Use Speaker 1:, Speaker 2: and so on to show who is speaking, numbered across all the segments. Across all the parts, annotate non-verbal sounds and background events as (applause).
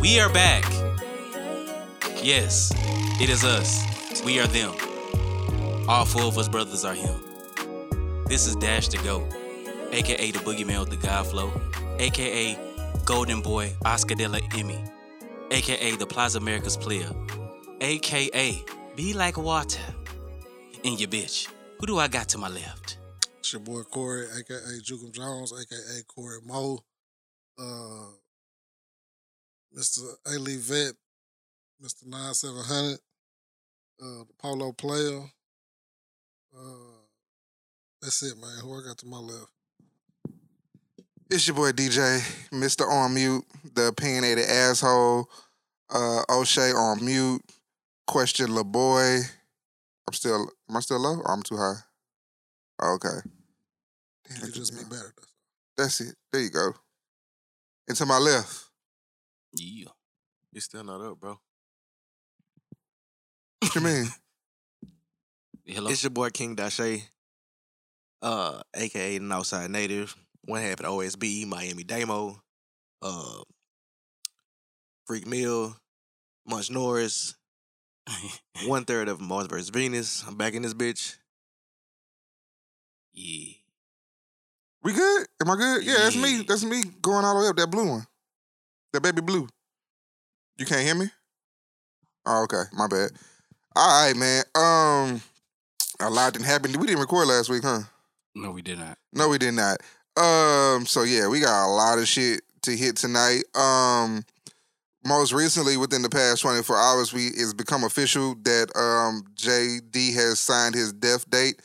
Speaker 1: We are back. Yes, it is us. We are them. All four of us brothers are him. This is Dash the Goat, aka the Boogeyman with the God Flow, aka Golden Boy Oscar de la Emmy, aka the Plaza Americas player, aka Be Like Water, and your bitch. Who do I got to my left?
Speaker 2: It's your boy Corey, aka Jukum Jones, aka Corey Mo, uh, Mr. Ali Vet, Mr. 9700, uh, the Polo Player. Uh, that's it, man. Who I got to my left?
Speaker 3: It's your boy DJ, Mr. On Mute, the opinionated asshole, uh, O'Shea on mute, question LaBoy. I'm still, am I still low? Or I'm too high. Oh, Okay,
Speaker 2: You could just be better.
Speaker 3: that's it. There you go. And to my left,
Speaker 1: Yeah.
Speaker 4: It's still not up, bro.
Speaker 3: what you mean?
Speaker 1: Hello. (laughs)
Speaker 4: It's your boy King Dashay, uh, aka an outside native. One half at OSB, Miami Damo, uh, Freak Mill, Munch Norris, one third of Mars vs. Venus. I'm back in this bitch.
Speaker 1: yeah.
Speaker 3: We good? Am I good? Yeah, that's
Speaker 1: Yeah.
Speaker 3: me. That's me going all the way up. That blue one, that baby blue. You can't hear me? Oh, okay, my bad. All right, man. Um, a lot didn't happen. We didn't record last week, huh?
Speaker 1: No, we did not.
Speaker 3: No, we did not. Um, so yeah, we got a lot of shit to hit tonight. Um, most recently, within the past 24 hours, we it's become official that um JD has signed his death date.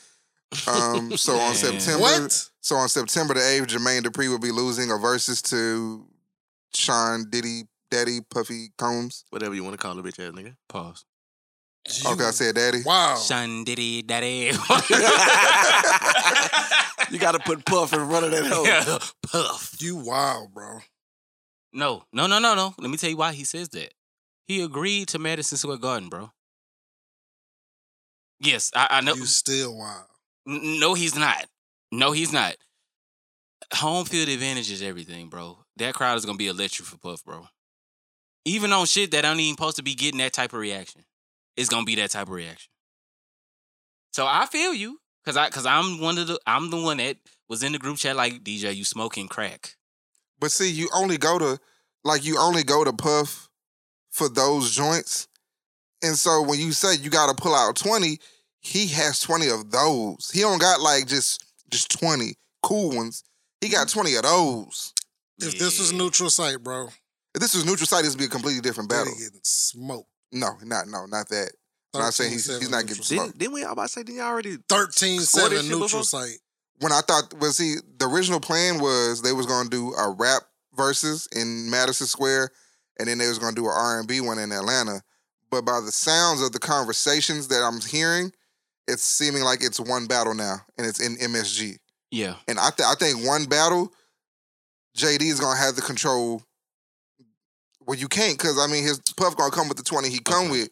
Speaker 3: Um, so on
Speaker 1: Man.
Speaker 3: September,
Speaker 2: What?
Speaker 3: so on September the 8th, Jermaine Dupri will be losing a versus to Sean Diddy Daddy Puffy Combs.
Speaker 4: Whatever you want to call a bitch ass nigga.
Speaker 1: Pause.
Speaker 3: Okay, I said Daddy.
Speaker 2: Wow.
Speaker 1: Shandiddy daddy. (laughs)
Speaker 4: You got to put Puff in front of that hoe.
Speaker 1: Yeah, Puff.
Speaker 2: You wow, bro.
Speaker 1: No, no, no, no, no. Let me tell you why he says that. He agreed to Madison Square Garden, bro. Yes, I, I know.
Speaker 2: You still wow.
Speaker 1: N- No, he's not. No, he's not. Home field advantage is everything, bro. That crowd is gonna be electric for Puff, bro. Even on shit that ain't even supposed to be getting that type of reaction, it's gonna be that type of reaction. So I feel you, cause I, cause I'm one of the, I'm the one that was in the group chat like DJ, you smoking crack.
Speaker 3: But see, you only go to like you only go to Puff for those joints. And so when you say you gotta pull out 20, he has 20 of those. He don't got like just just 20 cool ones. He got 20 of those.
Speaker 2: If this was
Speaker 1: Yeah.
Speaker 2: neutral site, bro,
Speaker 3: If this was neutral site, this would be a completely different
Speaker 2: they
Speaker 3: battle.
Speaker 2: getting smoked.
Speaker 3: No, not no, not that. I'm not saying he's, he's not getting
Speaker 4: Didn't,
Speaker 3: smoked.
Speaker 4: didn't we all about to say, didn't y'all already?
Speaker 2: 13
Speaker 4: Score this
Speaker 2: 7
Speaker 4: shit
Speaker 2: neutral
Speaker 4: before?
Speaker 2: site.
Speaker 3: When I thought well see, the original plan was they was gonna do a rap versus in Madison Square, and then they was gonna do an R and B one in Atlanta. But by the sounds of the conversations that I'm hearing, it's seeming like it's one battle now, and it's in MSG.
Speaker 1: Yeah,
Speaker 3: And I th- I think one battle, JD is gonna have the control. Well, you can't because I mean his puff gonna come with the twenty he come
Speaker 1: Okay.
Speaker 3: with,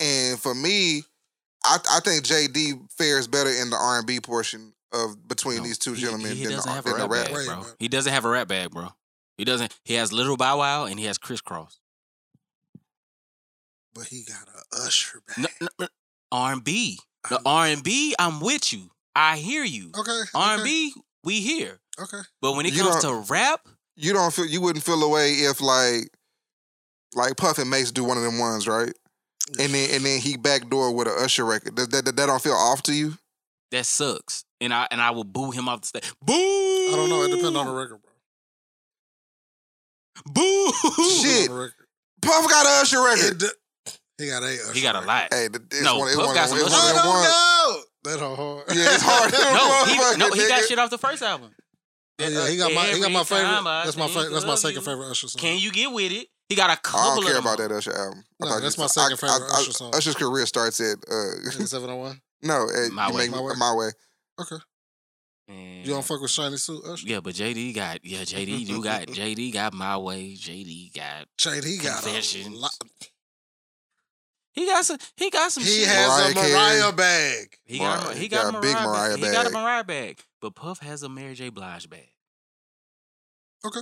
Speaker 3: and for me, I I think JD fares better in the R and B portion of between
Speaker 1: No,
Speaker 3: these two
Speaker 1: he-
Speaker 3: gentlemen
Speaker 1: he,
Speaker 3: than
Speaker 1: doesn't
Speaker 3: the,
Speaker 1: have a
Speaker 3: than the
Speaker 1: rap,
Speaker 3: rap.
Speaker 1: bag,
Speaker 2: Wait,
Speaker 1: bro.
Speaker 2: bro.
Speaker 1: He doesn't have a rap bag, bro. He doesn't. He has Little Bow Wow and he has Crisscross.
Speaker 2: But he got a usher back.
Speaker 1: No, no, no. R&B. The R&B, I'm with you. I hear you.
Speaker 2: Oh, Okay. okay,
Speaker 1: R&B, we here.
Speaker 2: Okay.
Speaker 1: But when it
Speaker 3: You
Speaker 1: comes to rap,
Speaker 3: You don't feel you wouldn't feel away if like like Puff and Mace do one of them ones right, and then and then he backdoor with an Usher record. That, that, that don't feel off
Speaker 1: (laughs)
Speaker 3: to you?
Speaker 1: that sucks. And I and I will boo him off the stage. Boo!
Speaker 2: I
Speaker 1: I
Speaker 2: don't know. It depends on the record, bro.
Speaker 1: Boo!
Speaker 3: Shit.
Speaker 2: Depends on the record.
Speaker 3: Puff got an Usher record.
Speaker 2: It de- he got a usher
Speaker 1: He got a
Speaker 2: record.
Speaker 1: lot.
Speaker 3: hey, th- it's
Speaker 1: No,
Speaker 3: one, it's
Speaker 1: Puff
Speaker 3: one,
Speaker 1: got
Speaker 3: of them-
Speaker 1: some
Speaker 3: it's
Speaker 1: Usher
Speaker 3: one of
Speaker 2: I
Speaker 3: them
Speaker 1: records.
Speaker 2: don't know.
Speaker 3: ones-
Speaker 2: That whole hard.
Speaker 3: Yeah,
Speaker 2: (laughs)
Speaker 3: it's hard.
Speaker 1: No, he, no, he got
Speaker 3: Motherfucker,
Speaker 1: shit off the first album. uh,
Speaker 2: Oh, yeah, he got my he got my
Speaker 1: Every time I
Speaker 2: favorite. That's my
Speaker 1: think
Speaker 2: favorite. That's my
Speaker 1: of
Speaker 2: second
Speaker 1: you.
Speaker 2: favorite Usher song.
Speaker 1: Can you get with it? He got a couple
Speaker 3: I don't
Speaker 1: of
Speaker 3: care
Speaker 1: them.
Speaker 3: about that Usher album. I
Speaker 2: No,
Speaker 3: thought you
Speaker 2: that's my
Speaker 3: was-
Speaker 2: second favorite Usher song.
Speaker 3: Usher's career starts at uh,
Speaker 2: Seven hundred one.
Speaker 3: (laughs) no, at
Speaker 1: My
Speaker 3: my,
Speaker 1: Way.
Speaker 3: way.
Speaker 2: My
Speaker 3: my
Speaker 2: Way.
Speaker 3: way.
Speaker 1: And-
Speaker 2: You don't fuck with shiny suit Usher.
Speaker 1: yeah, but JD got yeah, JD you
Speaker 2: (laughs)
Speaker 1: got JD got my way. JD got
Speaker 2: Shade, he got a
Speaker 1: Confessions.
Speaker 2: lot.
Speaker 1: he got some he got some
Speaker 2: He
Speaker 1: shit.
Speaker 2: has a
Speaker 3: Mariah Carey.
Speaker 2: Mariah bag.
Speaker 1: He got,
Speaker 3: Mariah.
Speaker 1: he
Speaker 3: He
Speaker 1: got,
Speaker 3: got
Speaker 1: a
Speaker 3: a
Speaker 1: Mariah
Speaker 3: big
Speaker 1: bag.
Speaker 3: Mariah
Speaker 1: He got a
Speaker 3: bag.
Speaker 1: Mariah bag, but Puff has a Mary J. Blige bag.
Speaker 2: Okay.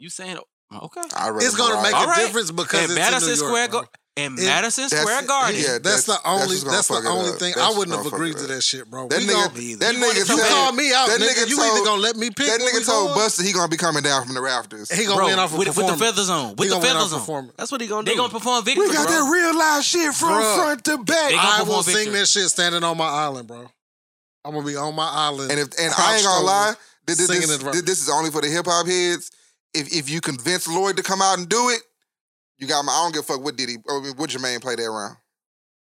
Speaker 1: You saying uh, Okay.
Speaker 3: I rather
Speaker 2: It's gonna
Speaker 3: Mariah.
Speaker 2: make
Speaker 1: All
Speaker 2: a
Speaker 1: right.
Speaker 2: difference because
Speaker 1: And
Speaker 2: it's
Speaker 1: Madison
Speaker 2: in New York,
Speaker 1: Square
Speaker 2: bro.
Speaker 1: Garden. And
Speaker 2: It-
Speaker 1: Madison
Speaker 3: that's-
Speaker 1: Square Garden.
Speaker 3: yeah.
Speaker 2: that's,
Speaker 3: that's-
Speaker 2: the only.
Speaker 3: that's what's gonna
Speaker 2: That's,
Speaker 3: fuck
Speaker 2: the
Speaker 3: it
Speaker 2: only
Speaker 3: up.
Speaker 2: thing
Speaker 3: That's
Speaker 2: I wouldn't have
Speaker 3: what's gonna fuck
Speaker 2: agreed to
Speaker 3: it up.
Speaker 2: that shit, bro.
Speaker 3: That
Speaker 2: We
Speaker 3: nigga,
Speaker 2: gonna-
Speaker 4: You
Speaker 3: that nigga
Speaker 2: you
Speaker 1: said-
Speaker 2: call
Speaker 3: told,
Speaker 2: me out,
Speaker 3: that
Speaker 2: nigga.
Speaker 3: nigga
Speaker 2: You
Speaker 3: told-
Speaker 2: either gonna let me pick.
Speaker 3: that
Speaker 2: where we
Speaker 3: nigga told
Speaker 2: going,
Speaker 3: Buster he gonna be coming down from the rafters.
Speaker 2: He gonna
Speaker 1: Bro,
Speaker 2: win off a
Speaker 1: with, with the
Speaker 2: performance.
Speaker 1: feathers on. With
Speaker 2: He
Speaker 1: the
Speaker 2: gonna win off
Speaker 1: feathers on.
Speaker 2: performance.
Speaker 4: That's what he gonna
Speaker 1: They
Speaker 4: do.
Speaker 1: gonna perform video.
Speaker 3: we got
Speaker 1: bro.
Speaker 3: that real live shit from
Speaker 2: Bruh.
Speaker 3: front to back.
Speaker 1: They gonna
Speaker 2: I
Speaker 1: perform
Speaker 2: will sing
Speaker 1: victory.
Speaker 2: that shit standing on my island, bro. I'm gonna be on my island.
Speaker 3: And if and I
Speaker 2: Crouched
Speaker 3: ain't gonna
Speaker 2: over,
Speaker 3: lie, this, this,
Speaker 2: singing
Speaker 3: this,
Speaker 2: his verse.
Speaker 3: this is only for the hip hop heads. If if you convince Lloyd to come out and do it, you got my. I don't give a fuck what Diddy. I mean, what Jermaine play that round?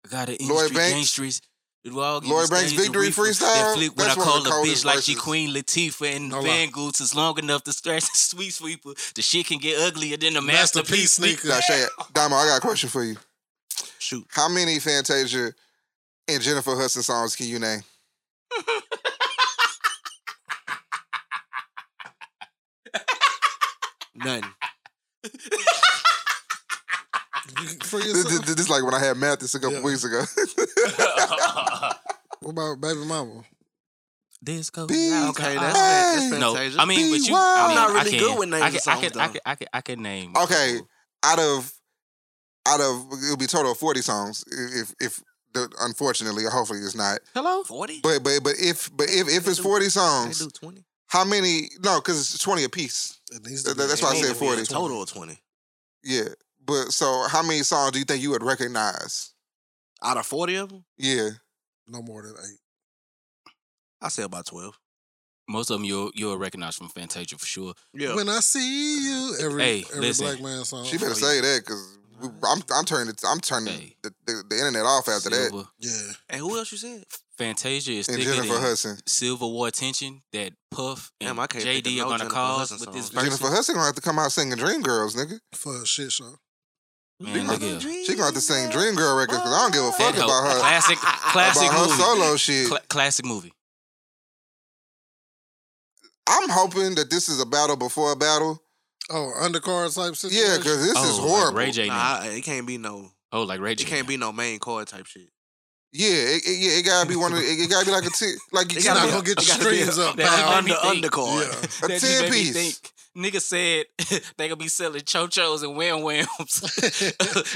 Speaker 1: Got the
Speaker 3: Lloyd
Speaker 1: industry
Speaker 3: Banks.
Speaker 1: gangsters. It all get
Speaker 3: Lloyd
Speaker 1: the
Speaker 3: Banks'
Speaker 1: stage, the
Speaker 3: victory
Speaker 1: reefers
Speaker 3: freestyle,
Speaker 1: That flick what I
Speaker 3: that's one of
Speaker 1: call a
Speaker 3: the
Speaker 1: bitch
Speaker 3: coldest
Speaker 1: like she
Speaker 3: verses.
Speaker 1: Queen Latifah and
Speaker 2: No lie.
Speaker 1: Van Goots is long enough to scratch (laughs) the sweet sweeper. The shit can get uglier than the
Speaker 2: Masterpiece
Speaker 1: masterpiece,
Speaker 2: sneaker.
Speaker 3: Nah, Shay, Damo, I got a question for you.
Speaker 4: Shoot.
Speaker 3: How many Fantasia and Jennifer Hudson songs can you name?
Speaker 4: Nothing.
Speaker 2: (laughs)
Speaker 3: (laughs)
Speaker 2: for
Speaker 3: This, this,
Speaker 2: yourself.
Speaker 3: this is like when I had Mathis a couple
Speaker 2: Yeah.
Speaker 3: weeks ago.
Speaker 2: What about baby mama?
Speaker 1: Disco.
Speaker 3: Big
Speaker 1: now.
Speaker 4: Okay,
Speaker 1: I-
Speaker 4: that's, fan-
Speaker 3: Hey. (laughs)
Speaker 4: that's
Speaker 1: No,
Speaker 4: Fantasia.
Speaker 1: I mean, but you,
Speaker 3: wild.
Speaker 1: I
Speaker 3: I'm
Speaker 1: mean,
Speaker 4: not
Speaker 1: I
Speaker 4: really
Speaker 1: can,
Speaker 4: good with names
Speaker 1: I
Speaker 4: of
Speaker 1: can, I
Speaker 4: songs,
Speaker 1: can, I
Speaker 4: though.
Speaker 1: can, I can, I can name.
Speaker 3: okay, out of out of it'll be total of forty songs. If if the- unfortunately, hopefully it's not.
Speaker 1: Hello. Forty.
Speaker 3: But but but if but if if it's forty
Speaker 4: They
Speaker 3: songs,
Speaker 4: do twenty.
Speaker 3: how many? No, because it's twenty apiece.
Speaker 2: It needs
Speaker 3: That- that's why I
Speaker 4: They
Speaker 3: said
Speaker 4: do
Speaker 3: 40.
Speaker 4: a Total of twenty.
Speaker 3: Yeah, but so how many songs do you think you would recognize?
Speaker 4: Out of forty of them,
Speaker 3: Yeah,
Speaker 2: no more than eight.
Speaker 4: I say about twelve.
Speaker 1: Most of them you'll you'll recognize from Fantasia for sure.
Speaker 4: Yeah.
Speaker 2: When I see you, every
Speaker 1: Hey,
Speaker 2: every
Speaker 1: listen.
Speaker 2: black man song.
Speaker 3: she better
Speaker 4: Oh,
Speaker 3: say that because I'm I'm turning it- I'm turning
Speaker 1: Hey.
Speaker 3: the, the, the internet off after that.
Speaker 1: Silver.
Speaker 2: yeah,
Speaker 4: and who else you said?
Speaker 1: Fantasia is
Speaker 3: And
Speaker 1: thicker
Speaker 3: Jennifer
Speaker 1: than
Speaker 3: Hudson,
Speaker 1: Silver War tension that Puff and
Speaker 4: Damn, I can't think of
Speaker 1: JD
Speaker 4: no
Speaker 1: are gonna
Speaker 4: Jennifer
Speaker 1: cause
Speaker 4: Hudson
Speaker 1: with this
Speaker 4: songs.
Speaker 1: verse.
Speaker 3: Jennifer Hudson gonna have to come out singing Dream Girls, nigga.
Speaker 2: for a shit show.
Speaker 1: Man, look here.
Speaker 3: She gonna have to sing Dream Girl records because I don't give a
Speaker 1: That
Speaker 3: fuck
Speaker 1: hoe.
Speaker 3: about her
Speaker 1: Classic, classic
Speaker 3: about her
Speaker 1: movie.
Speaker 3: solo shit.
Speaker 1: Cla- classic movie.
Speaker 3: I'm hoping that this is a battle before a battle.
Speaker 2: Oh, undercard type situation.
Speaker 3: Yeah, because this is
Speaker 1: Oh, like
Speaker 3: horrible.
Speaker 1: Ray J. now.
Speaker 4: Nah, it can't be no.
Speaker 1: Oh, like Ray
Speaker 4: It
Speaker 1: J.
Speaker 4: can't be no main card type shit.
Speaker 3: yeah, it, it, yeah, it gotta be one of the, it, it gotta be like a t- like you
Speaker 4: It
Speaker 2: you're not
Speaker 4: be a-
Speaker 2: gonna get
Speaker 4: it
Speaker 2: your
Speaker 4: gotta be a-
Speaker 2: streams
Speaker 1: (laughs)
Speaker 2: up,
Speaker 1: that
Speaker 2: pal.
Speaker 1: under-
Speaker 4: undercard.
Speaker 2: Yeah.
Speaker 3: A
Speaker 1: That just
Speaker 3: 10
Speaker 1: made me
Speaker 3: piece.
Speaker 1: think. Nigga said (laughs) they gonna be selling chochos and wham whams (laughs)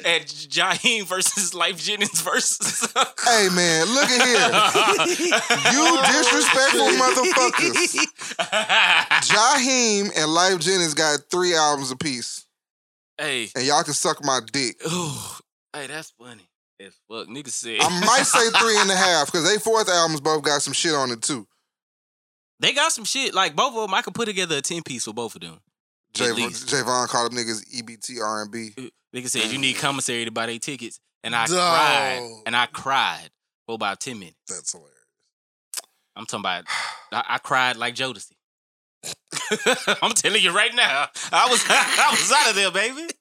Speaker 1: at Jaheim versus Life Jennings versus.
Speaker 3: Hey man, look
Speaker 1: (laughs)
Speaker 3: at here. you disrespectful motherfuckers. Jaheim and Life Jennings got three albums apiece.
Speaker 1: (laughs) hey,
Speaker 3: And y'all can suck my dick.
Speaker 1: ooh, hey, that's funny as fuck. Nigga said
Speaker 3: I might say three and a half, because they fourth albums both got some shit on it too.
Speaker 1: (laughs) they got some shit. Like both of them, I could put together a ten piece for both of them.
Speaker 3: J-
Speaker 1: At least.
Speaker 3: Javon called up niggas E EBT R&B.
Speaker 1: Nigga said you need commissary to buy their tickets, and I
Speaker 2: Dog.
Speaker 1: cried, and I cried for about ten minutes.
Speaker 2: That's hilarious.
Speaker 1: I'm talking about I, I cried like Jodeci. (laughs) I'm telling you right now, I was (laughs) I was out of there, baby.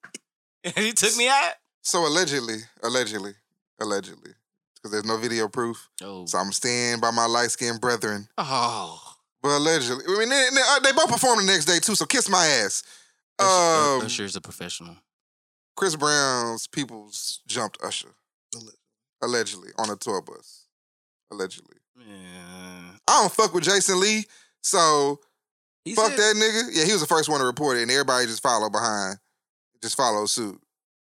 Speaker 1: (laughs) he took me out.
Speaker 3: So allegedly, allegedly, allegedly, because there's no video proof.
Speaker 1: Oh,
Speaker 3: So I'm staying by my light skinned brethren.
Speaker 1: oh.
Speaker 3: But allegedly, I mean, they, they- uh, they both performed the next day too. So kiss my ass.
Speaker 1: Usher-
Speaker 3: Um,
Speaker 1: Usher's a professional.
Speaker 3: Chris Brown's peoples jumped Usher allegedly on a tour bus. Allegedly,
Speaker 1: Yeah.
Speaker 3: I don't fuck with Jason Lee, so
Speaker 4: He
Speaker 3: fuck
Speaker 4: said-
Speaker 3: that nigga. Yeah, he was the first one to report it, and everybody just followed behind, just followed suit,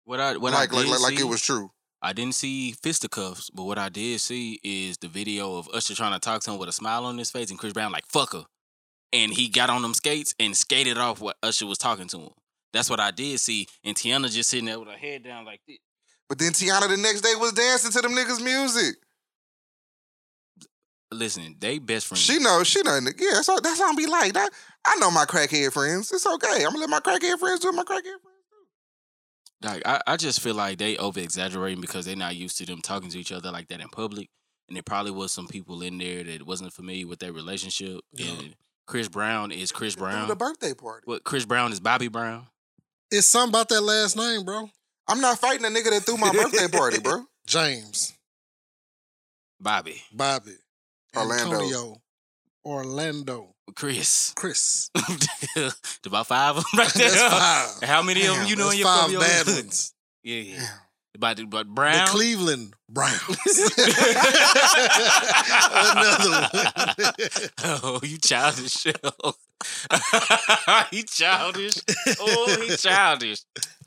Speaker 1: What I what
Speaker 3: like
Speaker 1: I
Speaker 3: like
Speaker 1: did
Speaker 3: like,
Speaker 1: see,
Speaker 3: like it was true.
Speaker 1: I didn't see fisticuffs, but what I did see is the video of Usher trying to talk to him with a smile on his face, and Chris Brown like fuck her, and he got on them skates and skated off what Usher was talking to him. That's what I did see, and Tiana just sitting there with her head down like this.
Speaker 3: But then Tiana the next day was dancing to them niggas' music.
Speaker 1: Listen, they best friends.
Speaker 3: She knows. She know. Yeah, that's all. That's all I be like. That, I know my crackhead friends. It's okay. I'm gonna let my crackhead friends do what my crackhead friends.
Speaker 1: Like I, I just feel like they over exaggerating because they're not used to them talking to each other like that in public. And there probably was some people in there that wasn't familiar with their relationship.
Speaker 2: Yeah.
Speaker 1: And Chris Brown is Chris
Speaker 3: do. Throw The
Speaker 1: Brown.
Speaker 3: birthday party.
Speaker 1: What Chris Brown is Bobby Brown.
Speaker 2: It's something about that last name, bro.
Speaker 3: I'm not fighting a nigga that threw my
Speaker 1: (laughs)
Speaker 3: birthday party, bro.
Speaker 2: James,
Speaker 1: Bobby.
Speaker 2: Bobby,
Speaker 3: Orlando.
Speaker 2: Antonio, Orlando,
Speaker 1: Chris.
Speaker 2: Chris.
Speaker 1: about five of them right there.
Speaker 2: That's five.
Speaker 1: (laughs) How many of them
Speaker 3: Damn,
Speaker 1: you know
Speaker 2: That's
Speaker 1: in your
Speaker 2: five
Speaker 1: your- (laughs)
Speaker 2: bad ones.
Speaker 1: Yeah, yeah.
Speaker 3: Damn.
Speaker 1: About the- about
Speaker 2: The
Speaker 1: Brown. (laughs)
Speaker 2: Cleveland Browns. Another one.
Speaker 1: (laughs) oh, you childish. (laughs) he childish. Oh,
Speaker 2: (laughs)
Speaker 1: he childish.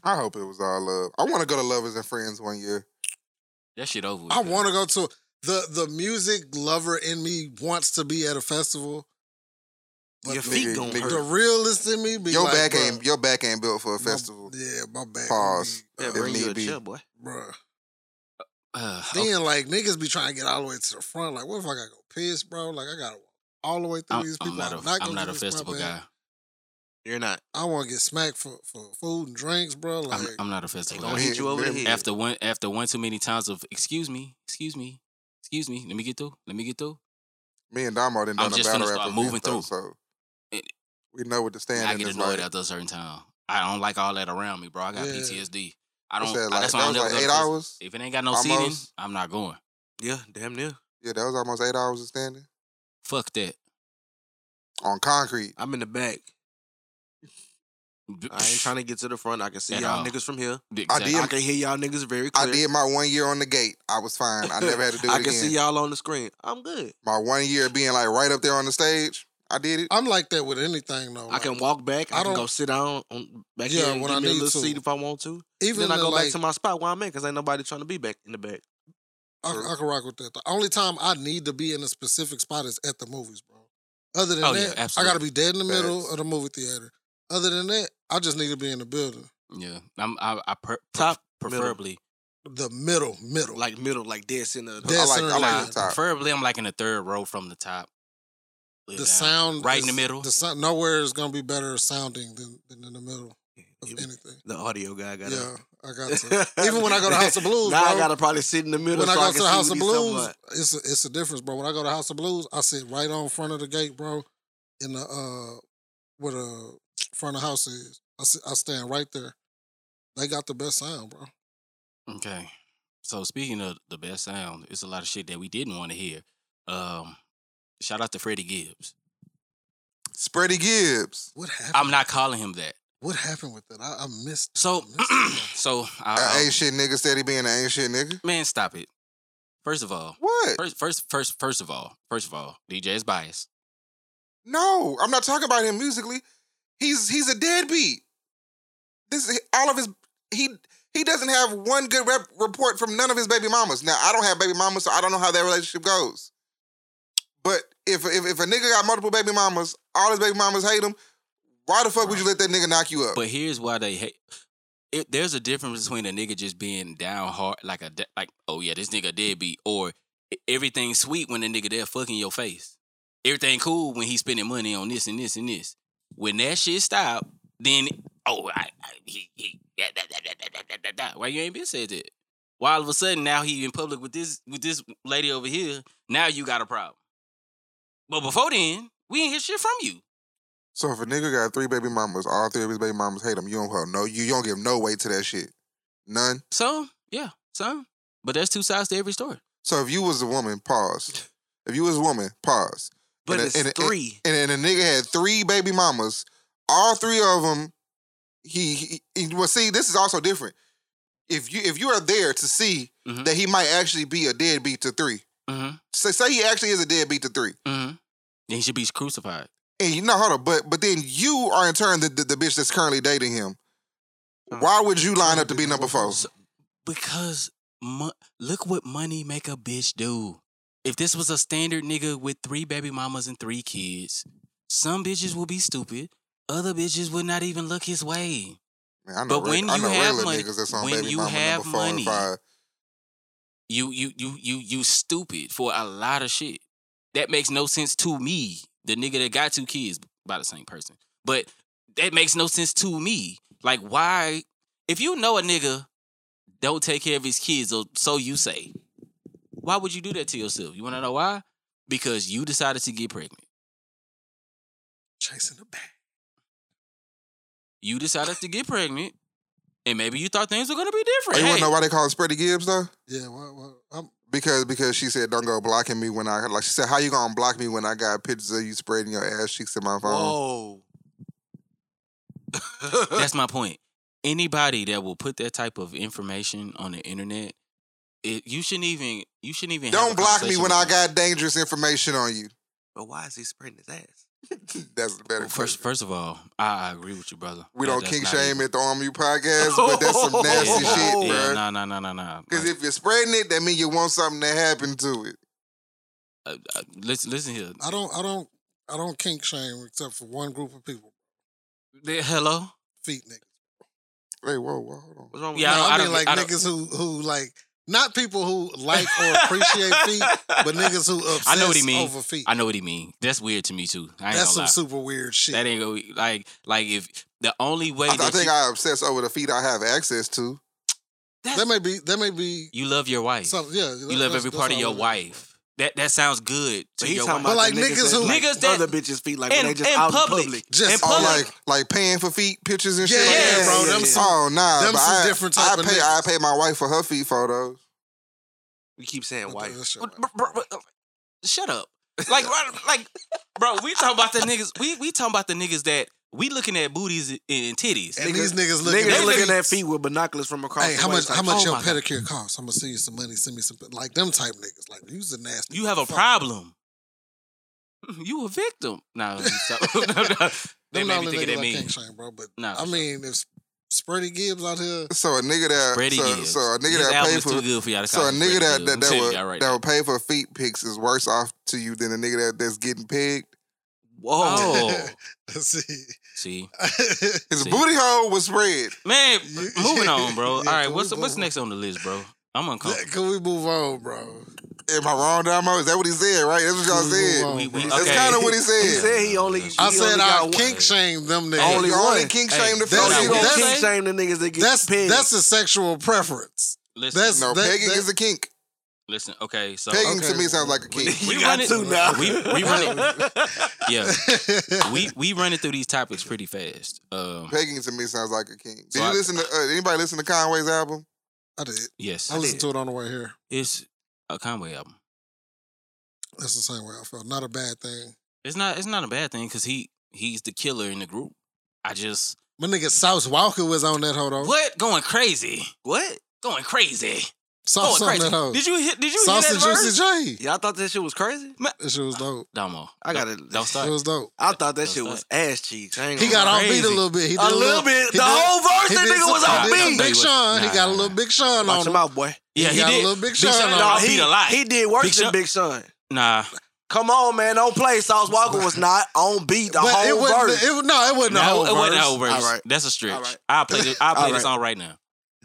Speaker 3: I hope it was all love. I want to go to Lovers and Friends one year.
Speaker 1: That shit over. With,
Speaker 2: I
Speaker 1: though.
Speaker 2: want to go to the the music lover in me wants to be at a festival.
Speaker 4: Your
Speaker 2: the-
Speaker 4: feet gonna
Speaker 3: nigga,
Speaker 4: hurt.
Speaker 2: The realist in me be
Speaker 3: Your
Speaker 2: like,
Speaker 3: back
Speaker 2: "Bruh,
Speaker 3: ain't your back ain't built for a
Speaker 2: my-
Speaker 3: festival.
Speaker 2: Yeah, my back.
Speaker 3: Pause.
Speaker 2: Be, uh,
Speaker 4: Yeah,
Speaker 3: If
Speaker 4: bring you
Speaker 3: need
Speaker 4: a
Speaker 3: be.
Speaker 4: chair, boy.
Speaker 2: bruh.
Speaker 1: Uh, okay.
Speaker 2: Then like niggas be trying to get all the way to the front. Like, what if I gotta go piss, bro? Like, I gotta walk all the way through
Speaker 1: I'm,
Speaker 2: these
Speaker 1: I'm
Speaker 2: people.
Speaker 1: not
Speaker 2: I'm
Speaker 1: a,
Speaker 2: not
Speaker 1: I'm
Speaker 2: gonna
Speaker 1: not
Speaker 2: do
Speaker 1: a
Speaker 2: this, my
Speaker 1: festival
Speaker 2: bad.
Speaker 1: guy.
Speaker 4: You're not.
Speaker 2: I want to get smacked for, for food and drinks, bro. Like,
Speaker 1: I'm, I'm not a
Speaker 4: They
Speaker 1: festival
Speaker 4: gonna
Speaker 1: guy.
Speaker 4: hit you over the
Speaker 3: Remember-
Speaker 4: head.
Speaker 1: After one, after one too many times of excuse me, excuse me, excuse me. Let me get through. Let me get through.
Speaker 3: Me and Damo done
Speaker 1: I'm
Speaker 3: done a
Speaker 1: just
Speaker 3: battle
Speaker 1: finna
Speaker 3: rap
Speaker 1: start
Speaker 3: event,
Speaker 1: moving
Speaker 3: though,
Speaker 1: through.
Speaker 3: so
Speaker 1: It-
Speaker 3: we know what the stand
Speaker 1: I
Speaker 3: in
Speaker 1: get
Speaker 3: is
Speaker 1: annoyed
Speaker 3: like.
Speaker 1: after a certain time. I don't like all that around me, bro. I got
Speaker 2: Yeah.
Speaker 1: PTSD. I
Speaker 3: What's
Speaker 1: don't.
Speaker 3: that, like,
Speaker 1: that's why I don't ever
Speaker 3: that was like
Speaker 1: go to
Speaker 3: eight
Speaker 1: festivals.
Speaker 3: hours.
Speaker 1: If it ain't got no seating,
Speaker 3: Almost.
Speaker 1: I'm not going.
Speaker 4: Yeah, damn near.
Speaker 3: Yeah, that was almost eight hours of standing
Speaker 1: Fuck that.
Speaker 3: on concrete.
Speaker 4: I'm in the back.
Speaker 3: (sighs)
Speaker 4: I ain't trying to get to the front. I can see
Speaker 1: At
Speaker 4: y'all
Speaker 1: all.
Speaker 4: niggas from here.
Speaker 3: I did.
Speaker 4: I can hear y'all niggas very
Speaker 3: I
Speaker 4: clear.
Speaker 3: did my one year on the gate. I was fine. I
Speaker 1: (laughs)
Speaker 3: never
Speaker 4: (laughs)
Speaker 3: had to do it
Speaker 4: I
Speaker 3: again.
Speaker 4: can see y'all on the screen. I'm good.
Speaker 3: My one year being like right up there on the stage. I did it.
Speaker 2: I'm like that with anything though.
Speaker 4: I
Speaker 2: Like,
Speaker 4: can walk back. I,
Speaker 2: I
Speaker 4: can go
Speaker 2: don't-
Speaker 4: sit down on back
Speaker 2: Yeah,
Speaker 4: here and
Speaker 2: when
Speaker 4: give
Speaker 2: I
Speaker 4: me a
Speaker 2: need
Speaker 4: little
Speaker 2: to.
Speaker 4: seat if I want to.
Speaker 2: even
Speaker 4: then I
Speaker 2: the,
Speaker 4: go
Speaker 2: like,
Speaker 4: back to my spot where I'm at because ain't nobody trying to be back in the back.
Speaker 2: I, I can rock with that. The only time I need to be in a specific spot is at the movies, bro. Other than
Speaker 1: Oh, yeah,
Speaker 2: that, I gotta
Speaker 1: absolutely.
Speaker 2: be dead in the middle
Speaker 3: Facts.
Speaker 2: of the movie theater. Other than that, I just need to be in the building.
Speaker 1: Yeah, I'm. I, I per,
Speaker 4: Top, middle.
Speaker 1: preferably,
Speaker 2: The middle, middle.
Speaker 4: Like middle, like dead center. of the-
Speaker 2: Dead
Speaker 3: I like
Speaker 2: center
Speaker 3: I like
Speaker 2: line.
Speaker 3: the top.
Speaker 1: preferably, I'm like in the third row from the top.
Speaker 2: the
Speaker 1: Look down.
Speaker 2: sound
Speaker 1: right
Speaker 2: is-
Speaker 1: in the middle.
Speaker 2: The sound nowhere is gonna be better sounding than, than in the middle of anything.
Speaker 4: The audio guy got (laughs)
Speaker 2: Yeah, I got to. Even when I go to House of Blues,
Speaker 4: now I
Speaker 2: bro.
Speaker 4: gotta probably sit in the middle.
Speaker 2: when
Speaker 4: so
Speaker 2: I go
Speaker 4: can
Speaker 2: to
Speaker 4: see
Speaker 2: the House
Speaker 4: what
Speaker 2: of
Speaker 4: he's talking
Speaker 2: Blues,
Speaker 4: about.
Speaker 2: it's a, it's a difference, bro. When I go to House of Blues, I sit right on front of the gate, bro, in the uh where the front of the house is. I sit, I stand right there. They got the best sound, bro.
Speaker 1: Okay. So speaking of the best sound, it's a lot of shit that we didn't want to hear. Um, shout out to Freddie Gibbs.
Speaker 3: Spready Gibbs.
Speaker 2: What happened?
Speaker 1: I'm not Oh, calling him that.
Speaker 2: What happened with that? I, I missed.
Speaker 1: So,
Speaker 2: I missed it,
Speaker 1: so I,
Speaker 3: An
Speaker 1: I-
Speaker 3: ain't shit nigga steady being an ain't shit nigga.
Speaker 1: man, stop it. First of all,
Speaker 3: What?
Speaker 1: first, first, first, first of all, first of all, DJ is biased.
Speaker 3: No, I'm not talking about him musically. He's he's a deadbeat. This is all of his he he doesn't have one good rep, report from none of his baby mamas. Now I don't have baby mamas, so I don't know how that relationship goes. But if if, if a nigga got multiple baby mamas, all his baby mamas hate him. Why the fuck would you let that nigga knock you up?
Speaker 1: But here's why they hate. It, there's a difference between a nigga just being down hard, like a de- like, oh yeah, this nigga deadbeat, or e- everything sweet when the nigga there fucking your face. Everything cool when he spending money on this and this and this. When that shit stop, then oh, I, I, he, he da, da, da, da, da, da, da, da. why you ain't been said that? Why all of a sudden now he in public with this with this lady over here? Now you got a problem. But before then, we ain't hear shit from you.
Speaker 3: so if a nigga got three baby mamas, all three of his baby mamas hate him. You don't have no you, you don't give no weight to that shit. None.
Speaker 1: Some, yeah, some. But there's two sides to every story.
Speaker 3: So if you was a woman,
Speaker 4: (laughs)
Speaker 3: pause. If you was a woman, pause.
Speaker 4: But
Speaker 3: And a-
Speaker 4: it's
Speaker 3: and a-
Speaker 4: three.
Speaker 3: and, and a nigga had three baby mamas. All three of them, he, he, he- well, see, this is also different. If you if you are there to see
Speaker 1: Mhm.
Speaker 3: that he might actually be a deadbeat to three,
Speaker 1: Mm-hmm.
Speaker 3: say say he actually is a deadbeat to three,
Speaker 1: Mm-hmm. Then he should be crucified.
Speaker 3: and you know, hold up, but but then you are in turn the the, the bitch that's currently dating him.
Speaker 4: Uh,
Speaker 3: Why would you line up to be number four?
Speaker 1: So- Because mo- look what money make a bitch do. If this was a standard nigga with three baby mamas and three kids, some bitches will be stupid. Other bitches would not even look his way.
Speaker 3: Man, I know,
Speaker 1: But
Speaker 3: reg-
Speaker 1: when
Speaker 3: I
Speaker 1: you
Speaker 3: know
Speaker 1: have
Speaker 3: regular
Speaker 1: money-
Speaker 3: niggas that's on
Speaker 1: when
Speaker 3: baby
Speaker 1: you
Speaker 3: mama
Speaker 1: have
Speaker 3: number four
Speaker 1: money,
Speaker 3: and five.
Speaker 1: You you you you you stupid for a lot of shit. That makes no sense to me. The nigga that got two kids by the same person. But that makes no sense to me. Like why if you know a nigga don't take care of his kids or so you say, why would you do that to yourself? You wanna know why? Because you decided to get pregnant.
Speaker 2: chasing the bag.
Speaker 1: You decided to get pregnant. And maybe you thought things were gonna be different.
Speaker 3: Oh, you
Speaker 1: Hey,
Speaker 3: wanna know why they call it Spready Gibbs though?
Speaker 2: Yeah, well, well, I'm,
Speaker 3: Because because she said don't go blocking me when I like she said how you gonna block me when I got pictures of you spreading your ass cheeks in my phone.
Speaker 4: Whoa. (laughs)
Speaker 1: That's my point. Anybody that will put that type of information on the internet, it, you shouldn't even. You shouldn't even. have a
Speaker 3: Don't block me
Speaker 1: conversation
Speaker 3: when
Speaker 1: with
Speaker 3: I
Speaker 1: them.
Speaker 3: got dangerous information on you.
Speaker 4: but why is he spreading his ass?
Speaker 3: That's the better
Speaker 1: Well, first,
Speaker 3: question.
Speaker 1: first of all, I, I agree with you, brother.
Speaker 3: we
Speaker 1: That-
Speaker 3: don't
Speaker 1: that's
Speaker 3: kink
Speaker 1: not
Speaker 3: shame
Speaker 1: it.
Speaker 3: at the RMU podcast, but that's some
Speaker 2: Oh,
Speaker 1: (laughs)
Speaker 3: nasty
Speaker 1: yeah,
Speaker 3: shit,
Speaker 1: yeah,
Speaker 3: bro.
Speaker 1: Nah, nah, nah, nah, nah.
Speaker 3: Because
Speaker 1: Like,
Speaker 3: if you're spreading it, that means you want something to happen to it.
Speaker 1: uh, uh, listen, listen here. (clears throat)
Speaker 2: I don't, I don't, I don't kink shame except for one group of people,
Speaker 1: They- Hello.
Speaker 2: feet niggas.
Speaker 3: Hey, whoa, whoa, hold on.
Speaker 4: What's wrong with
Speaker 1: Yeah, I
Speaker 2: No,
Speaker 1: don't-
Speaker 2: I, mean like
Speaker 1: I don't-
Speaker 2: niggas who who like not people who like or appreciate feet, but niggas who
Speaker 1: (laughs)
Speaker 2: obsess
Speaker 1: I know what he mean.
Speaker 2: over feet.
Speaker 1: I know what he mean. That's weird to me too. I ain't
Speaker 2: That's
Speaker 1: gonna
Speaker 2: some
Speaker 1: lie.
Speaker 2: super weird shit.
Speaker 1: That ain't gonna be- like like if the only way
Speaker 3: I, I
Speaker 1: that
Speaker 3: think
Speaker 1: you,
Speaker 3: I obsess over the feet I have access to.
Speaker 1: that's-
Speaker 2: that may be that may be
Speaker 1: you love your wife.
Speaker 2: something. Yeah,
Speaker 1: you love every part of your wife. That that sounds good to
Speaker 4: He
Speaker 1: your
Speaker 4: talking
Speaker 1: wife.
Speaker 4: about
Speaker 2: But,
Speaker 4: the
Speaker 2: like, niggas who-
Speaker 4: like,
Speaker 1: Niggas that-
Speaker 4: other bitches feet like
Speaker 1: in,
Speaker 4: when they just
Speaker 1: in
Speaker 4: out
Speaker 1: public,
Speaker 4: in public.
Speaker 2: Just
Speaker 1: in
Speaker 3: Oh,
Speaker 1: public.
Speaker 3: like like paying for feet pictures and
Speaker 2: Yeah,
Speaker 3: shit. like
Speaker 1: yeah,
Speaker 3: that?
Speaker 1: bro,
Speaker 4: them some-
Speaker 3: Oh nah,
Speaker 2: them
Speaker 3: but
Speaker 2: some
Speaker 3: I,
Speaker 2: different
Speaker 3: I
Speaker 2: type of
Speaker 3: pay. I
Speaker 2: niggas.
Speaker 3: pay my wife for her feet photos.
Speaker 4: We keep saying
Speaker 2: That-
Speaker 4: white.
Speaker 2: that shit
Speaker 1: Bro,
Speaker 2: like-
Speaker 1: bro, bro, bro, uh, shut up. Like right- like bro, we talking about the niggas. We we talking about the niggas that we looking at booties and, and titties.
Speaker 2: And these
Speaker 4: niggas-
Speaker 2: niggas looking,
Speaker 4: Niggas
Speaker 1: at
Speaker 4: looking at
Speaker 2: feet.
Speaker 4: feet with binoculars from across.
Speaker 2: Hey,
Speaker 4: the
Speaker 2: how
Speaker 4: way.
Speaker 2: much?
Speaker 4: It's
Speaker 2: How
Speaker 4: like,
Speaker 2: much
Speaker 1: oh
Speaker 2: your
Speaker 1: my God.
Speaker 2: pedicure costs? I'm gonna send you some money. Send me some like them type niggas. Like you's a nasty.
Speaker 1: You have a
Speaker 2: motherfucker.
Speaker 1: problem. (laughs) You a victim. No, you so- (laughs) no, no. they
Speaker 2: Them
Speaker 1: made
Speaker 2: the
Speaker 1: me
Speaker 2: only
Speaker 1: think of
Speaker 2: niggas
Speaker 1: that
Speaker 2: I
Speaker 1: mean.
Speaker 2: can't shame, bro. But
Speaker 1: Nah,
Speaker 2: I
Speaker 1: for sure.
Speaker 2: mean, if Spready Gibbs out here, (laughs)
Speaker 3: So a nigga that
Speaker 1: Freddie
Speaker 3: so,
Speaker 1: Gibbs.
Speaker 3: so a nigga
Speaker 1: His
Speaker 3: that
Speaker 1: album
Speaker 3: pay
Speaker 1: is too
Speaker 3: for
Speaker 1: good for y'all to
Speaker 3: so
Speaker 1: call
Speaker 3: a
Speaker 1: him
Speaker 3: nigga
Speaker 1: Freddie
Speaker 3: that
Speaker 1: Gibbs.
Speaker 3: that,
Speaker 1: I'm
Speaker 3: that,
Speaker 1: telling
Speaker 3: would,
Speaker 1: y'all right
Speaker 3: that
Speaker 1: now.
Speaker 3: would pay for feet pics is worse off to you than a nigga that, that's getting pegged.
Speaker 2: (laughs)
Speaker 1: Whoa.
Speaker 2: let's see.
Speaker 1: See,
Speaker 3: His
Speaker 1: See.
Speaker 3: booty hole was spread.
Speaker 1: man.
Speaker 2: You-
Speaker 1: Moving on, bro. All
Speaker 2: Yeah,
Speaker 1: right,
Speaker 2: we
Speaker 1: what's what's
Speaker 2: moving.
Speaker 1: next on the list, bro? I'm uncomfortable.
Speaker 2: (laughs) Can we move on, bro?
Speaker 3: Am I wrong, Damo? Is that what he said? Right? That's what y'all
Speaker 2: Ooh,
Speaker 3: said.
Speaker 2: wrong,
Speaker 1: We- we-
Speaker 2: bro.
Speaker 3: That's
Speaker 1: Okay.
Speaker 3: kind of what he
Speaker 4: He
Speaker 3: said.
Speaker 4: said he only.
Speaker 1: I
Speaker 2: I
Speaker 4: he
Speaker 2: said
Speaker 4: only
Speaker 2: I
Speaker 4: got
Speaker 2: kink
Speaker 1: one.
Speaker 2: shame them niggas.
Speaker 4: Only
Speaker 3: you only
Speaker 4: one.
Speaker 3: kink
Speaker 1: Hey,
Speaker 3: shame the
Speaker 2: that's-
Speaker 3: feet.
Speaker 2: that's-
Speaker 3: You don't
Speaker 4: That's
Speaker 2: that's-
Speaker 4: kink shame the niggas that get
Speaker 2: that's
Speaker 4: pegged.
Speaker 2: that's a sexual preference.
Speaker 1: Listen,
Speaker 2: That's-
Speaker 3: No,
Speaker 2: that-
Speaker 3: pegging
Speaker 2: that-
Speaker 3: is a kink.
Speaker 1: listen. Okay, so
Speaker 3: Pegging to
Speaker 2: okay.
Speaker 3: me sounds like a (laughs) kink.
Speaker 1: We run
Speaker 4: You got
Speaker 1: it-
Speaker 4: two now.
Speaker 1: we- we run (laughs) yeah,
Speaker 2: we
Speaker 1: we we running through these topics pretty fast. Um,
Speaker 3: Pegging to me sounds like a kink. Did
Speaker 1: So
Speaker 3: you
Speaker 1: I-
Speaker 3: listen to uh, anybody listen to Conway's album?
Speaker 2: I did.
Speaker 1: yes,
Speaker 2: I listened to it on the way here.
Speaker 1: it's a Conway album.
Speaker 2: That's the same way I felt. Not a bad thing.
Speaker 1: It's not it's not a bad thing because he he's the killer in the group. I just
Speaker 2: My nigga South Walker was on that hoe though.
Speaker 1: what going crazy,
Speaker 4: What?
Speaker 1: going crazy,
Speaker 2: Sauce
Speaker 1: going
Speaker 2: on
Speaker 1: crazy.
Speaker 2: that hoe.
Speaker 1: Did you hit? Did you
Speaker 2: Sauce
Speaker 1: hear
Speaker 2: and
Speaker 1: that verse?
Speaker 2: Juicy J.
Speaker 4: Y'all thought that shit was crazy?
Speaker 2: That shit was dope.
Speaker 1: Domo,
Speaker 4: I got it.
Speaker 1: don't- Don't
Speaker 2: It
Speaker 1: start.
Speaker 2: was dope.
Speaker 4: I thought that
Speaker 1: That's
Speaker 4: shit
Speaker 1: not-
Speaker 4: was ass cheeks. I ain't
Speaker 2: He
Speaker 4: gonna
Speaker 2: got
Speaker 4: lie.
Speaker 2: off
Speaker 1: crazy.
Speaker 2: beat a little bit. He did
Speaker 4: a little bit.
Speaker 2: he
Speaker 4: The
Speaker 2: did-
Speaker 4: whole verse,
Speaker 2: he
Speaker 4: that
Speaker 2: did
Speaker 4: nigga
Speaker 2: some-
Speaker 4: was
Speaker 2: he
Speaker 4: on
Speaker 2: did some
Speaker 4: beat.
Speaker 1: No, he
Speaker 2: Big
Speaker 1: wasn't.
Speaker 2: Sean. He
Speaker 1: Nah,
Speaker 2: got a
Speaker 1: nah,
Speaker 2: little
Speaker 1: nah.
Speaker 2: Big Sean
Speaker 4: Watch
Speaker 2: on
Speaker 4: him
Speaker 2: him.
Speaker 4: out, boy.
Speaker 1: Yeah, he
Speaker 2: got a
Speaker 1: did.
Speaker 2: little Big
Speaker 1: Big
Speaker 2: Sean
Speaker 1: Sean
Speaker 2: on
Speaker 1: got
Speaker 2: him.
Speaker 1: beat a lot.
Speaker 4: He did worse
Speaker 1: Big
Speaker 4: than
Speaker 1: Sean-
Speaker 4: Big Sean.
Speaker 1: Nah,
Speaker 4: Come on, man. Don't play Sauce Walker was not on beat the
Speaker 2: But it
Speaker 4: whole
Speaker 2: wasn't.
Speaker 4: verse.
Speaker 2: It, was- no, it wasn't
Speaker 1: no,
Speaker 2: the whole
Speaker 1: it wasn't a whole
Speaker 2: verse.
Speaker 1: verse.
Speaker 4: All right.
Speaker 1: That's a stretch.
Speaker 4: All right.
Speaker 1: I'll play. The, I'll play
Speaker 4: All
Speaker 1: this
Speaker 4: right.
Speaker 1: song right now.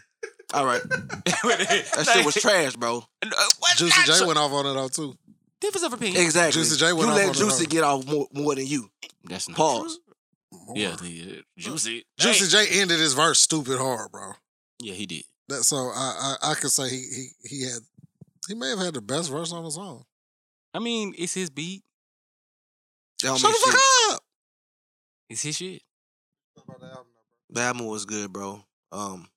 Speaker 1: (laughs)
Speaker 4: All right. That shit was trash, bro.
Speaker 1: What?
Speaker 2: Juicy
Speaker 1: That's
Speaker 2: J
Speaker 1: a-
Speaker 2: went off on it though too.
Speaker 1: Difference of opinion.
Speaker 4: Exactly.
Speaker 2: Juicy J went
Speaker 4: you
Speaker 2: off
Speaker 4: let
Speaker 2: on it,
Speaker 4: Juicy
Speaker 2: though.
Speaker 4: get off more, more than you.
Speaker 1: That's not
Speaker 4: Pause.
Speaker 1: true. Yeah, the- Juicy.
Speaker 2: Juicy
Speaker 1: Hey.
Speaker 2: J ended his verse stupid hard, bro.
Speaker 1: Yeah, he did.
Speaker 2: That so I I, I could say he he he had he may have had the best verse on the song.
Speaker 1: I mean, it's his beat.
Speaker 4: That don't
Speaker 2: Shut
Speaker 4: mean
Speaker 2: the
Speaker 4: shit.
Speaker 2: fuck up.
Speaker 1: It's his shit.
Speaker 4: The album was good, bro. Um,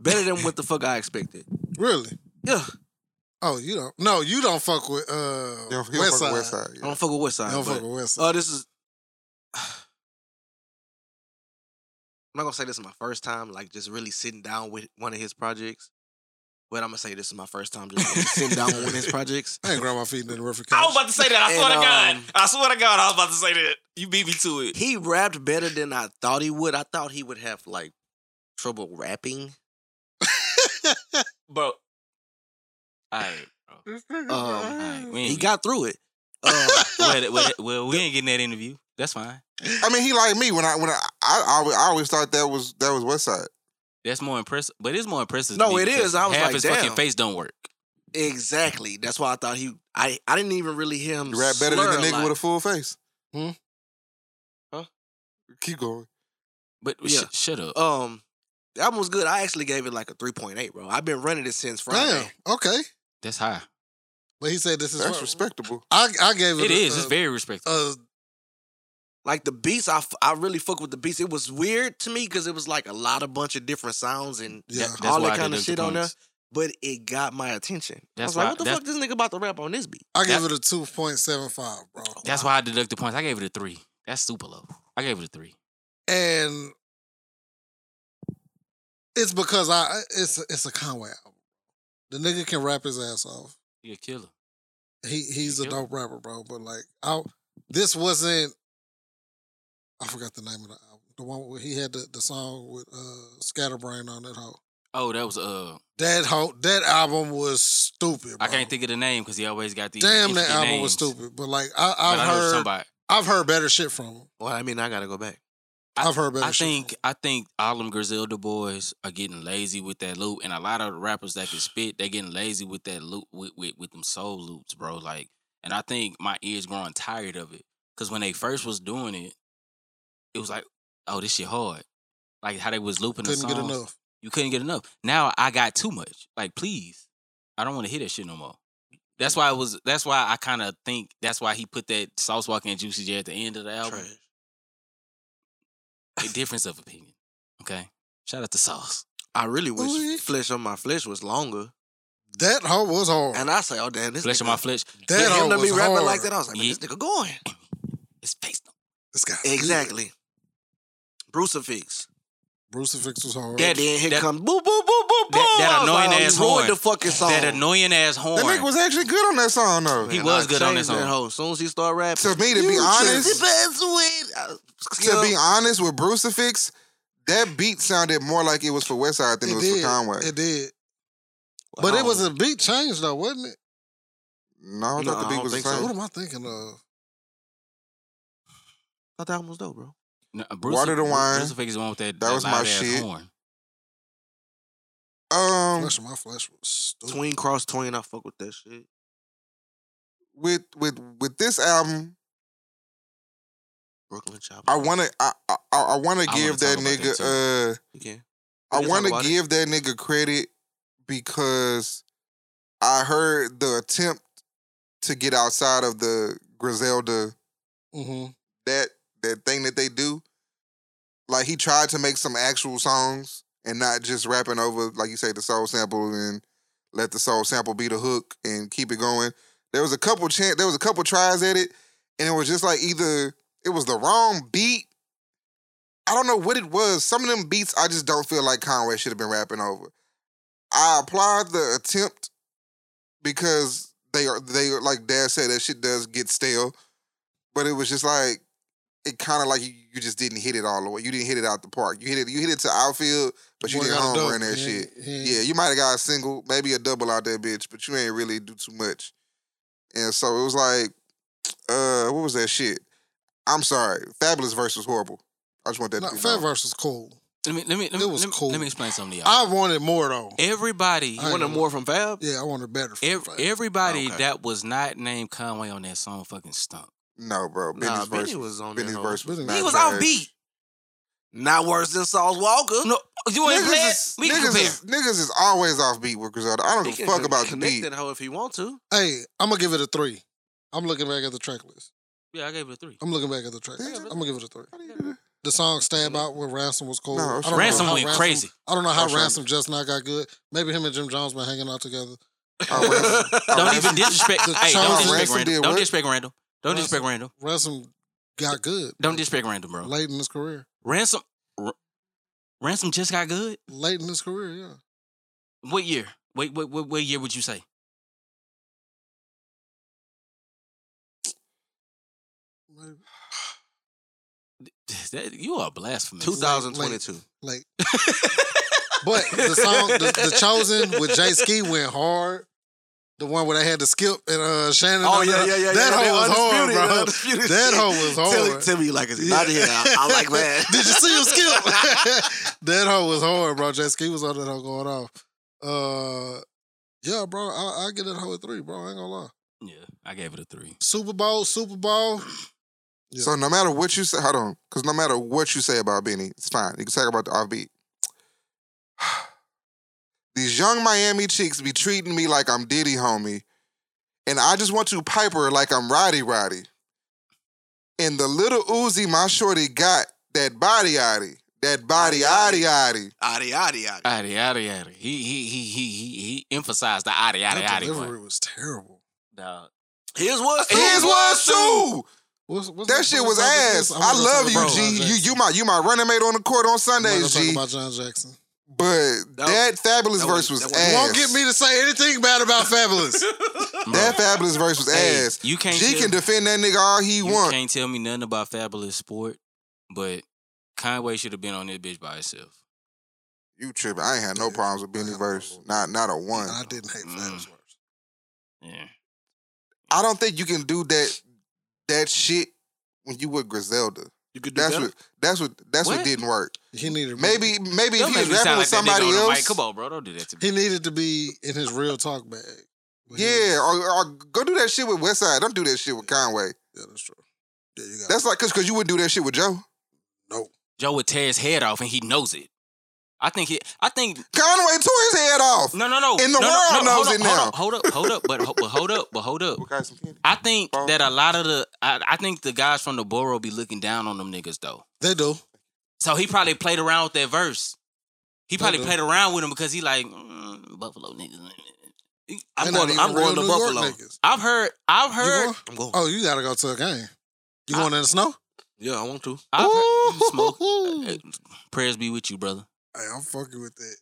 Speaker 4: better than what the fuck I expected.
Speaker 2: Really?
Speaker 4: Yeah,
Speaker 2: Oh, you don't. No, you don't fuck with uh
Speaker 3: You don't- you don't
Speaker 2: West
Speaker 3: fuck
Speaker 2: Side.
Speaker 3: with West Side.
Speaker 4: I
Speaker 3: yeah.
Speaker 4: don't fuck with West
Speaker 2: You
Speaker 4: Side.
Speaker 2: don't
Speaker 4: but-
Speaker 2: fuck with West
Speaker 3: uh,
Speaker 2: Side.
Speaker 4: Oh, this is. (sighs) I'm not gonna say this is my first time, like just really sitting down with one of his projects. But I'm gonna say this is my first time just really sitting down with one
Speaker 3: (laughs)
Speaker 4: of his projects.
Speaker 2: I ain't grab my feet in the river.
Speaker 1: I was about to say (laughs) that. I swear
Speaker 4: And,
Speaker 1: to God.
Speaker 4: um,
Speaker 1: I swear to God, I was about to say that. You beat me to it.
Speaker 4: He rapped better than I thought he would. I thought he would have like trouble rapping.
Speaker 1: Bro. All right, bro. All right. (sighs) We ain't
Speaker 3: Mm.
Speaker 4: He got through it.
Speaker 3: (laughs)
Speaker 4: Uh,
Speaker 1: (laughs) well, well, well, we ain't getting that interview. That's fine.
Speaker 3: I mean, he like me when I when I I, I, always, I always thought that was that was West Side.
Speaker 1: That's more impressive. But it's more impressive.
Speaker 4: No,
Speaker 1: to me
Speaker 4: it
Speaker 1: because
Speaker 4: is. I was
Speaker 1: half
Speaker 4: like,
Speaker 1: his
Speaker 4: damn.
Speaker 1: fucking face don't work.
Speaker 4: exactly. That's why I thought he. I I didn't even really hear him.
Speaker 3: You rap better than
Speaker 4: slur
Speaker 3: the nigga
Speaker 4: lot.
Speaker 3: with a full face.
Speaker 2: Hmm?
Speaker 4: Huh?
Speaker 2: Oh,
Speaker 3: Keep going.
Speaker 1: But sh-
Speaker 4: Yeah.
Speaker 1: shut up.
Speaker 4: Um, the album was good. I actually gave it like a three point eight, bro. I've been running it since Friday.
Speaker 2: Damn. Okay.
Speaker 1: That's high.
Speaker 2: But he said this is
Speaker 3: That's
Speaker 2: what-
Speaker 3: respectable.
Speaker 2: I I gave it.
Speaker 1: It
Speaker 2: a,
Speaker 1: is.
Speaker 2: A,
Speaker 1: It's very respectful.
Speaker 2: a-
Speaker 4: Like the beats, I, f- I really fuck with the beats. It was weird to me because it was like a lot of bunch of different sounds and
Speaker 2: yeah.
Speaker 1: That- that's
Speaker 4: all
Speaker 1: why I
Speaker 4: that kind
Speaker 1: did
Speaker 4: of
Speaker 1: the
Speaker 4: shit on there.
Speaker 1: points.
Speaker 4: But it got my attention.
Speaker 1: That's
Speaker 4: I was
Speaker 1: why-
Speaker 4: like, what the
Speaker 1: that's-
Speaker 4: fuck this nigga about to rap on this beat?
Speaker 2: I gave
Speaker 1: that-
Speaker 2: it a two point seven five, bro.
Speaker 1: That's why I deducted points. I gave it a three. That's super low. I gave it a three.
Speaker 2: and it's because I it's it's a Conway album. The nigga can rap his ass off.
Speaker 1: You're a killer.
Speaker 2: He he's a
Speaker 1: Yep.
Speaker 2: dope rapper, bro. But like I this wasn't. I forgot the name of the album. The one where he had the, the song with uh, Scatterbrain on that hoe.
Speaker 1: Oh, that was uh,
Speaker 2: That hoe. That album was stupid.
Speaker 1: I
Speaker 2: bro.
Speaker 1: can't think of the name because he always got these.
Speaker 2: Damn, that
Speaker 1: intricate
Speaker 2: album
Speaker 1: names.
Speaker 2: was stupid. But like I,
Speaker 1: But
Speaker 2: I've
Speaker 1: I know
Speaker 2: heard,
Speaker 1: somebody.
Speaker 2: I've heard better shit from him.
Speaker 4: Well, I mean, I gotta go back.
Speaker 2: I've heard better.
Speaker 1: I
Speaker 2: shit
Speaker 1: think
Speaker 2: from
Speaker 1: I think all them Griselda boys are getting lazy with that loop, and a lot of the rappers that can spit, they're getting lazy with that loop with, with with them soul loops, bro. Like, and I think my ears growing tired of it because when they first was doing it, it was like, oh, this shit hard. Like how they was looping
Speaker 2: him.
Speaker 1: the
Speaker 2: couldn't
Speaker 1: songs,
Speaker 2: get enough.
Speaker 1: you couldn't get enough. Now I got too much. Like, please, I don't want to hear that shit no more. That's why it was. That's why I kind of think that's why he put that Sauce Walker and Juicy J at the end of the album
Speaker 4: Trash.
Speaker 1: a difference of opinion. Okay. Shout out to Sauce.
Speaker 4: I really wish
Speaker 2: Ooh.
Speaker 4: Flesh on My Flesh was longer.
Speaker 2: That hoe was hard.
Speaker 4: And I say, oh damn, this
Speaker 1: Flesh
Speaker 4: nigga,
Speaker 1: of my flesh.
Speaker 4: with
Speaker 2: that hoe
Speaker 4: him to
Speaker 2: was
Speaker 4: be rapping
Speaker 2: hard.
Speaker 4: like that. I was like, man,
Speaker 1: Yeah.
Speaker 4: this nigga going
Speaker 1: It's face.
Speaker 2: This guy
Speaker 1: (laughs)
Speaker 4: exactly. Brucifix.
Speaker 2: Brucifix was hard.
Speaker 1: That-
Speaker 4: And then here
Speaker 1: that-
Speaker 4: comes boo boo boo boo boo.
Speaker 1: that
Speaker 4: I was
Speaker 1: annoying
Speaker 4: like, oh,
Speaker 1: ass
Speaker 4: you ruined
Speaker 1: horn.
Speaker 4: the fucking song.
Speaker 1: That annoying ass horn.
Speaker 3: That nigga was actually good on that song though.
Speaker 1: He
Speaker 4: Man,
Speaker 1: was
Speaker 4: I
Speaker 1: good on
Speaker 4: changed
Speaker 1: that song.
Speaker 4: that hoe. As soon as he started rapping,
Speaker 3: To me, to be
Speaker 4: "You just
Speaker 3: honest-
Speaker 4: the best way." I was
Speaker 3: To
Speaker 4: still-
Speaker 3: be honest, with Brucifix, that beat sounded more like it was for Westside than it,
Speaker 2: it
Speaker 3: was
Speaker 2: did.
Speaker 3: for Conway.
Speaker 2: It did.
Speaker 4: I
Speaker 2: But it
Speaker 4: don't
Speaker 2: was
Speaker 4: know.
Speaker 2: a beat change though, wasn't it?
Speaker 3: no, I don't
Speaker 4: No,
Speaker 3: think
Speaker 4: I
Speaker 3: the beat
Speaker 4: don't
Speaker 3: was the
Speaker 4: think so.
Speaker 3: same.
Speaker 2: What am I thinking of?
Speaker 4: I thought that one was dope, bro.
Speaker 1: No, uh,
Speaker 3: Water the Wine.
Speaker 1: Brucifix is the one with that.
Speaker 3: That was my
Speaker 1: loud-ass
Speaker 3: shit.
Speaker 1: Horn.
Speaker 3: Um,
Speaker 2: Flesh of my flesh was stupid.
Speaker 4: Tween Cross Tween, I fuck with that shit.
Speaker 3: with with with this album,
Speaker 4: Brooklyn Chopper.
Speaker 3: I wanna I I, I wanna
Speaker 1: wanna
Speaker 3: give
Speaker 1: talk
Speaker 3: that
Speaker 1: about that
Speaker 3: nigga
Speaker 1: too.
Speaker 3: uh
Speaker 4: Yeah.
Speaker 3: I
Speaker 4: can talk
Speaker 3: wanna
Speaker 4: about it.
Speaker 3: give that nigga credit because I heard the attempt to get outside of the Griselda
Speaker 2: Mm-hmm.
Speaker 3: that that thing that they do. Like he tried to make some actual songs and not just rapping over, like you say, the soul sample and let the soul sample be the hook and keep it going. There was a couple chan there was a couple tries at it, and it was just like either it was the wrong beat. I don't know what it was. Some of them beats I just don't feel like Conway should have been rapping over. I applaud the attempt because they are they are- like Dad said that shit does get stale, but it was just like it kind of like you, you just didn't hit it all the way. You didn't hit it out the park. You hit it. You hit it to outfield, but you didn't home run that shit. Yeah, you might have got a single, maybe a double out there, bitch, but you ain't really do too much. And so it was like, uh, what was that shit? I'm sorry, Fabulous verse was horrible. I just want that.
Speaker 2: No,
Speaker 3: to be
Speaker 2: Fat
Speaker 3: known.
Speaker 2: Verse was cool.
Speaker 1: Let me let me let
Speaker 2: It
Speaker 1: me,
Speaker 2: was
Speaker 1: let me,
Speaker 2: cool.
Speaker 1: let me explain something to y'all.
Speaker 2: I wanted more though.
Speaker 1: everybody,
Speaker 2: I-
Speaker 4: wanted more from Fab.
Speaker 2: yeah, I wanted better. from
Speaker 1: ev-
Speaker 2: Fat.
Speaker 1: everybody
Speaker 4: Okay.
Speaker 1: that was not named Conway on that song fucking stunk.
Speaker 3: No, bro, Benny's
Speaker 4: Nah,
Speaker 3: verse.
Speaker 4: Benny was on
Speaker 3: Benny's
Speaker 4: that.
Speaker 3: verse was
Speaker 2: Benny-
Speaker 3: not
Speaker 4: He was
Speaker 3: trash.
Speaker 4: off beat. Not worse than Sauce Walker.
Speaker 1: No, you ain't
Speaker 3: Niggas
Speaker 1: playing.
Speaker 3: is,
Speaker 1: We can
Speaker 3: niggas,
Speaker 1: compare.
Speaker 3: is, niggas is always off beat with Griselda. I don't
Speaker 4: (laughs) He
Speaker 3: give a
Speaker 4: can
Speaker 3: fuck about the
Speaker 4: connect
Speaker 3: beat.
Speaker 4: that hoe if he want to.
Speaker 2: Hey, I'm gonna give it a three. I'm looking back at the track list.
Speaker 1: Yeah, I gave it a three.
Speaker 2: I'm looking back at the track. list.
Speaker 3: Yeah, but-
Speaker 2: I'm gonna give it a three. The song "Stab Out" with Ransom was cool.
Speaker 3: No,
Speaker 2: I don't know
Speaker 1: Ransom
Speaker 2: how
Speaker 1: went crazy.
Speaker 2: I don't know how
Speaker 3: Ransom-
Speaker 2: Ransom just now got good. Maybe him and Jim Jones been hanging out together.
Speaker 3: Oh, Ransom-
Speaker 4: (laughs)
Speaker 3: oh,
Speaker 1: (laughs) Don't
Speaker 3: Ransom-
Speaker 1: even disrespect.
Speaker 2: The
Speaker 1: hey,
Speaker 2: Charles
Speaker 1: don't disrespect
Speaker 3: Ransom
Speaker 1: Randall.
Speaker 3: did
Speaker 1: Don't
Speaker 3: what?
Speaker 1: disrespect Randall. Don't
Speaker 2: Ransom-
Speaker 1: disrespect Randall.
Speaker 2: Ransom got good
Speaker 1: Don't disrespect Randall, bro.
Speaker 2: late in his career.
Speaker 1: Ransom, R- Ransom just got good.
Speaker 2: Late in his career, yeah.
Speaker 1: What year? Wait, what, what, what year would you say?
Speaker 2: Maybe.
Speaker 1: (laughs) That, you are blasphemous.
Speaker 4: 2022.
Speaker 2: Like, but the song, the, the chosen with Jay Ski went hard. The one where they had to skip and uh Shannon.
Speaker 3: Oh,
Speaker 4: Oh,
Speaker 2: on there. That hoe was hard, bro. That hoe was
Speaker 4: (laughs) Tell,
Speaker 2: hard.
Speaker 4: tell me like it's not here. I, I
Speaker 2: (laughs)
Speaker 4: like that.
Speaker 2: Did you see him
Speaker 4: (laughs)
Speaker 2: skip? (laughs) that hoe was hard, bro. Jay Ski was on that hoe going off. Uh, yeah, bro. I, I get that hoe a three, bro. I ain't gonna lie.
Speaker 1: Yeah, I gave it a three.
Speaker 2: Super Bowl, Super Bowl. Yeah.
Speaker 3: So no matter what you say, hold on, because no matter what you say about Benny, it's fine. You can talk about the offbeat. (sighs) These young Miami chicks be treating me like I'm Diddy, homie, and I just want to Piper like I'm Roddy Roddy. And the little Uzi my shorty got that body oddy, that body oddy oddy.
Speaker 4: Body Adi, adi, adi.
Speaker 1: Yada yada yada. He he he he he he emphasized the yada yada
Speaker 2: That
Speaker 1: yada.
Speaker 2: delivery
Speaker 1: one.
Speaker 2: was terrible.
Speaker 1: (laughs) Dog.
Speaker 4: His was too.
Speaker 3: His was too.
Speaker 2: What's, what's
Speaker 3: That shit was ass. I love you, G. You you my you my running mate on the court on Sundays,
Speaker 2: Talk
Speaker 3: G.
Speaker 2: about John Jackson.
Speaker 3: But
Speaker 4: That-
Speaker 3: that fabulous
Speaker 4: that
Speaker 3: verse
Speaker 4: was-
Speaker 3: was
Speaker 4: that was-
Speaker 3: ass. (laughs)
Speaker 2: Won't get me to say anything bad about Fabulous.
Speaker 3: That fabulous verse was
Speaker 1: Hey,
Speaker 3: ass.
Speaker 1: you can't.
Speaker 3: G
Speaker 1: tell-
Speaker 3: can defend that nigga all he
Speaker 1: you
Speaker 3: want.
Speaker 1: can't tell me nothing about Fabulous Sport, but Conway should have been on this bitch by himself.
Speaker 3: You tripping? I ain't had no
Speaker 2: Yeah,
Speaker 3: problems with Benny
Speaker 2: I
Speaker 3: verse.
Speaker 2: don't know.
Speaker 3: Not not a one.
Speaker 2: And I didn't hate
Speaker 1: Mm.
Speaker 2: Fabulous Works.
Speaker 1: Yeah.
Speaker 3: I don't think you can do that that shit when you with Griselda.
Speaker 4: You could do
Speaker 3: That's
Speaker 4: better.
Speaker 3: what that's what that's what,
Speaker 1: What?
Speaker 3: didn't work.
Speaker 2: He needed
Speaker 3: Maybe maybe if
Speaker 1: Don't
Speaker 3: he
Speaker 1: make
Speaker 3: was
Speaker 1: me
Speaker 3: rapping
Speaker 1: sound
Speaker 3: with
Speaker 1: like that nigga
Speaker 3: somebody
Speaker 1: on the mic.
Speaker 3: else.
Speaker 1: Come on, bro. Don't do that to me.
Speaker 2: he needed to be in his real talk bag. But he-
Speaker 3: Yeah, or, or go do that shit with Westside. Don't do that shit with Conway.
Speaker 2: yeah, that's true. Yeah, you got
Speaker 3: That's like cause, cause you would do that shit with Joe.
Speaker 2: no.
Speaker 1: Joe would tear his head off, and he knows it. I think he. I think
Speaker 3: Conway tore his head off.
Speaker 1: no, no, no.
Speaker 3: And the
Speaker 1: no, no, no,
Speaker 3: world knows
Speaker 1: hold
Speaker 3: it
Speaker 1: up,
Speaker 3: now.
Speaker 1: Hold up, hold up, but, ho- but hold up, but hold up. I think
Speaker 3: Bro.
Speaker 1: that a lot of the I, I think the guys from the borough be looking down on them niggas though.
Speaker 2: They do.
Speaker 1: So he probably played around with that verse. He probably
Speaker 2: Okay.
Speaker 1: played around with him because he like mm, Buffalo niggas. I'm
Speaker 2: They not
Speaker 1: going.
Speaker 2: even
Speaker 1: I'm
Speaker 2: real
Speaker 1: going to
Speaker 2: New York
Speaker 1: Buffalo.
Speaker 2: niggas.
Speaker 1: I've heard. I've
Speaker 2: You
Speaker 1: heard.
Speaker 2: going?
Speaker 4: I'm going.
Speaker 2: Oh, you gotta go to a game. You going in the snow?
Speaker 4: Yeah, I want to.
Speaker 1: I've heard you
Speaker 2: Ooh.
Speaker 1: smoke.
Speaker 2: (laughs)
Speaker 1: Hey, eh, Prayers be with you, brother.
Speaker 2: Hey, I'm fucking with that.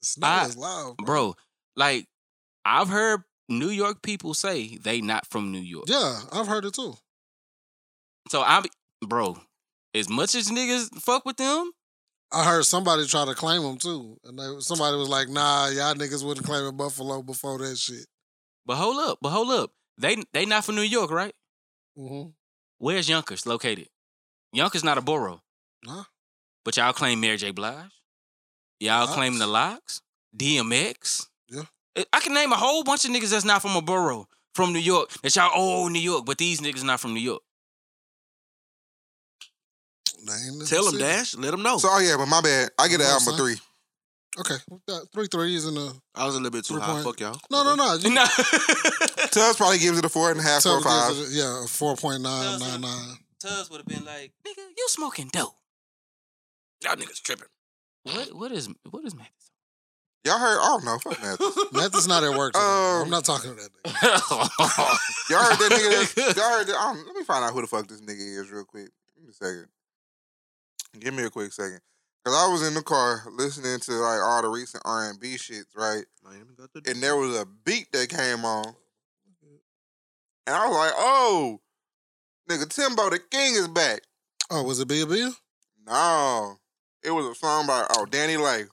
Speaker 2: The snow
Speaker 1: I-
Speaker 2: is loud, bro.
Speaker 1: Bro, like I've heard New York people say they not from New York.
Speaker 2: Yeah, I've heard it too.
Speaker 1: So I, be bro, as much as niggas fuck with them,
Speaker 2: I heard somebody try to claim them too, and they, somebody was like, "Nah, y'all niggas wasn't claiming Buffalo before that shit."
Speaker 1: but hold up, but hold up, they they not from New York, right?
Speaker 2: Mm-hmm.
Speaker 1: Where's Yonkers located? Yonkers not a borough.
Speaker 2: Nah.
Speaker 1: But y'all claim Mary J. Blige. Y'all
Speaker 2: Locks.
Speaker 1: claim the locks. DMX.
Speaker 2: Yeah.
Speaker 1: I- I can name a whole bunch of niggas that's not from a borough from New York. That y'all oh New York, but these niggas not from New York.
Speaker 4: Tell him, Dash. Let him know.
Speaker 3: So oh yeah, but my bad. I get
Speaker 2: Come
Speaker 3: an
Speaker 2: on,
Speaker 3: album a
Speaker 2: son.
Speaker 3: three.
Speaker 2: Okay, we got three threes and a
Speaker 4: I was a little bit too
Speaker 2: Three
Speaker 4: high.
Speaker 2: point-
Speaker 4: Fuck y'all.
Speaker 2: no, no, no. (laughs) You,
Speaker 1: No. (laughs)
Speaker 3: Tubbs probably gives it a four and a half, four
Speaker 2: Tell
Speaker 3: or five.
Speaker 2: gives it a- yeah, four point nine nine nine.
Speaker 1: Tubbs would have been like, nigga, you smoking dope.
Speaker 4: Y'all niggas tripping.
Speaker 1: What what is what is Mathis?
Speaker 3: Y'all heard? I don't know. Fuck that.
Speaker 1: (laughs)
Speaker 2: Mathis not (laughs) at work. Today.
Speaker 3: Um,
Speaker 2: I'm not talking to that nigga.
Speaker 3: Y'all heard that
Speaker 1: (laughs)
Speaker 3: nigga? That, y'all heard that? I don't, let me find out who the fuck this nigga is real quick. Give me a second. Give me a quick second. Cause I was in the car listening to like all the recent R and B shits, right?
Speaker 4: Miami got the.
Speaker 3: And there was a beat that came on, and I was like, "Oh, nigga, Timbo the King is back."
Speaker 2: Oh, was it Bill Bill?
Speaker 3: No, it was a song by oh Danny Lake.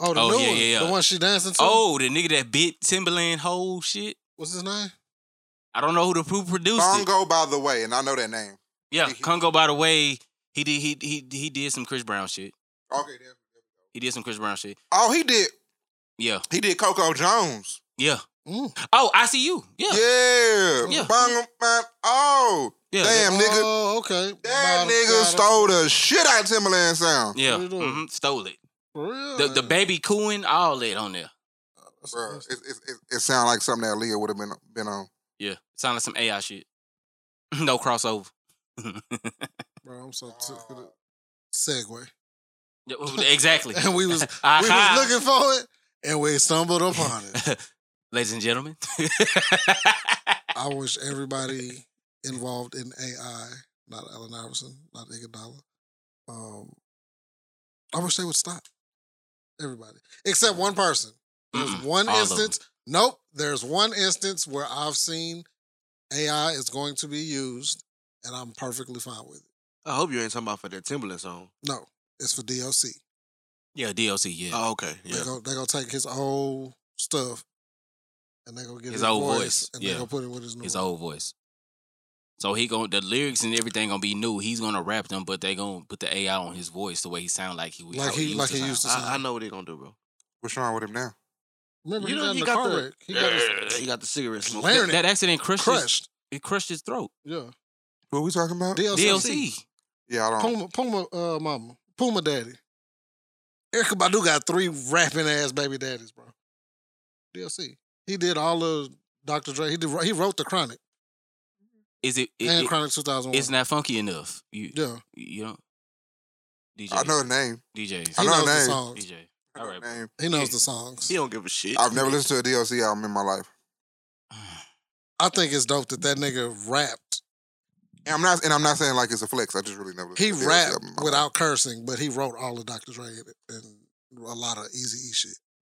Speaker 2: Oh, the
Speaker 1: Oh,
Speaker 2: new
Speaker 1: yeah,
Speaker 2: one,
Speaker 1: yeah, yeah.
Speaker 2: the one she dancing to.
Speaker 1: oh, the nigga that bit Timberland whole shit.
Speaker 2: what's his name?
Speaker 1: I don't know who the who produced it.
Speaker 3: Bongo, by the way, and I know that name.
Speaker 1: Yeah,
Speaker 3: He- he-
Speaker 1: Congo. By the way, he did he he he did some Chris Brown shit.
Speaker 3: Okay, there.
Speaker 1: He did some Chris Brown shit.
Speaker 3: Oh, he did.
Speaker 1: Yeah,
Speaker 3: He did Coco Jones.
Speaker 1: yeah.
Speaker 2: Mm.
Speaker 1: Oh, I see you. Yeah, yeah.
Speaker 3: Yeah.
Speaker 1: Yeah.
Speaker 3: Bongo, man. Oh,
Speaker 1: that-
Speaker 3: damn, nigga.
Speaker 2: Oh, okay.
Speaker 3: That
Speaker 2: Bada-
Speaker 3: nigga
Speaker 2: bada-
Speaker 3: stole the shit out of Timberland sound.
Speaker 1: yeah.
Speaker 2: What you doing?
Speaker 1: mhm, Stole it.
Speaker 2: For real.
Speaker 1: The the baby cooing, all that on there.
Speaker 3: Bro, it, it, it, it sound like something that Leah would have been been on.
Speaker 1: Yeah, sound like some AI shit. (laughs) no
Speaker 2: (laughs)
Speaker 1: crossover.
Speaker 2: Bro, I'm so sick of the
Speaker 1: (laughs)
Speaker 2: segue. (laughs)
Speaker 1: Yeah, exactly.
Speaker 2: And we
Speaker 1: (laughs)
Speaker 2: was we
Speaker 1: I
Speaker 2: was looking for it, and we stumbled upon it.
Speaker 1: (laughs) Ladies and gentlemen. (laughs)
Speaker 2: I wish everybody involved in AI, not Allen Iverson, not Iguodala, um, I wish they would stop. Everybody, except one person. There's
Speaker 1: Mm-mm,
Speaker 2: one
Speaker 1: Mm, all of
Speaker 2: instance. Nope. There's one instance where I've seen AI is going to be used, and I'm perfectly fine with it.
Speaker 4: I hope you ain't talking about for that Timberland song.
Speaker 2: No, it's for DOC.
Speaker 1: yeah, DLC, yeah.
Speaker 4: Oh, okay.
Speaker 2: They
Speaker 4: Yeah.
Speaker 2: go they gonna take his old stuff, and they gonna get
Speaker 1: His
Speaker 2: his,
Speaker 1: old
Speaker 2: voice,
Speaker 1: voice,
Speaker 2: and
Speaker 1: yeah.
Speaker 2: they gonna put it with his new.
Speaker 1: his
Speaker 2: one.
Speaker 1: old voice. So he gon' the lyrics and everything gonna be new. He's gonna rap them, but they gonna put the AI on his voice the way he sound like he would-
Speaker 2: Like
Speaker 1: how
Speaker 2: he- like he
Speaker 1: sound.
Speaker 2: used to
Speaker 4: I, I know what they gonna do, bro.
Speaker 3: What's wrong with him now?
Speaker 2: Remember,
Speaker 4: You
Speaker 2: he
Speaker 4: know,
Speaker 2: got in
Speaker 4: he
Speaker 2: the
Speaker 4: got
Speaker 2: car
Speaker 4: the-
Speaker 2: wreck. He got his
Speaker 4: He got the cigarette smoke.
Speaker 2: Larry-
Speaker 1: That, that accident crushed, His,
Speaker 2: crushed.
Speaker 1: it crushed his throat.
Speaker 2: Yeah.
Speaker 3: Who we talking about?
Speaker 2: DLC.
Speaker 1: DLC.
Speaker 3: yeah, I don't.
Speaker 2: Puma, Puma, uh, mama, Puma daddy. Erica Badu got three rapping ass baby daddies, bro. DLC. He did all of Dr. Dre. He did. He wrote the Chronic
Speaker 1: Is it? it,
Speaker 2: and
Speaker 1: it-
Speaker 2: Chronic 2001.
Speaker 1: it's not funky enough. You
Speaker 2: yeah,
Speaker 1: you know. DJ.
Speaker 3: I know the name.
Speaker 1: DJ.
Speaker 3: I
Speaker 2: he
Speaker 3: know
Speaker 2: knows
Speaker 3: her
Speaker 2: the
Speaker 3: name.
Speaker 2: songs.
Speaker 1: DJ.
Speaker 3: I
Speaker 1: All
Speaker 3: know
Speaker 1: right.
Speaker 3: the
Speaker 1: bro.
Speaker 3: name.
Speaker 2: He knows the songs.
Speaker 4: He don't give a shit.
Speaker 3: I've never listened to a DLC album in my life.
Speaker 2: I think it's dope that that nigga rapped.
Speaker 3: And I'm not and I'm not saying like it's a flex. I just really never listened
Speaker 2: He
Speaker 3: to a DLC
Speaker 2: rapped
Speaker 3: album in my life.
Speaker 2: without cursing, but he wrote all of Dr. Dre and, and a lot of Easy E shit.
Speaker 1: (sighs)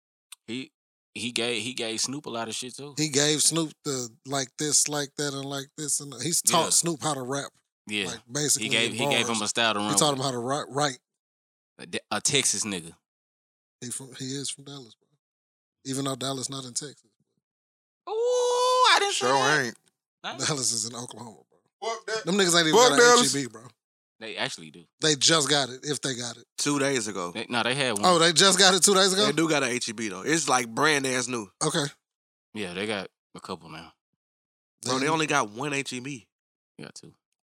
Speaker 1: He he gave he gave Snoop a lot of shit too.
Speaker 2: He gave Snoop the like this, like that, and like this, and that. he's taught
Speaker 1: Yeah.
Speaker 2: Snoop how to rap.
Speaker 1: Yeah,
Speaker 2: Like basically,
Speaker 1: he gave he gave him a style to run.
Speaker 2: He taught
Speaker 1: with.
Speaker 2: him how to write. Right.
Speaker 1: a, De- a Texas nigga.
Speaker 2: He from he is from Dallas, bro. Even though Dallas not in Texas,
Speaker 1: Ooh, I didn't say
Speaker 3: Sure
Speaker 1: that.
Speaker 3: ain't.
Speaker 1: Huh?
Speaker 2: Dallas is in Oklahoma, bro.
Speaker 3: Fuck that.
Speaker 2: Them niggas ain't even
Speaker 3: Fuck
Speaker 2: got a
Speaker 3: Dallas.
Speaker 2: HEB, bro.
Speaker 1: They actually do.
Speaker 2: They just got it, if they got it.
Speaker 4: Two days ago.
Speaker 1: They, no, they had one.
Speaker 2: Oh, they just got it two days ago.
Speaker 4: They do got a HEB though. It's like brand ass new.
Speaker 2: Okay.
Speaker 1: yeah, they got a couple now.
Speaker 4: Bro, they
Speaker 2: Damn.
Speaker 4: only got one E HEB.
Speaker 1: They got two.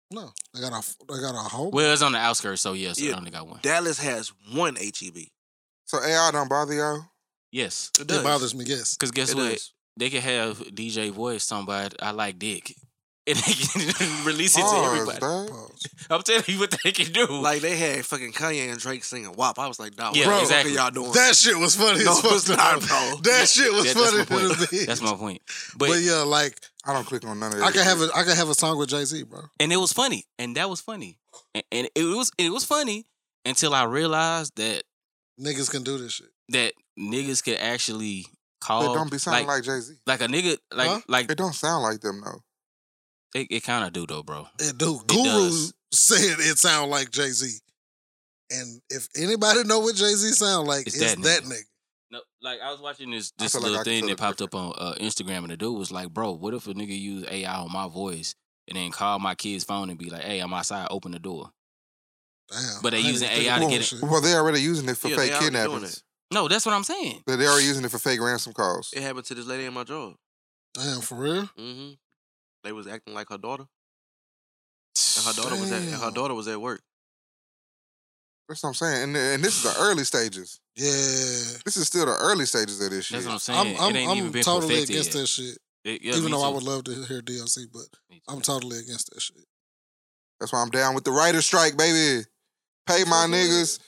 Speaker 2: no. They got a they got a whole.
Speaker 1: Well, it's on the outskirts, so yes, yeah, so Oh.
Speaker 4: Yeah.
Speaker 1: they only got one.
Speaker 4: Dallas has one HEB.
Speaker 3: So AI don't bother y'all?
Speaker 1: yes,
Speaker 4: It
Speaker 2: It bothers me. Yes.
Speaker 1: because guess
Speaker 4: It
Speaker 1: what?
Speaker 4: does.
Speaker 1: They could have DJ voice somebody I like dick, (laughs) and they can (laughs) release it to
Speaker 3: Pause,
Speaker 1: everybody.
Speaker 3: dog.
Speaker 2: Pause.
Speaker 1: I'm telling you what they can do. (laughs)
Speaker 4: Like they had fucking Kanye and Drake singing WAP. I was like, dog,
Speaker 1: Yeah,
Speaker 4: what
Speaker 1: exactly.
Speaker 4: the fuck are y'all
Speaker 2: (laughs)
Speaker 4: doing?
Speaker 2: That shit was funny.
Speaker 4: (laughs) No,
Speaker 2: as fuck,
Speaker 4: it's not,
Speaker 2: though.
Speaker 4: bro.
Speaker 2: That shit
Speaker 1: That-
Speaker 2: was funny.
Speaker 1: that's my
Speaker 2: as hell.
Speaker 1: That's my point.
Speaker 2: (laughs) But,
Speaker 1: But,
Speaker 2: yeah, like
Speaker 3: I don't click on none of that.
Speaker 2: I can
Speaker 3: shit.
Speaker 2: have a I can have a song with Jay Z, bro.
Speaker 1: and it was funny, and that was funny, and, and it was it was funny until I realized that
Speaker 2: Niggas can do this shit.
Speaker 1: that niggas could actually
Speaker 3: It
Speaker 1: call
Speaker 3: don't be sounding like, Jay Z.
Speaker 1: like a nigga like
Speaker 2: Huh?
Speaker 1: like
Speaker 3: It don't sound like them though.
Speaker 1: it, it kind of do though, bro.
Speaker 2: And dude, Guru
Speaker 1: does.
Speaker 2: said it sound like Jay Z. And if anybody know what Jay Z sound like,
Speaker 1: It's
Speaker 2: it's,
Speaker 1: that
Speaker 2: that,
Speaker 1: nigga.
Speaker 2: nigga.
Speaker 1: No, like I was watching this this
Speaker 3: feel like
Speaker 1: little
Speaker 3: I can
Speaker 1: thing
Speaker 3: feel
Speaker 1: that
Speaker 3: the
Speaker 1: popped up on uh, Instagram, and the dude was like, "Bro, what if a nigga use AI on my voice and then call my kid's phone and be like, hey, I'm outside, open the door.'
Speaker 2: Damn.
Speaker 1: But they
Speaker 2: I ain't
Speaker 1: using
Speaker 2: even think
Speaker 1: AI to
Speaker 2: about
Speaker 1: get
Speaker 2: that
Speaker 1: it-
Speaker 2: shit.
Speaker 3: Well, they already using it for
Speaker 4: Yeah, they
Speaker 3: fake
Speaker 4: already doing
Speaker 3: kidnappings.
Speaker 4: it.
Speaker 1: No, that's what I'm saying.
Speaker 3: They they already using it for fake ransom calls.
Speaker 4: It happened to this lady in my job.
Speaker 2: Damn, for real?
Speaker 4: Mm-hmm. They was acting like her daughter. And her daughter was at and her
Speaker 2: Damn.
Speaker 4: daughter was at work.
Speaker 3: That's what I'm saying. And, and this is the early stages.
Speaker 2: Yeah.
Speaker 3: This is still the early stages of this shit.
Speaker 1: That's what I'm saying.
Speaker 2: I'm I'm,
Speaker 1: it ain't even
Speaker 2: I'm
Speaker 1: been
Speaker 2: totally
Speaker 1: perfected
Speaker 2: against
Speaker 1: yet.
Speaker 2: that shit.
Speaker 1: It- yeah,
Speaker 2: even
Speaker 1: me
Speaker 2: though I
Speaker 1: too.
Speaker 2: would love to hear DLC, but
Speaker 1: Me too.
Speaker 2: I'm totally against that shit.
Speaker 3: That's why I'm down with the writer strike, baby. Pay my
Speaker 2: Fuck yeah.
Speaker 3: niggas.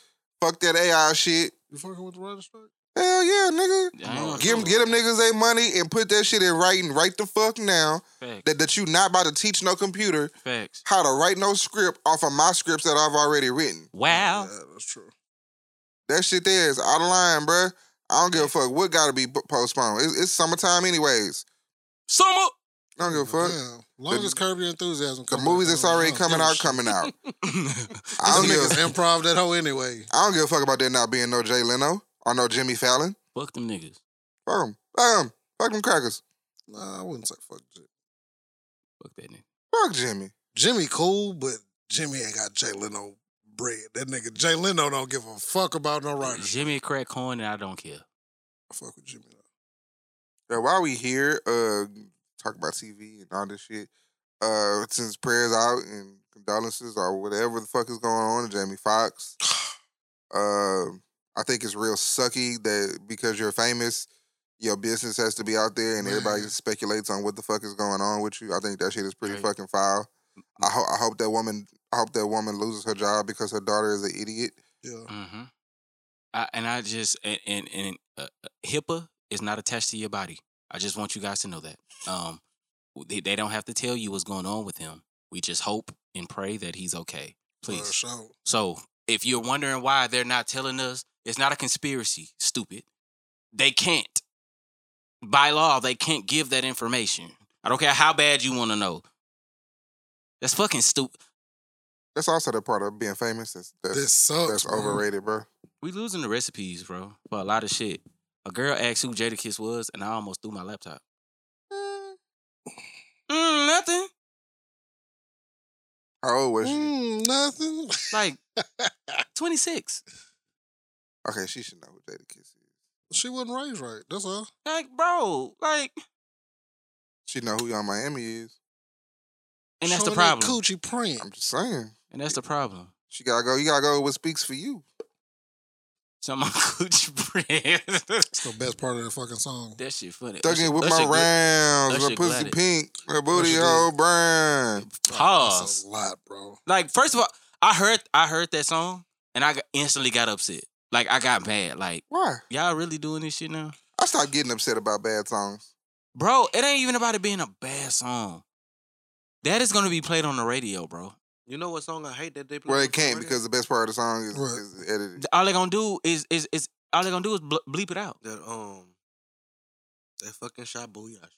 Speaker 3: Fuck that AI shit.
Speaker 2: You fucking with the writer's strike?
Speaker 3: Hell yeah, nigga.
Speaker 1: I ain't gonna
Speaker 3: Give them,
Speaker 1: lie.
Speaker 3: get them niggas their money and put that shit in writing right the fuck now.
Speaker 1: Facts.
Speaker 3: That, that you not about to teach no computer
Speaker 1: Facts.
Speaker 3: how to write no script off of my scripts that I've already written.
Speaker 1: Wow.
Speaker 2: Yeah, that's true.
Speaker 3: That shit there is out of line, bruh. I don't give a fuck what gotta be p- postponed. It's, it's summertime anyways.
Speaker 1: Summer.
Speaker 3: I don't give a fuck.
Speaker 2: Damn. Long
Speaker 3: The-
Speaker 2: as Curb Your Enthusiasm
Speaker 3: The
Speaker 2: come out,
Speaker 3: movies that's
Speaker 2: I don't
Speaker 3: already
Speaker 2: give a
Speaker 3: coming out,
Speaker 2: shit.
Speaker 3: coming out.
Speaker 1: (laughs)
Speaker 3: I
Speaker 2: Them
Speaker 3: don't give.
Speaker 2: niggas improv that hoe anyway.
Speaker 3: I don't give a fuck about there not being no Jay Leno or no Jimmy Fallon.
Speaker 1: Fuck them niggas.
Speaker 3: Fuck 'em. Fuck 'em. Fuck them crackers.
Speaker 2: Nah, I wouldn't say fuck Jimmy.
Speaker 1: Fuck that nigga.
Speaker 3: Fuck Jimmy.
Speaker 2: Jimmy cool, but Jimmy ain't got Jay Leno bread. That nigga Jay Leno don't give a fuck about no writers.
Speaker 1: Jimmy crack corn and I don't care.
Speaker 2: I fuck with Jimmy. though.
Speaker 3: Now, while we here, uh, talk about TV and all this shit. Uh, since prayers out and condolences or whatever the fuck is going on, to Jamie Foxx. Um, I think it's real sucky that because you're famous, your business has to be out there, and everybody
Speaker 2: Man.
Speaker 3: speculates on what the fuck is going on with you. I think that shit is pretty
Speaker 1: Right.
Speaker 3: fucking foul. I, ho- I hope that woman, I hope that woman loses her job because her daughter is an idiot.
Speaker 2: Yeah.
Speaker 1: Mm-hmm. I, and I just and and, and uh, uh, HIPAA is not attached to your body. I just want you guys to know that. Um, they, they don't have to tell you what's going on with him. We just hope and pray that he's okay.
Speaker 2: For
Speaker 1: Please.
Speaker 2: sure.
Speaker 1: So if you're wondering why they're not telling us, it's not a conspiracy. Stupid. They can't. By law, they can't give that information. I don't care how bad you want to know. That's fucking stupid.
Speaker 3: That's also the part of being famous. That's that's,
Speaker 2: This sucks.
Speaker 3: that's
Speaker 2: bro.
Speaker 3: overrated, bro.
Speaker 1: We losing the recipes, bro, for a lot of shit. A girl asked who Jada Kiss was, and I almost threw my laptop.
Speaker 3: Uh.
Speaker 1: Mm, nothing.
Speaker 3: How old was she?
Speaker 2: Mm, nothing. (laughs)
Speaker 1: Like
Speaker 3: (laughs)
Speaker 1: 26.
Speaker 3: Okay, she should know who Jada Kiss is.
Speaker 2: she wasn't raised right. That's all.
Speaker 1: Like, bro, like,
Speaker 3: She know who Young Miami is.
Speaker 1: and that's the
Speaker 2: Showing that
Speaker 1: problem.
Speaker 2: Coochie print.
Speaker 3: I'm just saying.
Speaker 1: And that's the problem.
Speaker 3: She gotta go. You gotta go. with What speaks for you?
Speaker 1: So my (laughs) coochie bread.
Speaker 2: It's the best part of the fucking song.
Speaker 1: that shit funny.
Speaker 3: Thugging with
Speaker 1: That
Speaker 3: my
Speaker 1: shit good. that
Speaker 3: rounds, my
Speaker 1: shit
Speaker 3: pussy
Speaker 1: glad it-
Speaker 3: pink, my booty
Speaker 2: shit
Speaker 3: hole brown.
Speaker 2: That's
Speaker 1: Pause.
Speaker 2: a lot, bro.
Speaker 1: Like, first of all, I heard I heard that song and I got, instantly got upset. Like, I got mad. Like,
Speaker 3: Why?
Speaker 1: y'all really doing this shit now?
Speaker 3: I stopped getting upset about bad songs.
Speaker 1: Bro, it ain't even about it being a bad song. That is gonna be played on the radio, bro.
Speaker 4: You know what song I hate that they play?
Speaker 3: Well,
Speaker 4: on
Speaker 3: it can't
Speaker 4: Friday?
Speaker 3: because the best part of the song is,
Speaker 2: Right.
Speaker 3: is edited.
Speaker 1: All they gonna do is is is all they gonna do is ble- bleep it out.
Speaker 4: that um They fucking shot Booyah shit.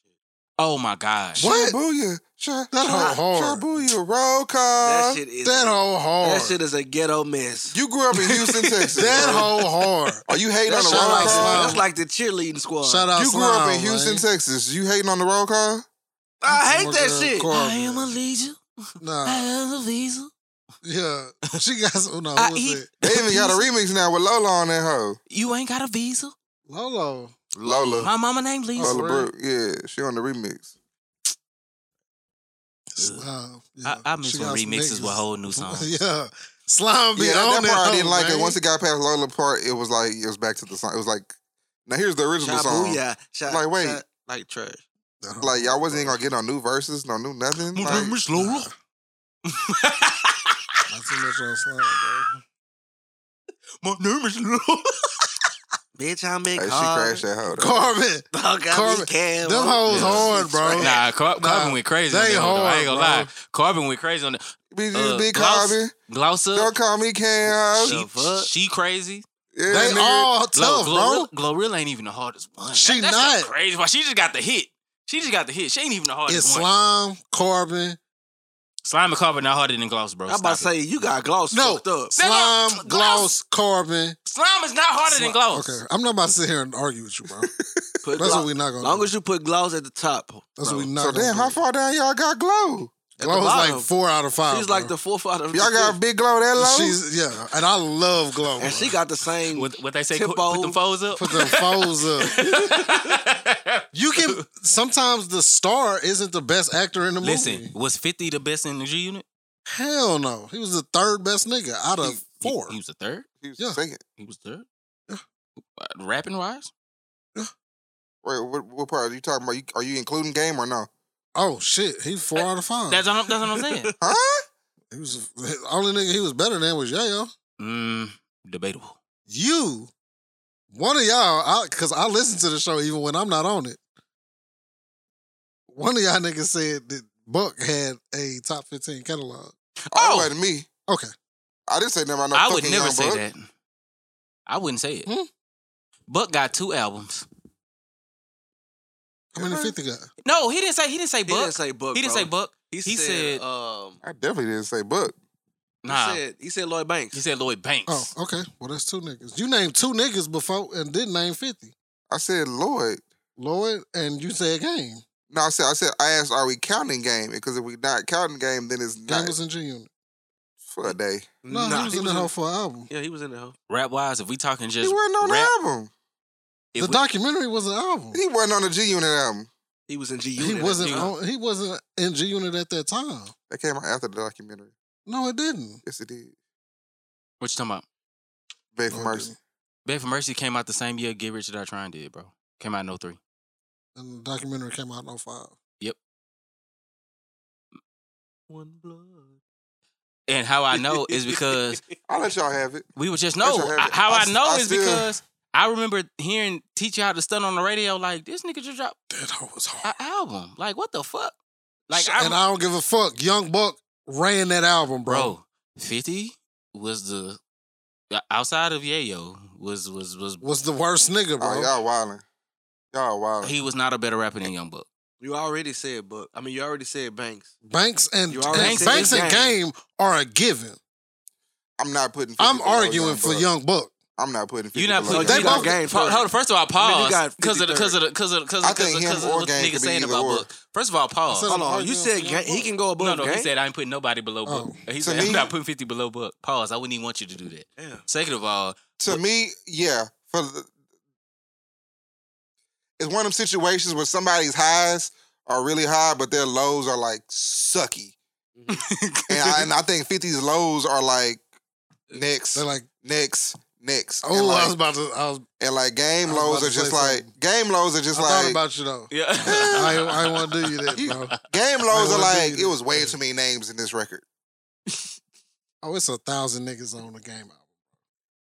Speaker 1: Oh my gosh.
Speaker 2: What?
Speaker 3: Booyah. Sha,
Speaker 2: That
Speaker 3: sha,
Speaker 2: hoe hard.
Speaker 3: sha, Booyah. Roll call.
Speaker 4: that shit is
Speaker 2: That whole hard.
Speaker 4: that shit is a ghetto mess.
Speaker 3: You grew up in Houston, Texas.
Speaker 2: that
Speaker 3: bro.
Speaker 2: whole hard.
Speaker 3: Are you hating
Speaker 2: That
Speaker 3: on the
Speaker 2: shit
Speaker 3: roll
Speaker 2: like
Speaker 3: call?
Speaker 4: That's like the cheerleading squad.
Speaker 2: Shout out
Speaker 3: You grew
Speaker 2: Slime,
Speaker 3: up in Houston,
Speaker 2: man.
Speaker 3: Texas. You hating on the roll call?
Speaker 4: I
Speaker 2: Oh
Speaker 4: hate
Speaker 2: my
Speaker 4: that
Speaker 2: God,
Speaker 4: shit.
Speaker 2: Cor- I am a
Speaker 1: legion.
Speaker 2: Nah,
Speaker 1: am a visa.
Speaker 2: yeah, she got some. No,
Speaker 1: I
Speaker 2: who was
Speaker 1: eat-
Speaker 2: it?
Speaker 3: They even got a remix now with Lola on that hoe.
Speaker 1: You ain't got a visa.
Speaker 2: Lolo.
Speaker 3: Lola.
Speaker 2: Uh.
Speaker 1: My mama named Lisa.
Speaker 3: Lola
Speaker 2: real?
Speaker 3: Brooke. Yeah, she on the remix.
Speaker 2: Slime. Yeah.
Speaker 1: I, I miss
Speaker 2: She
Speaker 1: when
Speaker 2: got some
Speaker 1: remixes with
Speaker 2: niggas.
Speaker 1: whole new songs.
Speaker 2: (laughs) yeah, slime be
Speaker 3: Yeah,
Speaker 2: on
Speaker 3: that, that part I
Speaker 2: hoe,
Speaker 3: didn't like
Speaker 2: man.
Speaker 3: it. Once it got past Lola part, it was like it was back to the song. It was like now here's the original
Speaker 4: Shot
Speaker 3: song.
Speaker 4: Booyah. Shot,
Speaker 3: Like, wait.
Speaker 4: shot- like trash.
Speaker 2: That hoe
Speaker 3: Like y'all
Speaker 2: hard,
Speaker 3: wasn't even
Speaker 2: bro.
Speaker 3: gonna get no new verses, no new nothing.
Speaker 1: My
Speaker 3: Like,
Speaker 1: name is Lola.
Speaker 2: Not too much on slime, bro.
Speaker 1: My name is Lola.
Speaker 4: Bitch, I'm in
Speaker 3: hey, she
Speaker 4: car.
Speaker 3: crashed that hoe. though.
Speaker 2: Carmen,
Speaker 4: Fuck, I'm
Speaker 2: Carmen,
Speaker 4: in cam.
Speaker 2: them hoes
Speaker 1: Yeah.
Speaker 2: hard, bro.
Speaker 1: Nah, Car-
Speaker 2: Nah,
Speaker 1: Carbon went crazy. on
Speaker 2: they
Speaker 1: that one, though. I ain't gonna
Speaker 2: hard,
Speaker 1: lie. Carbon went crazy on the
Speaker 3: Bitch,
Speaker 1: Uh,
Speaker 3: it's big
Speaker 1: Gloss-
Speaker 3: Carmen.
Speaker 1: Glosser.
Speaker 3: Don't call me Cam. House.
Speaker 1: She,
Speaker 4: The fuck?
Speaker 1: she crazy.
Speaker 2: They
Speaker 3: Yeah, nigga.
Speaker 1: Glo-
Speaker 2: all tough, bro.
Speaker 1: Glorilla, Glorilla ain't even the hardest one.
Speaker 2: She
Speaker 1: that's the
Speaker 2: not.
Speaker 1: crazy. Why she just got the hit? She just got the hit. She ain't even the hardest
Speaker 2: It's
Speaker 1: one.
Speaker 2: slime, Carbon,
Speaker 1: Slime and Carbon not harder than Gloss, bro.
Speaker 4: I'm about
Speaker 1: Stop
Speaker 4: to
Speaker 1: it.
Speaker 4: say you got gloss
Speaker 2: No.
Speaker 4: fucked up.
Speaker 1: They don't- Gloss.
Speaker 2: slime, gloss, Carbon.
Speaker 1: Slime is not harder than Gloss.
Speaker 2: Okay, I'm not about to sit here and argue with you, bro.
Speaker 4: Put
Speaker 2: That's
Speaker 4: glo-
Speaker 2: what we not gonna.
Speaker 4: long
Speaker 2: do.
Speaker 4: as you put gloss at the top.
Speaker 2: That's
Speaker 4: bro.
Speaker 2: what we not.
Speaker 3: So
Speaker 2: gonna
Speaker 3: damn,
Speaker 2: do.
Speaker 3: how far down y'all got glow?
Speaker 4: At
Speaker 2: Glow
Speaker 4: the
Speaker 2: is
Speaker 4: bottom.
Speaker 2: like four out of five.
Speaker 4: She's like
Speaker 2: bro.
Speaker 4: the fourth out of
Speaker 3: Y'all
Speaker 4: the
Speaker 3: got
Speaker 4: fifth.
Speaker 3: big glow that low?
Speaker 2: She's yeah, and I love glow.
Speaker 4: and she
Speaker 2: bro.
Speaker 4: got the same.
Speaker 1: What, what they say?
Speaker 4: Tempo.
Speaker 1: Put them foes up.
Speaker 2: put the foes
Speaker 4: (laughs)
Speaker 2: up.
Speaker 1: (laughs)
Speaker 2: You can sometimes the star isn't the best actor in the
Speaker 1: Listen,
Speaker 2: movie.
Speaker 1: was 50 the best in the G unit?
Speaker 2: Hell no, he was the third best nigga out of four.
Speaker 1: He, was the third.
Speaker 3: He was
Speaker 2: Yeah.
Speaker 3: singing.
Speaker 1: He was third.
Speaker 2: Yeah.
Speaker 1: Uh, Rapping wise?
Speaker 3: Wait, what, what part are you talking about? You, are you including game or no?
Speaker 2: oh shit, he four out of five.
Speaker 1: That's what I'm, that's what I'm saying.
Speaker 3: Huh?
Speaker 2: he was the only nigga he was better than was Yayo.
Speaker 1: (laughs) mm, debatable.
Speaker 2: You, one of y'all, because I, listen to the show even when I'm not on it. One of y'all niggas said that Buck had a top fifteen catalog.
Speaker 3: Oh,
Speaker 1: Oh!
Speaker 3: it wasn't me.
Speaker 2: Okay,
Speaker 3: I didn't say nothing about no
Speaker 1: I
Speaker 3: fucking
Speaker 1: would never
Speaker 3: young
Speaker 1: say
Speaker 3: buck.
Speaker 1: that. I wouldn't say it.
Speaker 2: Hmm?
Speaker 1: Buck got two albums.
Speaker 2: how many fifty got?
Speaker 1: No, he didn't say. He didn't say
Speaker 4: he
Speaker 1: Buck.
Speaker 4: didn't say book.
Speaker 1: He didn't say Buck.
Speaker 4: He,
Speaker 1: He
Speaker 4: said.
Speaker 1: said-
Speaker 4: um,
Speaker 3: I definitely didn't say buck.
Speaker 1: Nah,
Speaker 4: He said, he said Lloyd Banks.
Speaker 1: he said Lloyd Banks.
Speaker 2: Oh, okay. Well, that's two niggas. You named two niggas before and didn't name fifty.
Speaker 3: I said Lloyd.
Speaker 2: Lloyd, and you said game.
Speaker 3: No, I said I said I asked, are we counting game? Because if we not counting game, then it's
Speaker 2: Game
Speaker 3: not
Speaker 2: was in G Unit.
Speaker 3: for a day.
Speaker 2: No, he was in the whole for an album.
Speaker 4: (laughs) Yeah, he was in the hole.
Speaker 1: Rap wise, if we talking
Speaker 3: He
Speaker 1: just
Speaker 3: wasn't
Speaker 1: rap,
Speaker 3: on the album.
Speaker 1: if
Speaker 2: the
Speaker 1: we-
Speaker 2: documentary was an album.
Speaker 3: He wasn't on the G Unit album.
Speaker 4: He was in G
Speaker 2: He
Speaker 4: Unit.
Speaker 2: wasn't.
Speaker 1: G
Speaker 2: On, he wasn't in G Unit at that time.
Speaker 3: That came out after the documentary.
Speaker 2: No, it didn't.
Speaker 3: Yes, it did.
Speaker 1: what you talking about?
Speaker 3: Beg
Speaker 2: No,
Speaker 3: for
Speaker 2: it
Speaker 3: mercy.
Speaker 2: didn't.
Speaker 1: Beg for Mercy came out the same year Get Rich or Die Trying did, bro. Came out in 03.
Speaker 2: And the documentary came out in 05.
Speaker 4: One blood.
Speaker 1: And how I know is because
Speaker 3: I'll let y'all have it.
Speaker 1: we were just
Speaker 3: That's
Speaker 1: no.
Speaker 3: what
Speaker 1: I-
Speaker 3: happened.
Speaker 1: how
Speaker 3: I
Speaker 1: I,
Speaker 3: s-
Speaker 1: know
Speaker 3: I
Speaker 1: is
Speaker 3: still-
Speaker 1: because I remember hearing teach you how to stunt on the radio. Like this nigga just dropped
Speaker 2: That hoe was
Speaker 1: an
Speaker 2: hard.
Speaker 1: album. Like what the fuck? Like
Speaker 2: Sh-
Speaker 1: I,
Speaker 2: and I don't give a fuck. Young Buck ran that album, bro.
Speaker 1: bro, Fifty was the outside of Yayo was was was
Speaker 2: Was the worst nigga, bro.
Speaker 3: Oh, y'all wildin'. Y'all wildin'.
Speaker 1: he was not a better rapper than Young Buck.
Speaker 4: (laughs) You already said Buck. I mean, you already said Banks.
Speaker 2: Banks and
Speaker 4: You already
Speaker 2: Banks,
Speaker 4: said
Speaker 2: Banks and
Speaker 4: Game.
Speaker 2: Game are a given.
Speaker 3: I'm not putting. 50
Speaker 2: I'm
Speaker 3: below
Speaker 2: arguing for
Speaker 3: Buck.
Speaker 2: Young Buck.
Speaker 3: I'm not putting. 50
Speaker 1: You not
Speaker 3: below
Speaker 1: putting you
Speaker 2: they
Speaker 3: Young
Speaker 1: not-
Speaker 2: both-
Speaker 3: Buck.
Speaker 4: game
Speaker 1: Pa-
Speaker 4: first.
Speaker 1: hold on, first of all,
Speaker 4: I mean, you
Speaker 1: pause
Speaker 4: got
Speaker 1: because of the
Speaker 4: 53rd.
Speaker 1: because of the because of because
Speaker 3: I
Speaker 1: of
Speaker 3: think him
Speaker 1: because of
Speaker 3: or
Speaker 1: what the
Speaker 3: Gang
Speaker 1: nigga
Speaker 3: could be
Speaker 1: saying
Speaker 3: either
Speaker 1: about
Speaker 3: or.
Speaker 1: Book. First of all, pause.
Speaker 2: I said-
Speaker 4: Hold on. You
Speaker 2: arguing for
Speaker 4: said Ga-
Speaker 2: Young
Speaker 4: he
Speaker 2: Buck.
Speaker 4: can go
Speaker 1: No,
Speaker 4: above
Speaker 1: no,
Speaker 4: Gang.
Speaker 1: he said I ain't putting nobody below Buck. he said
Speaker 3: me-
Speaker 1: I'm not putting fifty below Buck. Pause. I wouldn't even want you to do that.
Speaker 4: Yeah.
Speaker 1: Second of all,
Speaker 3: To me, yeah. For the, it's one of them situations where somebody's highs are really high, but their lows are like sucky,
Speaker 2: Mm-hmm.
Speaker 3: and I, and I think 50's lows are like next,
Speaker 2: They're like,
Speaker 3: next, next.
Speaker 2: oh,
Speaker 3: and
Speaker 2: I
Speaker 3: like,
Speaker 2: was about to. I was.
Speaker 3: and like game
Speaker 2: I was about
Speaker 3: lows
Speaker 2: to
Speaker 3: are just
Speaker 2: say
Speaker 3: like
Speaker 2: something.
Speaker 3: game lows are just
Speaker 2: I thought
Speaker 3: like
Speaker 2: about you though.
Speaker 1: (laughs) yeah,
Speaker 2: I ain't- I ain't want to do (laughs) you that, bro.
Speaker 3: game
Speaker 2: I
Speaker 3: lows are
Speaker 2: wouldn't
Speaker 3: like
Speaker 2: do
Speaker 3: it was way
Speaker 2: that.
Speaker 3: too many names in this record.
Speaker 2: Oh, it's a thousand niggas on the game album.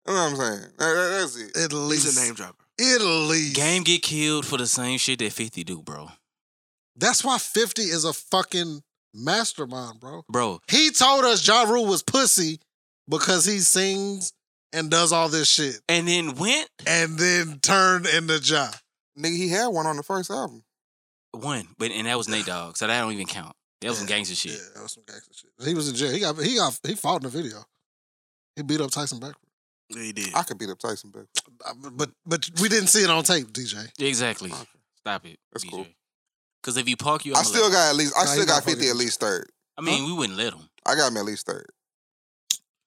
Speaker 3: You know what I'm saying? That- that- that's it.
Speaker 2: At
Speaker 4: He's
Speaker 2: least
Speaker 4: a name dropper.
Speaker 2: At least.
Speaker 1: game get killed for the same shit that fifty do, bro.
Speaker 2: That's why 50 is a fucking mastermind, bro.
Speaker 1: Bro,
Speaker 2: He told us Ja Rule was pussy because he sings and does all this shit
Speaker 1: and then went
Speaker 2: and then turned into Ja.
Speaker 3: Nigga, he had one on the first album.
Speaker 1: One, but and that was Nate Dogg, so that don't even count. That was some
Speaker 2: Yeah,
Speaker 1: gangster shit.
Speaker 2: Yeah, that was some gangster shit. He was in jail. He got he got he fought in the video. He beat up Tyson Beckford.
Speaker 4: Yeah, he did.
Speaker 3: I could beat up Tyson Beck.
Speaker 2: Uh, But but we didn't see it on tape, DJ.
Speaker 1: Exactly.
Speaker 3: Okay.
Speaker 1: Stop it.
Speaker 3: That's cool.
Speaker 1: Because if you park, you.
Speaker 3: I still got at least. I
Speaker 2: Nah, he
Speaker 3: still
Speaker 2: not
Speaker 3: got fifty at
Speaker 2: fucking-
Speaker 3: least third.
Speaker 1: I mean, we wouldn't let him.
Speaker 3: I got him at least third.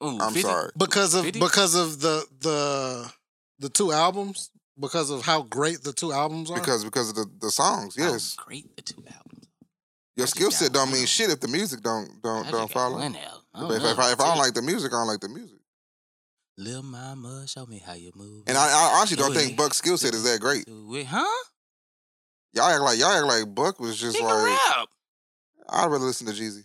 Speaker 1: Ooh,
Speaker 3: I'm
Speaker 1: 50?
Speaker 3: sorry.
Speaker 2: Because of
Speaker 1: Did he?
Speaker 2: because of the the the two albums, because of how great the two albums are.
Speaker 3: Because because of the, the songs,
Speaker 1: How
Speaker 3: yes.
Speaker 1: great the two albums. I Oh,
Speaker 3: Your
Speaker 1: just
Speaker 3: skill set
Speaker 1: got
Speaker 3: don't mean
Speaker 1: one.
Speaker 3: shit if the music don't don't
Speaker 1: I
Speaker 3: don't
Speaker 1: just Oh, got
Speaker 3: follow.
Speaker 1: One album. Uh-huh. I
Speaker 3: If,
Speaker 1: don't
Speaker 3: if, if
Speaker 1: know.
Speaker 3: I, if I don't like the music, I don't like the music.
Speaker 1: Lil Mama, show me how you move.
Speaker 3: And I, I honestly
Speaker 1: Do
Speaker 3: don't
Speaker 1: it.
Speaker 3: think Buck's skill set is that great.
Speaker 1: Do it, huh?
Speaker 3: Y'all act like y'all act like Buck was just
Speaker 1: Nigga
Speaker 3: like
Speaker 1: rap.
Speaker 3: I'd rather listen to Jeezy.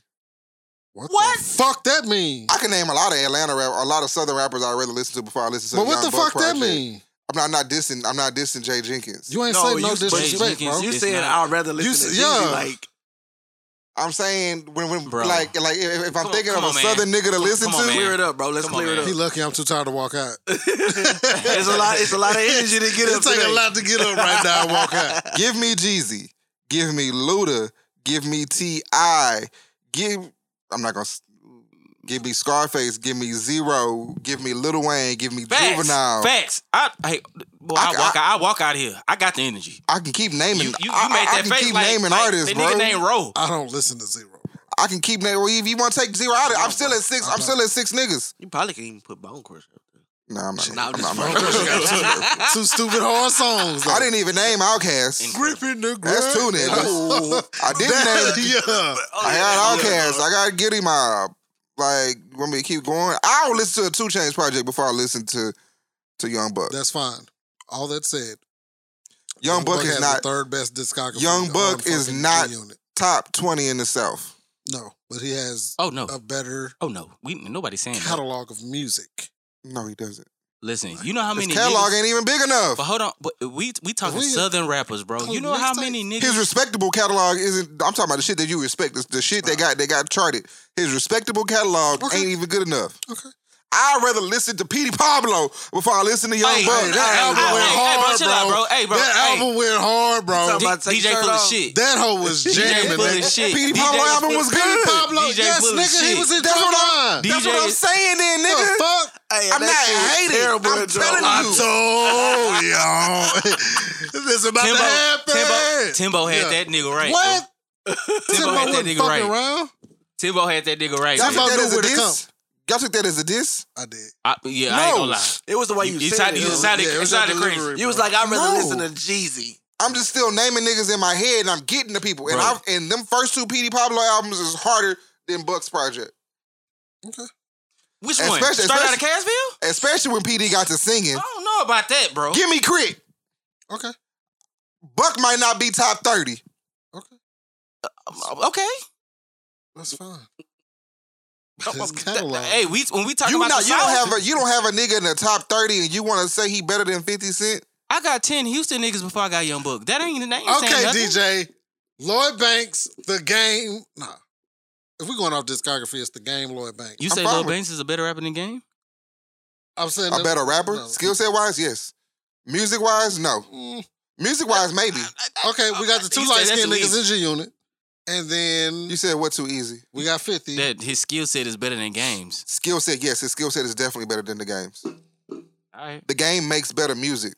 Speaker 2: what,
Speaker 1: What?
Speaker 2: the fuck that mean?
Speaker 3: I can name a lot of Atlanta rap, a lot of Southern rappers I'd rather listen to before I listen to.
Speaker 2: but
Speaker 3: the
Speaker 2: what
Speaker 3: Young
Speaker 2: the
Speaker 3: Buck
Speaker 2: fuck that
Speaker 3: project.
Speaker 2: mean?
Speaker 3: I'm not, I'm not dissing. I'm not dissing Jay Jenkins.
Speaker 2: You ain't
Speaker 4: No,
Speaker 2: say no
Speaker 4: you- but
Speaker 2: disrespect,
Speaker 1: Jenkins,
Speaker 2: bro.
Speaker 1: you-
Speaker 4: you
Speaker 1: It's
Speaker 4: said
Speaker 1: not-
Speaker 4: I'd rather
Speaker 2: You
Speaker 4: listen
Speaker 2: s-
Speaker 4: to
Speaker 2: yeah.
Speaker 4: Jeezy. Like
Speaker 3: I'm saying when when
Speaker 1: Bro.
Speaker 3: like like if, if I'm
Speaker 1: Come on-
Speaker 3: thinking
Speaker 1: come
Speaker 3: of a
Speaker 1: on, man.
Speaker 3: Southern nigga to
Speaker 1: Come-
Speaker 3: listen
Speaker 1: come on,
Speaker 3: to,
Speaker 1: man.
Speaker 4: clear it up, bro. Let's
Speaker 1: Come on,
Speaker 4: clear it
Speaker 1: man.
Speaker 4: up.
Speaker 2: He lucky I'm too tired to walk out.
Speaker 4: it's a lot. It's a lot of energy to get
Speaker 2: it
Speaker 4: up.
Speaker 2: take
Speaker 4: today.
Speaker 2: a lot to get up right now and walk
Speaker 3: (laughs)
Speaker 2: out.
Speaker 3: give me Jeezy, give me Luda, give me Ti, give I'm not gonna s- give me Scarface, give me Zero, give me Lil Wayne, give me
Speaker 1: Facts.
Speaker 3: Juvenile.
Speaker 1: Facts. I, hey, boy, I,
Speaker 3: I-
Speaker 1: walk. out I walk out here. I got the energy.
Speaker 3: I can keep naming.
Speaker 1: You, you, you
Speaker 3: I, I-
Speaker 1: made
Speaker 3: I
Speaker 1: that
Speaker 3: can
Speaker 1: face
Speaker 3: keep
Speaker 1: like,
Speaker 3: naming
Speaker 1: like,
Speaker 3: artists,
Speaker 1: that
Speaker 3: bro. Uh,
Speaker 1: Nigga named Ro.
Speaker 2: I don't listen to zero.
Speaker 3: I can keep naming. Well, if you want to take Zero out, of it, I'm still at six. I'm still at six niggas.
Speaker 4: You probably can even put Bone Crusher up there.
Speaker 3: No, I'm not.
Speaker 4: Nah, I'm
Speaker 3: I'm
Speaker 4: just
Speaker 3: not- I'm not- (laughs)
Speaker 4: fucking with you.
Speaker 2: Two stupid hard songs. Though.
Speaker 3: I didn't even name Outkast.
Speaker 1: Incredible.
Speaker 2: Gripping the grip.
Speaker 3: That's two
Speaker 2: (laughs)
Speaker 3: niggas. I didn't name.
Speaker 2: yeah.
Speaker 1: Oh,
Speaker 3: I got Outkast. I got Giddy Mob. Like, want me to keep going? I will listen to a Two Chains project before I listen to to Young Buck.
Speaker 2: That's fine. All that said,
Speaker 3: Young Buck
Speaker 2: has
Speaker 3: is
Speaker 2: the
Speaker 3: not
Speaker 2: third best discography.
Speaker 3: Young
Speaker 2: on
Speaker 3: Buck is
Speaker 2: fucking
Speaker 3: not-
Speaker 2: G-Unit.
Speaker 3: top twenty in the South.
Speaker 2: No, but he has
Speaker 1: Oh no.
Speaker 3: uh,
Speaker 2: a better
Speaker 1: Oh no. We nobody's saying that.
Speaker 2: catalog of music.
Speaker 3: No, he doesn't.
Speaker 1: Listen, you know how
Speaker 3: His
Speaker 1: many
Speaker 3: catalog
Speaker 1: niggas,
Speaker 3: ain't even big enough.
Speaker 1: But hold on, but we we talking
Speaker 2: We-
Speaker 1: southern rappers, bro.
Speaker 2: Oh,
Speaker 1: You know how
Speaker 2: mixtape.
Speaker 1: many niggas
Speaker 3: His respectable catalog isn't. I'm talking about the shit that you respect. The, the shit they got they got charted. His respectable catalog
Speaker 2: Okay.
Speaker 3: ain't even good enough.
Speaker 2: Okay.
Speaker 3: I'd rather listen to Petey Pablo before I listen to Young
Speaker 1: Hey,
Speaker 3: Buck.
Speaker 1: hey, that album
Speaker 2: Hey,
Speaker 1: went
Speaker 2: hey,
Speaker 1: hard,
Speaker 2: hey,
Speaker 1: bro.
Speaker 2: bro.
Speaker 1: Hey, bro.
Speaker 2: that
Speaker 1: hey.
Speaker 2: album went hard, bro.
Speaker 4: Talking about
Speaker 1: D-
Speaker 4: take
Speaker 1: DJ
Speaker 4: shirt
Speaker 1: full of
Speaker 4: off.
Speaker 1: shit.
Speaker 2: That hoe was
Speaker 1: (laughs) DJ
Speaker 2: jamming.
Speaker 1: full
Speaker 2: man.
Speaker 1: of shit.
Speaker 3: Petey Pablo album was good.
Speaker 2: Pablo,
Speaker 1: DJ
Speaker 2: yes,
Speaker 1: full of
Speaker 2: nigga,
Speaker 1: shit.
Speaker 2: he was in
Speaker 3: That's
Speaker 2: top
Speaker 3: what
Speaker 2: line.
Speaker 1: D-
Speaker 3: That's what
Speaker 1: DJ
Speaker 3: I'm saying, then, nigga.
Speaker 2: the fuck?
Speaker 4: Hey,
Speaker 3: I'm
Speaker 4: that shit
Speaker 3: not
Speaker 4: was
Speaker 3: hating.
Speaker 4: terrible
Speaker 3: I'm
Speaker 4: at Joe.
Speaker 3: telling
Speaker 1: Oh,
Speaker 4: I
Speaker 2: I
Speaker 3: you.
Speaker 2: told y'all (laughs) this about to happen.
Speaker 1: Timbo, Timbo had
Speaker 2: Yeah.
Speaker 1: that nigga right.
Speaker 2: What?
Speaker 3: (laughs)
Speaker 1: bro. Timbo, had that
Speaker 2: Timbo wasn't
Speaker 1: nigga
Speaker 2: fucking
Speaker 1: right.
Speaker 2: around.
Speaker 1: Timbo had that nigga right.
Speaker 3: Y'all
Speaker 1: bro.
Speaker 2: Timbo-
Speaker 3: took that
Speaker 2: knew
Speaker 3: as a
Speaker 2: where to
Speaker 3: diss? Y'all took that as a diss?
Speaker 2: I did.
Speaker 1: I, yeah, I ain't
Speaker 3: No.
Speaker 1: gonna lie.
Speaker 4: It was the way you,
Speaker 1: You
Speaker 4: said
Speaker 1: tried to
Speaker 4: it.
Speaker 1: use
Speaker 4: it. was-
Speaker 1: sound- sounded-
Speaker 2: yeah,
Speaker 1: it
Speaker 2: was
Speaker 1: sounded
Speaker 2: your
Speaker 1: crazy.
Speaker 2: delivery,
Speaker 4: You was
Speaker 2: bro.
Speaker 4: like, I'd rather
Speaker 3: No.
Speaker 4: listen to Jeezy.
Speaker 3: I'm just still naming niggas in my head and I'm getting the people. And
Speaker 1: Bro.
Speaker 3: I've and them first two PD Pablo albums is harder than Buck's project.
Speaker 1: Which one?
Speaker 3: Especially-
Speaker 1: Straight out of
Speaker 3: especially-
Speaker 1: Cassville?
Speaker 3: Especially when PD got to singing.
Speaker 1: I don't know about that, bro.
Speaker 3: Give me crit.
Speaker 2: Oh. okay,
Speaker 3: Buck might not be top 30.
Speaker 2: okay,
Speaker 1: okay.
Speaker 2: that's fine. His catalog.
Speaker 1: Oh, Hey, we when we talk
Speaker 3: You
Speaker 1: about
Speaker 3: not
Speaker 1: the
Speaker 3: you don't
Speaker 1: South,
Speaker 3: have a you don't have a nigga in the top 30 and you wanna say he better than 50 Cent?
Speaker 1: I got ten Houston niggas before I got Young Buck. That ain't that ain't
Speaker 2: Okay,
Speaker 1: saying nothing.
Speaker 2: DJ Lloyd Banks, the game. Nah, if we're going off discography, it's the game Lloyd Banks.
Speaker 1: You
Speaker 3: I'm
Speaker 1: say
Speaker 3: fine
Speaker 1: Lil
Speaker 3: with-
Speaker 1: Banks is a better rapper than Game?
Speaker 2: I'm saying
Speaker 3: A better rapper?
Speaker 2: No.
Speaker 3: Skill set wise, yes. Music wise, no.
Speaker 2: Mm,
Speaker 3: Music wise, maybe.
Speaker 2: okay, we got the two
Speaker 1: He said
Speaker 2: light skinned
Speaker 1: that's
Speaker 2: niggas in G Unit, and then
Speaker 3: You said what too easy?
Speaker 2: we got fifty.
Speaker 1: That his skill set is better than Games.
Speaker 3: Skill set, yes, his skill set is definitely better than the games.
Speaker 1: All right.
Speaker 3: the game makes better music.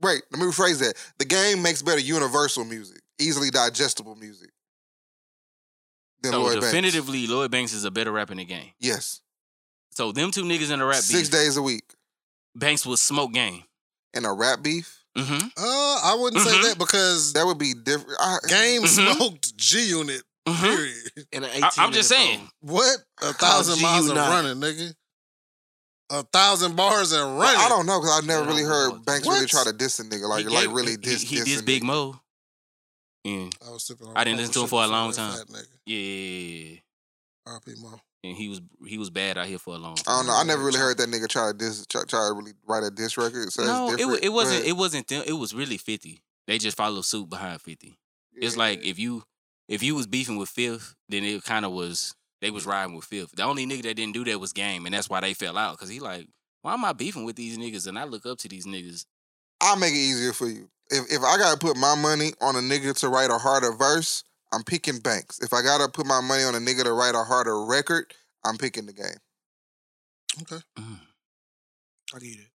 Speaker 3: Wait, let me rephrase that. The game makes better universal music, easily digestible music than
Speaker 1: So
Speaker 3: Lloyd Banks.
Speaker 1: definitively, Lloyd Banks is a better rapper in the game.
Speaker 3: Yes,
Speaker 1: So them two niggas in the rap
Speaker 3: six
Speaker 1: beef,
Speaker 3: days a week
Speaker 1: Banks will smoke Game.
Speaker 3: and a rap beef
Speaker 1: Mm-hmm.
Speaker 2: Uh, I wouldn't
Speaker 1: Mhm.
Speaker 2: say that because
Speaker 3: that would be different. I,
Speaker 2: game
Speaker 1: Mhm.
Speaker 2: smoked G Unit.
Speaker 1: mm-hmm.
Speaker 2: Period. (laughs)
Speaker 4: And an
Speaker 1: I,
Speaker 4: 18
Speaker 1: I'm just
Speaker 4: minute
Speaker 1: saying.
Speaker 4: song.
Speaker 2: What? A thousand
Speaker 4: G
Speaker 2: miles
Speaker 4: you
Speaker 2: and
Speaker 4: not?
Speaker 2: running, nigga. A thousand bars and running.
Speaker 3: I don't know because I've never
Speaker 1: Yeah,
Speaker 3: really
Speaker 1: I don't know.
Speaker 3: heard Banks really
Speaker 2: What?
Speaker 3: try to diss a nigga like
Speaker 1: He
Speaker 3: like
Speaker 1: gave-
Speaker 3: really
Speaker 1: he-
Speaker 3: diss.
Speaker 1: He,
Speaker 3: diss
Speaker 1: dissed
Speaker 3: a
Speaker 1: Big
Speaker 3: nigga.
Speaker 1: Mo. Yeah,
Speaker 2: I was sipping on
Speaker 1: I didn't listen to him
Speaker 2: shit
Speaker 1: for a
Speaker 2: before
Speaker 1: long
Speaker 2: that
Speaker 1: time.
Speaker 2: fat nigga.
Speaker 1: yeah, yeah, yeah.
Speaker 2: R.P. Mo.
Speaker 1: And he was he was bad out here for a long time.
Speaker 3: I don't know. I never really heard that nigga try to diss, try, try to really write a diss record. So
Speaker 1: no,
Speaker 3: it's
Speaker 1: it,
Speaker 3: different.
Speaker 1: wa- it wasn't.
Speaker 3: but-
Speaker 1: It wasn't them. It was really Fifty. They just followed suit behind Fifty. It's like if you if you was beefing with Fifth, then it kind of was they was riding with Fifth. The only nigga that didn't do that was Game, and that's why they fell out. Cause he like, why am I beefing with these niggas? And I look up to these niggas.
Speaker 3: I'll make it easier for you. If if I gotta put my money on a nigga to write a harder verse, I'm picking Banks. If I gotta put my money on a nigga to write a harder record, I'm picking the game.
Speaker 1: Mm.
Speaker 4: I get it.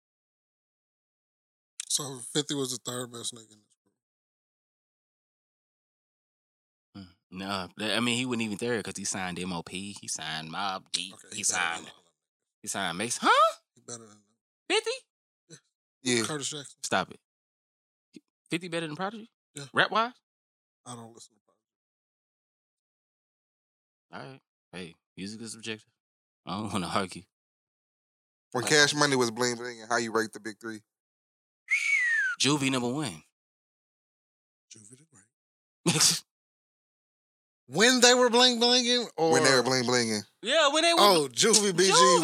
Speaker 2: So Fifty was the third best nigga. in this
Speaker 1: Mm. Nah, that- I mean he wasn't even there because he signed MOP, he signed Mob Deep,
Speaker 2: group.
Speaker 1: he
Speaker 2: better than
Speaker 1: signed,
Speaker 2: all of them.
Speaker 1: he signed Mix, huh?
Speaker 2: He better than them.
Speaker 1: Fifty?
Speaker 3: Yeah.
Speaker 2: Curtis Jackson.
Speaker 1: Stop it. Fifty better than Prodigy?
Speaker 2: Yeah.
Speaker 1: Rap wise?
Speaker 2: I don't listen to. Pop.
Speaker 1: All right. Hey, music is subjective. I don't want to argue.
Speaker 3: When
Speaker 1: Like-
Speaker 3: Cash Money was bling bling, and how you rate the big three?
Speaker 1: Juvie number one. (laughs)
Speaker 2: Juvie the Great.
Speaker 1: yeah,
Speaker 2: When they were bling blinging, or
Speaker 3: When they were bling blinging,
Speaker 1: when they were. (laughs)
Speaker 2: Oh, Juvie BG
Speaker 1: Juvie.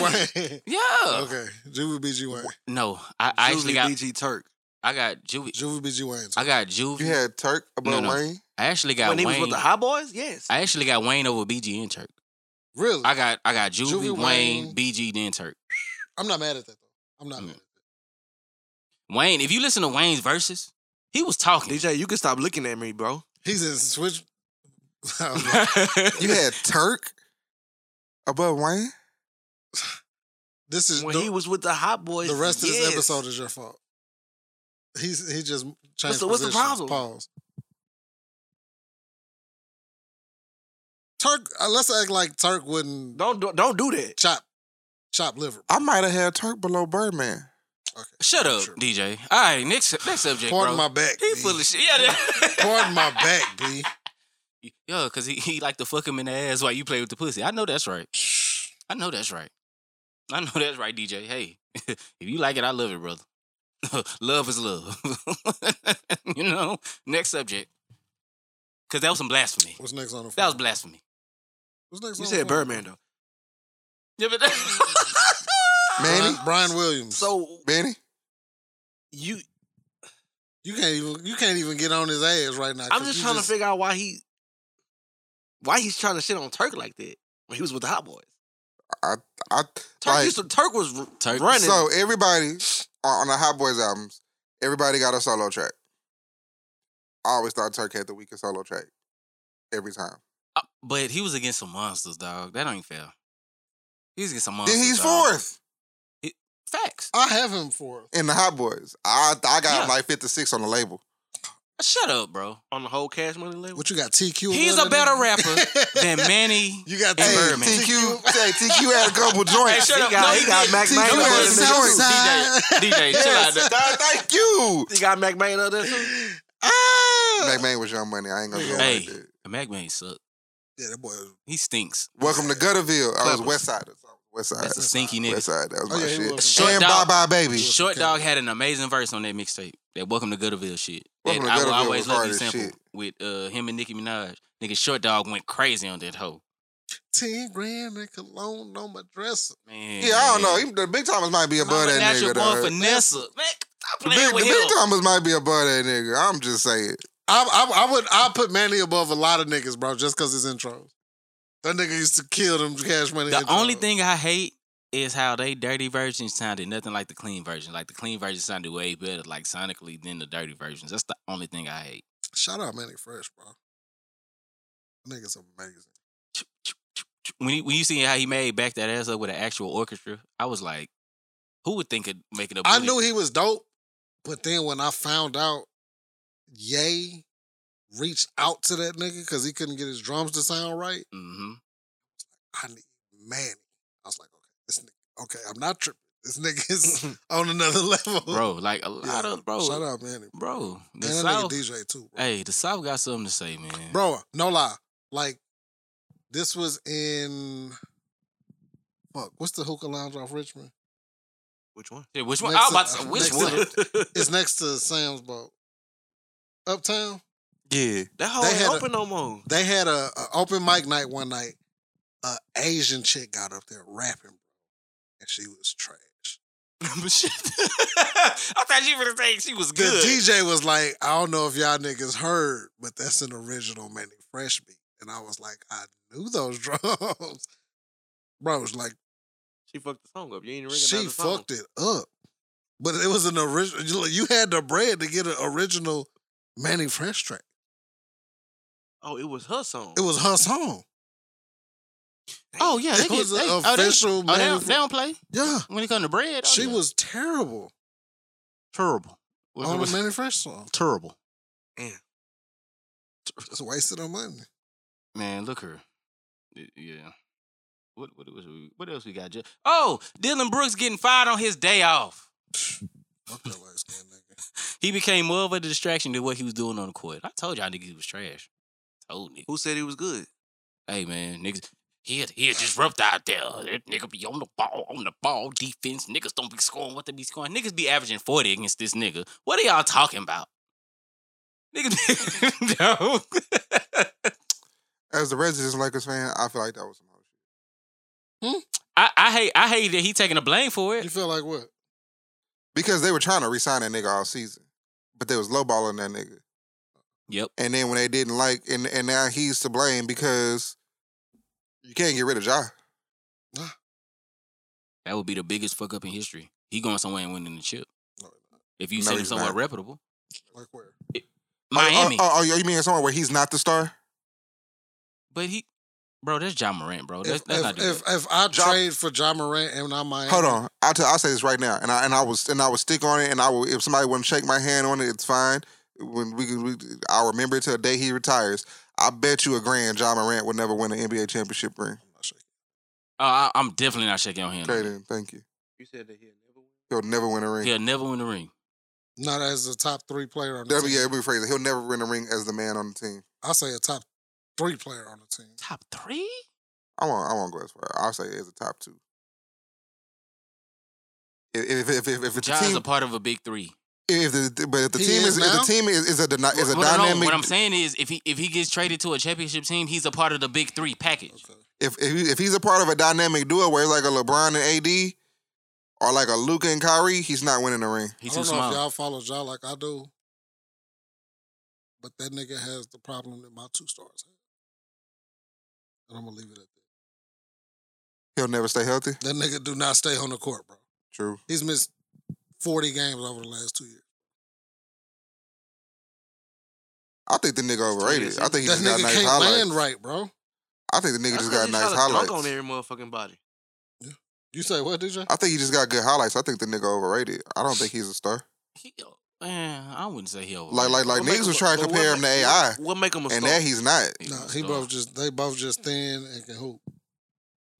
Speaker 2: Wayne.
Speaker 1: Yeah.
Speaker 2: okay, Juvie BG Wayne.
Speaker 1: No, I, I actually
Speaker 4: Juvie
Speaker 1: got
Speaker 4: BG Turk.
Speaker 1: I got Juvie.
Speaker 2: Juvie BG Wayne.
Speaker 1: I got Juvie.
Speaker 3: you had Turk above
Speaker 1: No, no.
Speaker 3: Wayne.
Speaker 1: I actually got
Speaker 4: When he was
Speaker 1: Wayne.
Speaker 4: with the High Boys? Yes.
Speaker 1: I actually got Wayne over BG and Turk.
Speaker 2: really?
Speaker 1: I got I got Juvie,
Speaker 2: Juvie,
Speaker 1: Wayne,
Speaker 2: Wayne.
Speaker 1: BG, then Turk.
Speaker 2: I'm not mad at that though. I'm not
Speaker 1: Mm.
Speaker 2: mad at that.
Speaker 1: Wayne, if you listen to Wayne's verses, he was talking.
Speaker 4: DJ, you can stop looking at me, bro.
Speaker 2: He's in switch. (laughs) I
Speaker 1: (laughs)
Speaker 2: was like,
Speaker 1: you
Speaker 3: You had Turk above Wayne.
Speaker 2: (sighs) this is
Speaker 4: When
Speaker 2: the,
Speaker 4: he was with the Hot Boys.
Speaker 2: the rest of
Speaker 4: yes.
Speaker 2: this episode is your fault. He's he just changed
Speaker 4: What's the- what's the
Speaker 2: positions.
Speaker 4: problem?
Speaker 2: Pause. Turk, uh, let's act like Turk wouldn't
Speaker 4: Don't do, don't do that.
Speaker 2: chop chop liver.
Speaker 3: I might have had Turk below Birdman.
Speaker 2: Okay,
Speaker 1: (laughs) Shut up,
Speaker 2: Sure.
Speaker 1: DJ. All right, next next subject,
Speaker 2: Pardon
Speaker 1: bro.
Speaker 2: my back.
Speaker 1: he
Speaker 2: B.
Speaker 1: full of shit. Yeah,
Speaker 2: (laughs)
Speaker 1: that-
Speaker 2: Pardon my back, B.
Speaker 1: yeah, cause he, (laughs) he like to fuck him in the ass while you play with the pussy. I know that's right. I know that's right. I know (laughs) that's right, DJ. Hey, (laughs) if you like it, I love it, brother. (laughs) love is love. (laughs) you know. Next subject, cause that was some blasphemy.
Speaker 2: What's next on the
Speaker 1: That was
Speaker 2: phone?
Speaker 1: blasphemy.
Speaker 2: What's next
Speaker 4: You
Speaker 2: on the
Speaker 4: said
Speaker 2: phone?
Speaker 4: Birdman, though.
Speaker 1: Yeah, but (laughs)
Speaker 3: Manny,
Speaker 2: Brian, Brian Williams.
Speaker 4: So,
Speaker 3: Manny.
Speaker 4: you,
Speaker 2: You can't even you can't even get on his ass right now.
Speaker 4: I'm
Speaker 2: 'cause
Speaker 4: just
Speaker 2: you
Speaker 4: trying to figure out why he, why he's trying to shit on Turk like that when he was with the Hot Boys.
Speaker 3: I
Speaker 4: Turk
Speaker 3: Like-
Speaker 4: used to, Turk was r-
Speaker 1: Turk-
Speaker 4: running.
Speaker 3: so everybody on, on the Hot Boys albums, everybody got a solo track. I always thought Turk had the weakest solo track every time.
Speaker 1: but he was against some monsters, dog. That ain't fair. He was against some monsters.
Speaker 3: Then he's
Speaker 1: dog.
Speaker 3: fourth
Speaker 1: Facts.
Speaker 2: I have him for
Speaker 3: in the Hot Boys. I I got
Speaker 1: Yeah.
Speaker 3: like 56 on the label.
Speaker 1: Shut up, bro.
Speaker 4: on the whole Cash Money label.
Speaker 2: what you got TQ.
Speaker 1: He's a
Speaker 2: above
Speaker 1: better
Speaker 2: that
Speaker 1: rapper
Speaker 2: nigga? (laughs)
Speaker 4: (laughs)
Speaker 1: than Manny.
Speaker 2: You got
Speaker 1: Hey,
Speaker 2: TQ.
Speaker 1: Birdman.
Speaker 3: TQ, hey, TQ had
Speaker 1: (laughs)
Speaker 3: a couple joints.
Speaker 1: shut
Speaker 4: he
Speaker 1: up.
Speaker 4: got,
Speaker 1: No,
Speaker 4: he
Speaker 1: he
Speaker 4: got
Speaker 1: didn't.
Speaker 4: Mac
Speaker 3: See,
Speaker 4: Main
Speaker 3: you
Speaker 4: up
Speaker 3: had
Speaker 4: there
Speaker 3: some
Speaker 4: too.
Speaker 3: joints.
Speaker 1: DJ, DJ,
Speaker 3: (laughs)
Speaker 1: chill out.
Speaker 3: Yes,
Speaker 1: there.
Speaker 3: dog, thank you.
Speaker 4: He got Mac Main up there too.
Speaker 2: Ah!
Speaker 3: Mac Main was young money. I ain't gonna go
Speaker 1: Hey.
Speaker 3: with it.
Speaker 1: Mac Man suck.
Speaker 2: Yeah, that boy. was-
Speaker 1: He stinks.
Speaker 3: Welcome to Gutterville. I was
Speaker 1: Clappers.
Speaker 3: West Side. West Side.
Speaker 1: That's a stinky
Speaker 3: West
Speaker 1: nigga.
Speaker 3: Side. That was
Speaker 2: Oh,
Speaker 3: my
Speaker 2: yeah, he
Speaker 3: shit.
Speaker 2: was.
Speaker 1: Short
Speaker 3: and Bye
Speaker 1: dog-
Speaker 3: Bye Baby.
Speaker 1: Short
Speaker 2: Okay.
Speaker 1: Dog had an amazing verse on that mixtape. That Welcome to Gooderville shit. That
Speaker 3: Welcome to
Speaker 1: I will
Speaker 3: Gutterville
Speaker 1: always
Speaker 3: was
Speaker 1: love
Speaker 3: hard
Speaker 1: you
Speaker 3: as
Speaker 1: sample
Speaker 3: shit.
Speaker 1: with uh, him and Nicki Minaj. Nigga, Short Dog went crazy on that hoe.
Speaker 2: Ten grand and cologne on my dresser.
Speaker 1: Man.
Speaker 3: Yeah, I don't know. Even the Big Thomas might be above
Speaker 1: Mama,
Speaker 3: that
Speaker 1: that's your
Speaker 3: nigga.
Speaker 1: boy
Speaker 3: though.
Speaker 1: Vanessa. Man, stop
Speaker 3: The
Speaker 1: playing
Speaker 3: Big, the
Speaker 1: with
Speaker 3: Big
Speaker 1: him.
Speaker 3: Thomas might be above that nigga. I'm just saying.
Speaker 2: I, I, I would I put Manny above a lot of niggas, bro, just because his intros. That nigga used to kill them cash money.
Speaker 1: The
Speaker 2: intros.
Speaker 1: only thing I hate is how they dirty versions sounded nothing like the clean version. Like the clean version sounded way better, like sonically, than the dirty versions. That's the only thing I hate.
Speaker 2: Shout out Manny Fresh, bro. Nigga's amazing.
Speaker 1: When you, when you see how he made back that ass up with an actual orchestra, I was like, who would think of making a?
Speaker 2: I
Speaker 1: booty-
Speaker 2: knew he was dope, but then when I found out Ye reached out to that nigga because he couldn't get his drums to sound right,
Speaker 1: Mhm.
Speaker 2: I need Manny. I was like, okay, this nigga, okay, I'm not tripping. This
Speaker 1: (laughs)
Speaker 2: nigga is on another (laughs) level.
Speaker 1: bro, like a lot
Speaker 2: Yeah.
Speaker 1: of bro,
Speaker 2: Shout out Manny.
Speaker 1: bro. The
Speaker 2: Man, that nigga
Speaker 1: South,
Speaker 2: DJ too, bro.
Speaker 1: hey, the South got something to say, man.
Speaker 2: Bro, no lie. Like, this was in fuck, what's the hookah lounge off Richmond?
Speaker 4: Which one?
Speaker 1: Yeah, which one?
Speaker 2: next
Speaker 1: I was about to
Speaker 2: to-
Speaker 4: (laughs)
Speaker 1: say, which
Speaker 2: next to
Speaker 1: one?
Speaker 2: It's next to Sam's Boat. Uptown.
Speaker 3: Yeah.
Speaker 4: That whole
Speaker 2: They
Speaker 4: ain't
Speaker 2: had a-
Speaker 4: open no more.
Speaker 2: they had a, a open mic night one night. A Asian chick got up there rapping, bro, and she was trash.
Speaker 1: Shit. I thought you were gonna say she was
Speaker 2: The
Speaker 1: good.
Speaker 2: DJ was like, "I don't know if y'all niggas heard, but that's an original Manny Fresh beat." And I was like, "I knew those (laughs) drums, bro." It was like
Speaker 4: She fucked the song up. You ain't recognize
Speaker 2: she
Speaker 4: the song.
Speaker 2: fucked it up. But it was an original. you- You had the bread to get an original Manny Fresh track.
Speaker 4: Oh, it was her song.
Speaker 2: It was her song.
Speaker 1: (laughs) Oh yeah, they
Speaker 2: (laughs) it
Speaker 1: get-
Speaker 2: was
Speaker 1: they-
Speaker 2: an
Speaker 1: oh, they-
Speaker 2: official
Speaker 1: Oh, they,
Speaker 2: Manny.
Speaker 1: don't,
Speaker 2: Fre-
Speaker 1: they don't play
Speaker 2: yeah,
Speaker 1: when it comes to bread. Oh,
Speaker 2: she
Speaker 1: yeah.
Speaker 2: was terrible
Speaker 1: terrible. Was,
Speaker 2: on
Speaker 1: was
Speaker 2: the Manny Fresh song.
Speaker 1: terrible.
Speaker 2: Just wasted her money.
Speaker 1: Man, look her. Y- Yeah. What what else we, what else we got? Ju- Oh, Dylan Brooks getting fired on his day off.
Speaker 2: Fuck that light skinned
Speaker 1: (laughs)
Speaker 2: nigga.
Speaker 1: He became more of a distraction than what he was doing on the court. I told y'all niggas he was trash. Told niggas.
Speaker 4: Who said he was good?
Speaker 1: Hey man, niggas. He he a disrupt out there. That nigga be on the ball, on the ball defense. Niggas don't be scoring what they be scoring. Niggas be averaging forty against this nigga. What are y'all talking about? Niggas, (laughs) no.
Speaker 3: As the resident Lakers fan, I feel like that was some whole shit.
Speaker 1: I, I hate I hate that he taking the blame for
Speaker 2: You
Speaker 1: it.
Speaker 2: feel like what?
Speaker 3: Because they were trying to resign that nigga all season, but they was lowballing that nigga.
Speaker 1: Yep.
Speaker 3: And then when they didn't like, and and now he's to blame because you can't get rid of Ja. Oh,
Speaker 1: That would be the biggest fuck up in history. He going somewhere and winning the chip.
Speaker 2: No, no.
Speaker 1: If you
Speaker 3: No,
Speaker 1: send him
Speaker 3: he's
Speaker 1: somewhere
Speaker 3: not.
Speaker 1: reputable,
Speaker 2: Like where?
Speaker 1: Miami.
Speaker 3: Oh, oh, oh, you mean somewhere where he's not the star?
Speaker 1: But he, bro, that's John Morant, bro. That's,
Speaker 2: If,
Speaker 1: that's
Speaker 2: if,
Speaker 1: not. do
Speaker 2: if,
Speaker 1: that.
Speaker 2: if I
Speaker 3: Ja-
Speaker 2: trade for John Morant and I might
Speaker 3: Hold on, I'll tell, I'll say this right now, and I and I was and I would stick on it, and I will if somebody want to shake my hand on it, it's fine. When we, can- we I'll remember it till the day he retires. I bet you a grand, John Morant will never win an NBA championship ring.
Speaker 1: Oh, I, I'm definitely not shaking your hand. on
Speaker 3: Okay,
Speaker 1: that.
Speaker 3: then, thank you.
Speaker 4: You said that he had never won.
Speaker 3: He'll never win a ring.
Speaker 1: He'll never win the ring.
Speaker 2: not as a top three player on the
Speaker 3: That'd
Speaker 2: team.
Speaker 3: be, yeah, it'd be crazy. He'll never win a ring as the man on the team.
Speaker 2: I say a top three player on the team.
Speaker 1: Top three?
Speaker 3: I won't. I won't go as far. I'll say as a top two. If if if if, if the
Speaker 1: John's
Speaker 3: team,
Speaker 1: a part of a big three.
Speaker 3: if the but if the
Speaker 2: He
Speaker 3: team
Speaker 2: is
Speaker 3: is, if
Speaker 2: now?
Speaker 3: the team is is a dyna- is a
Speaker 1: Well, no, no,
Speaker 3: dynamic.
Speaker 1: What I'm saying is, if he if he gets traded to a championship team, he's a part of the big three package.
Speaker 2: Okay.
Speaker 3: if if he- if he's a part of a dynamic duo where it's like a LeBron and AD, or like a Luca and Kyrie, he's not winning the ring.
Speaker 1: He's
Speaker 2: I
Speaker 1: too
Speaker 2: don't know
Speaker 1: small.
Speaker 2: if y'all follow Ja like I do, but that nigga has the problem that my two stars have, and I'm gonna leave it at
Speaker 3: He'll never stay healthy.
Speaker 2: that. That nigga do not stay on the court, bro.
Speaker 3: True.
Speaker 2: He's missed forty games over the last two years.
Speaker 3: I think the nigga overrated. I think he
Speaker 2: that
Speaker 3: just got
Speaker 2: nigga
Speaker 3: nice
Speaker 2: can't
Speaker 3: highlights.
Speaker 2: land right, bro.
Speaker 3: I think the nigga
Speaker 4: That's
Speaker 3: just
Speaker 4: 'cause
Speaker 3: got
Speaker 4: he
Speaker 3: nice
Speaker 4: tried to dunk on
Speaker 3: highlights.
Speaker 4: every motherfucking body.
Speaker 2: You say what, DJ?
Speaker 3: I think he just got good highlights. I think the nigga overrated. I don't think he's a star.
Speaker 1: He, oh, man, I wouldn't say he over.
Speaker 3: Like like like
Speaker 4: What make
Speaker 3: niggas
Speaker 4: him
Speaker 3: was
Speaker 4: a-
Speaker 3: trying to
Speaker 4: but what
Speaker 3: compare him to
Speaker 4: make-
Speaker 3: AI,
Speaker 4: What, what make him a
Speaker 3: and
Speaker 4: star?
Speaker 3: that he's not.
Speaker 2: No, he both just they both just thin and can hoop.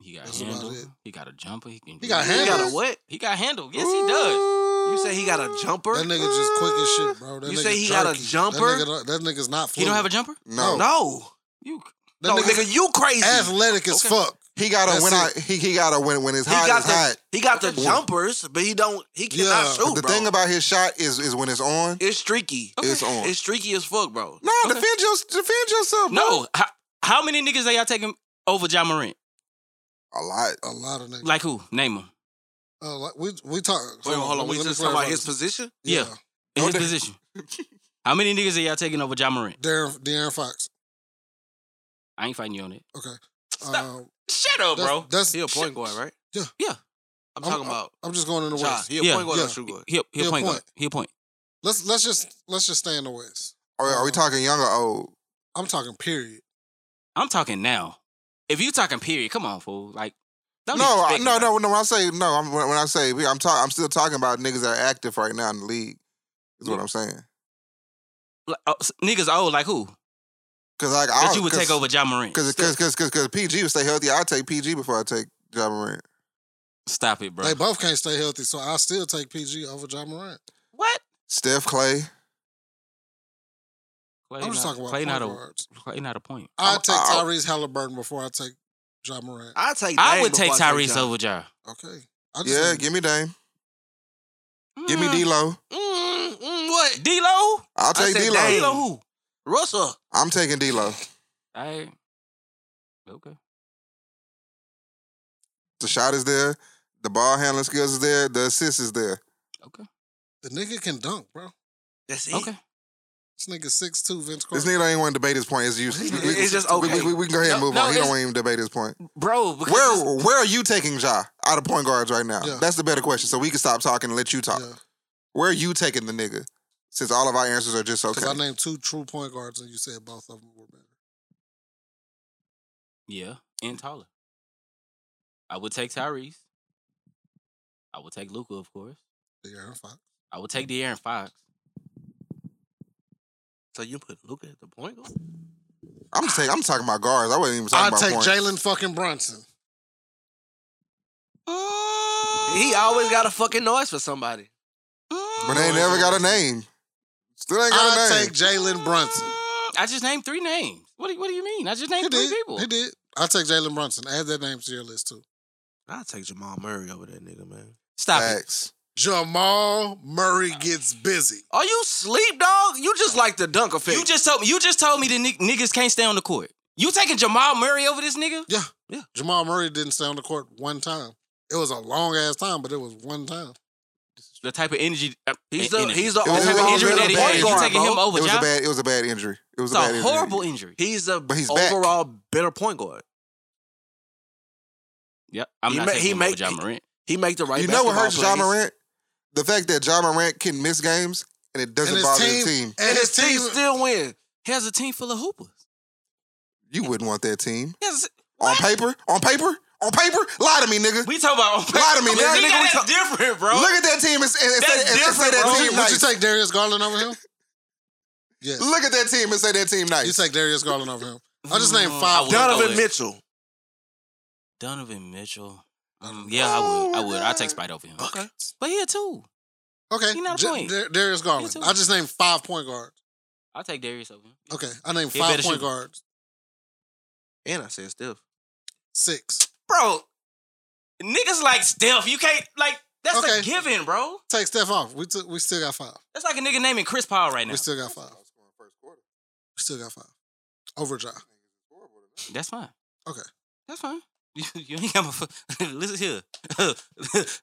Speaker 1: He got
Speaker 2: that's about
Speaker 1: handle.
Speaker 2: it.
Speaker 1: He got a jumper. He can.
Speaker 2: He got
Speaker 4: he got
Speaker 2: handles.
Speaker 4: a what?
Speaker 1: He got handle. Yes, he does.
Speaker 4: You say he got a jumper?
Speaker 2: That nigga just quick as shit, bro. That
Speaker 4: You
Speaker 2: nigga
Speaker 4: say he got a
Speaker 2: jerky.
Speaker 4: jumper?
Speaker 2: That, nigga, don't- that nigga's not.
Speaker 1: He
Speaker 2: Fluid.
Speaker 1: don't have a jumper.
Speaker 3: No.
Speaker 4: No,
Speaker 1: You
Speaker 2: That
Speaker 4: no,
Speaker 2: nigga's
Speaker 4: nigga, you crazy.
Speaker 2: athletic as
Speaker 4: Okay.
Speaker 2: fuck.
Speaker 3: He gotta
Speaker 2: That's
Speaker 3: when
Speaker 2: it.
Speaker 3: I he, he gotta when when it's
Speaker 4: He
Speaker 3: hot,
Speaker 4: got
Speaker 3: it's
Speaker 4: the
Speaker 3: hot.
Speaker 4: he got the
Speaker 3: Okay.
Speaker 4: jumpers, but he don't. He cannot
Speaker 2: Yeah,
Speaker 4: shoot,
Speaker 3: the
Speaker 4: bro.
Speaker 3: thing about his shot is is when it's on,
Speaker 4: it's streaky.
Speaker 1: Okay.
Speaker 3: it's on.
Speaker 4: It's streaky as fuck, bro.
Speaker 3: no,
Speaker 1: Okay.
Speaker 3: defend your defend yourself.
Speaker 1: no. How, how many niggas are y'all taking over John Morant?
Speaker 3: bro. a lot.
Speaker 2: A lot of niggas.
Speaker 1: Like who? Name them.
Speaker 2: Uh, like we we talk.
Speaker 4: Wait, hold on.
Speaker 2: let me-
Speaker 4: We
Speaker 2: let me
Speaker 4: just talking about
Speaker 2: clarify this.
Speaker 4: his position.
Speaker 1: Yeah. In
Speaker 3: No,
Speaker 1: his
Speaker 3: they-
Speaker 1: position. How many niggas are y'all taking over John Morant?
Speaker 2: Darren De'Aaron Fox.
Speaker 1: I ain't fighting you on it.
Speaker 2: Okay.
Speaker 1: Stop.
Speaker 2: Um,
Speaker 1: Shut up,
Speaker 2: that's,
Speaker 1: bro.
Speaker 2: That's
Speaker 4: He a point guard, right?
Speaker 2: Yeah.
Speaker 1: Yeah.
Speaker 4: I'm
Speaker 2: I'm-
Speaker 4: talking about
Speaker 2: I'm just going in the
Speaker 4: Ja.
Speaker 2: West.
Speaker 4: He a
Speaker 1: Yeah,
Speaker 4: point guard or
Speaker 2: yeah.
Speaker 4: a shoot guard?
Speaker 1: He a, he a
Speaker 2: He a
Speaker 1: point,
Speaker 2: point.
Speaker 1: guard. He a point.
Speaker 2: Let's let's just let's just stay in the West.
Speaker 3: Are, are we talking young or old?
Speaker 2: I'm talking period.
Speaker 1: I'm talking now. If you talking period, come on, fool. Like,
Speaker 3: No,
Speaker 1: don't
Speaker 3: I,
Speaker 1: disrespect
Speaker 3: no,
Speaker 1: me.
Speaker 3: no, no. When I say no, I'm, when when I say I'm talking, I'm still talking about niggas that are active right now in the league. Is what I'm saying.
Speaker 1: Like, uh, s- niggas old like who?
Speaker 3: Because like
Speaker 1: That
Speaker 3: I
Speaker 1: you would take
Speaker 3: (laughs)
Speaker 1: over John Morant.
Speaker 3: Because because because because PG would stay healthy. I take PG before I take John Morant.
Speaker 1: Stop it, bro.
Speaker 2: They both can't stay healthy, so I still take PG over John Morant.
Speaker 1: what?
Speaker 3: Steph Clay.
Speaker 1: Clay
Speaker 2: I'm just
Speaker 1: not,
Speaker 2: talking about
Speaker 1: Clay
Speaker 2: point
Speaker 1: not a
Speaker 2: guards.
Speaker 1: Clay not a point.
Speaker 2: I
Speaker 3: I'm-
Speaker 2: take
Speaker 3: I'll-
Speaker 2: Tyrese Halliburton before I take John Morant.
Speaker 4: I take.
Speaker 1: I
Speaker 4: Dame
Speaker 1: would take
Speaker 4: before I
Speaker 1: Tyrese
Speaker 4: Ja.
Speaker 1: over John.
Speaker 2: Okay. I just
Speaker 3: Yeah, give me Dame. Give me
Speaker 1: Mm.
Speaker 3: D'Lo.
Speaker 4: Mm, mm, what?
Speaker 1: D-Lo.
Speaker 3: I'll
Speaker 4: I
Speaker 3: take
Speaker 4: said
Speaker 3: D'Lo.
Speaker 4: Dame.
Speaker 1: D-Lo who?
Speaker 4: Russell.
Speaker 3: I'm taking D'Lo.
Speaker 1: I. Okay.
Speaker 3: The shot is there. The ball handling skills is there. The assist is there.
Speaker 1: Okay.
Speaker 2: the nigga can dunk, bro.
Speaker 4: That's it.
Speaker 1: Okay.
Speaker 2: This nigga six two Vince
Speaker 3: This
Speaker 2: Carter.
Speaker 3: nigga ain't want to debate his point. It's, useless.
Speaker 2: It's
Speaker 3: We- we-
Speaker 4: just
Speaker 3: we-
Speaker 4: okay.
Speaker 3: We, we can go ahead and
Speaker 1: No,
Speaker 3: move
Speaker 1: no,
Speaker 3: on. He don't
Speaker 1: it's-
Speaker 3: want to even debate his point.
Speaker 1: Bro, because
Speaker 3: Where where are you taking Ja out of point guards right now?
Speaker 2: Yeah.
Speaker 3: That's the better question. So we can stop talking and let you talk.
Speaker 2: Yeah.
Speaker 3: Where are you taking the nigga? Since all of our answers are just
Speaker 2: Because
Speaker 3: okay.
Speaker 2: I named two true point guards and you said both of them were better.
Speaker 1: Yeah, and taller. I would take Tyrese. I would take Luca, of course.
Speaker 2: De'Aaron Fox.
Speaker 1: I would take De'Aaron Fox.
Speaker 4: So you put Luca at the point guard?
Speaker 3: I'm just taking. I'm talking about guards. I wasn't even talking
Speaker 2: I'd
Speaker 3: about
Speaker 2: take
Speaker 3: points.
Speaker 2: Jalen fucking Brunson.
Speaker 4: He always got a fucking noise for somebody.
Speaker 3: but they ain't never got a name. Still ain't got a
Speaker 2: I'd
Speaker 3: name.
Speaker 2: take Jalen Brunson.
Speaker 1: I just named three names. What do, what do you mean? I just
Speaker 2: He
Speaker 1: named three
Speaker 2: did.
Speaker 1: people.
Speaker 2: He did. I'd take Jalen Brunson. Add that name to your list too.
Speaker 4: I'll take Jamal Murray over that nigga, man.
Speaker 1: Stop it.
Speaker 3: Facts.
Speaker 2: Jamal Murray gets busy.
Speaker 4: Are you sleep, dog? You just like the dunk effect.
Speaker 1: You just told me. You just told me the ni- niggas can't stay on the court. You taking Jamal Murray over this nigga?
Speaker 2: Jamal Murray didn't stay on the court one time. It was a long ass time, but it was one time.
Speaker 1: The type of energy. uh,
Speaker 4: he's
Speaker 1: en-
Speaker 4: the
Speaker 1: energy.
Speaker 4: he's the
Speaker 3: It was
Speaker 1: the type of
Speaker 3: a
Speaker 4: overall
Speaker 3: little
Speaker 1: injury
Speaker 3: bit
Speaker 1: that
Speaker 3: of
Speaker 1: he
Speaker 3: a bad
Speaker 1: had. You
Speaker 4: point
Speaker 3: injury.
Speaker 1: taking
Speaker 4: guard,
Speaker 1: him
Speaker 4: bro.
Speaker 1: over?
Speaker 3: It was
Speaker 1: Ja?
Speaker 3: a bad. It was a bad injury. It was
Speaker 1: It's
Speaker 3: a bad
Speaker 1: a
Speaker 3: injury.
Speaker 1: horrible injury.
Speaker 4: He's the
Speaker 3: But he's back.
Speaker 4: overall better point guard.
Speaker 1: Yep. I'm
Speaker 4: He
Speaker 1: not
Speaker 4: ma-
Speaker 1: taking
Speaker 4: he
Speaker 1: him over
Speaker 4: make-
Speaker 1: Ja Morant.
Speaker 4: He make the right.
Speaker 3: you know what
Speaker 4: basketball
Speaker 3: hurts John
Speaker 4: plays.
Speaker 3: Morant? The fact that John Morant can miss games and it doesn't
Speaker 2: And his
Speaker 3: bother
Speaker 2: team-
Speaker 3: the team.
Speaker 4: And his team still win.
Speaker 1: He has a team full of hoopers.
Speaker 3: You wouldn't want that team
Speaker 1: He has a-
Speaker 3: on paper. On paper. On paper. Lie to me, nigga.
Speaker 1: we talk
Speaker 3: (laughs)
Speaker 1: about
Speaker 3: Lie to me, nigga.
Speaker 1: nigga,
Speaker 3: Nigga, we
Speaker 1: that's different, bro.
Speaker 3: Look at that team and, and, and, say,
Speaker 1: That's
Speaker 3: and, and say
Speaker 1: different,
Speaker 3: that
Speaker 1: bro.
Speaker 2: Would
Speaker 3: team
Speaker 2: you, would you
Speaker 3: nice.
Speaker 2: take Darius Garland over
Speaker 3: (laughs)
Speaker 2: him? Yes.
Speaker 3: Look at that team and say that team nice.
Speaker 2: You take Darius Garland over him. I just named
Speaker 1: Mm,
Speaker 2: five.
Speaker 1: I would.
Speaker 2: Donovan-
Speaker 1: Oh,
Speaker 4: Donovan
Speaker 1: it-
Speaker 4: Mitchell.
Speaker 1: Donovan Mitchell. Um, yeah, I would. I would. I take Spite over him.
Speaker 4: Okay.
Speaker 1: But yeah, too.
Speaker 2: Okay.
Speaker 1: He not a
Speaker 2: Ja-
Speaker 1: point.
Speaker 2: Dar- Darius Garland.
Speaker 1: He too.
Speaker 2: I just named five point guards.
Speaker 1: I'll take Darius over him.
Speaker 2: Okay. I named
Speaker 1: He
Speaker 2: five
Speaker 1: better
Speaker 2: point
Speaker 1: shoot.
Speaker 2: guards.
Speaker 4: And I said Steph.
Speaker 2: Six.
Speaker 1: Bro, niggas like Steph. You can't like that's
Speaker 2: Okay.
Speaker 1: a given, bro.
Speaker 2: Take Steph off. We took. we still got five.
Speaker 1: That's like a nigga naming Chris Paul right now.
Speaker 2: We still got five. We still got five. Over Ja.
Speaker 1: That's fine.
Speaker 2: Okay.
Speaker 1: That's fine. (laughs) You, you ain't got my. fu- (laughs) Listen here.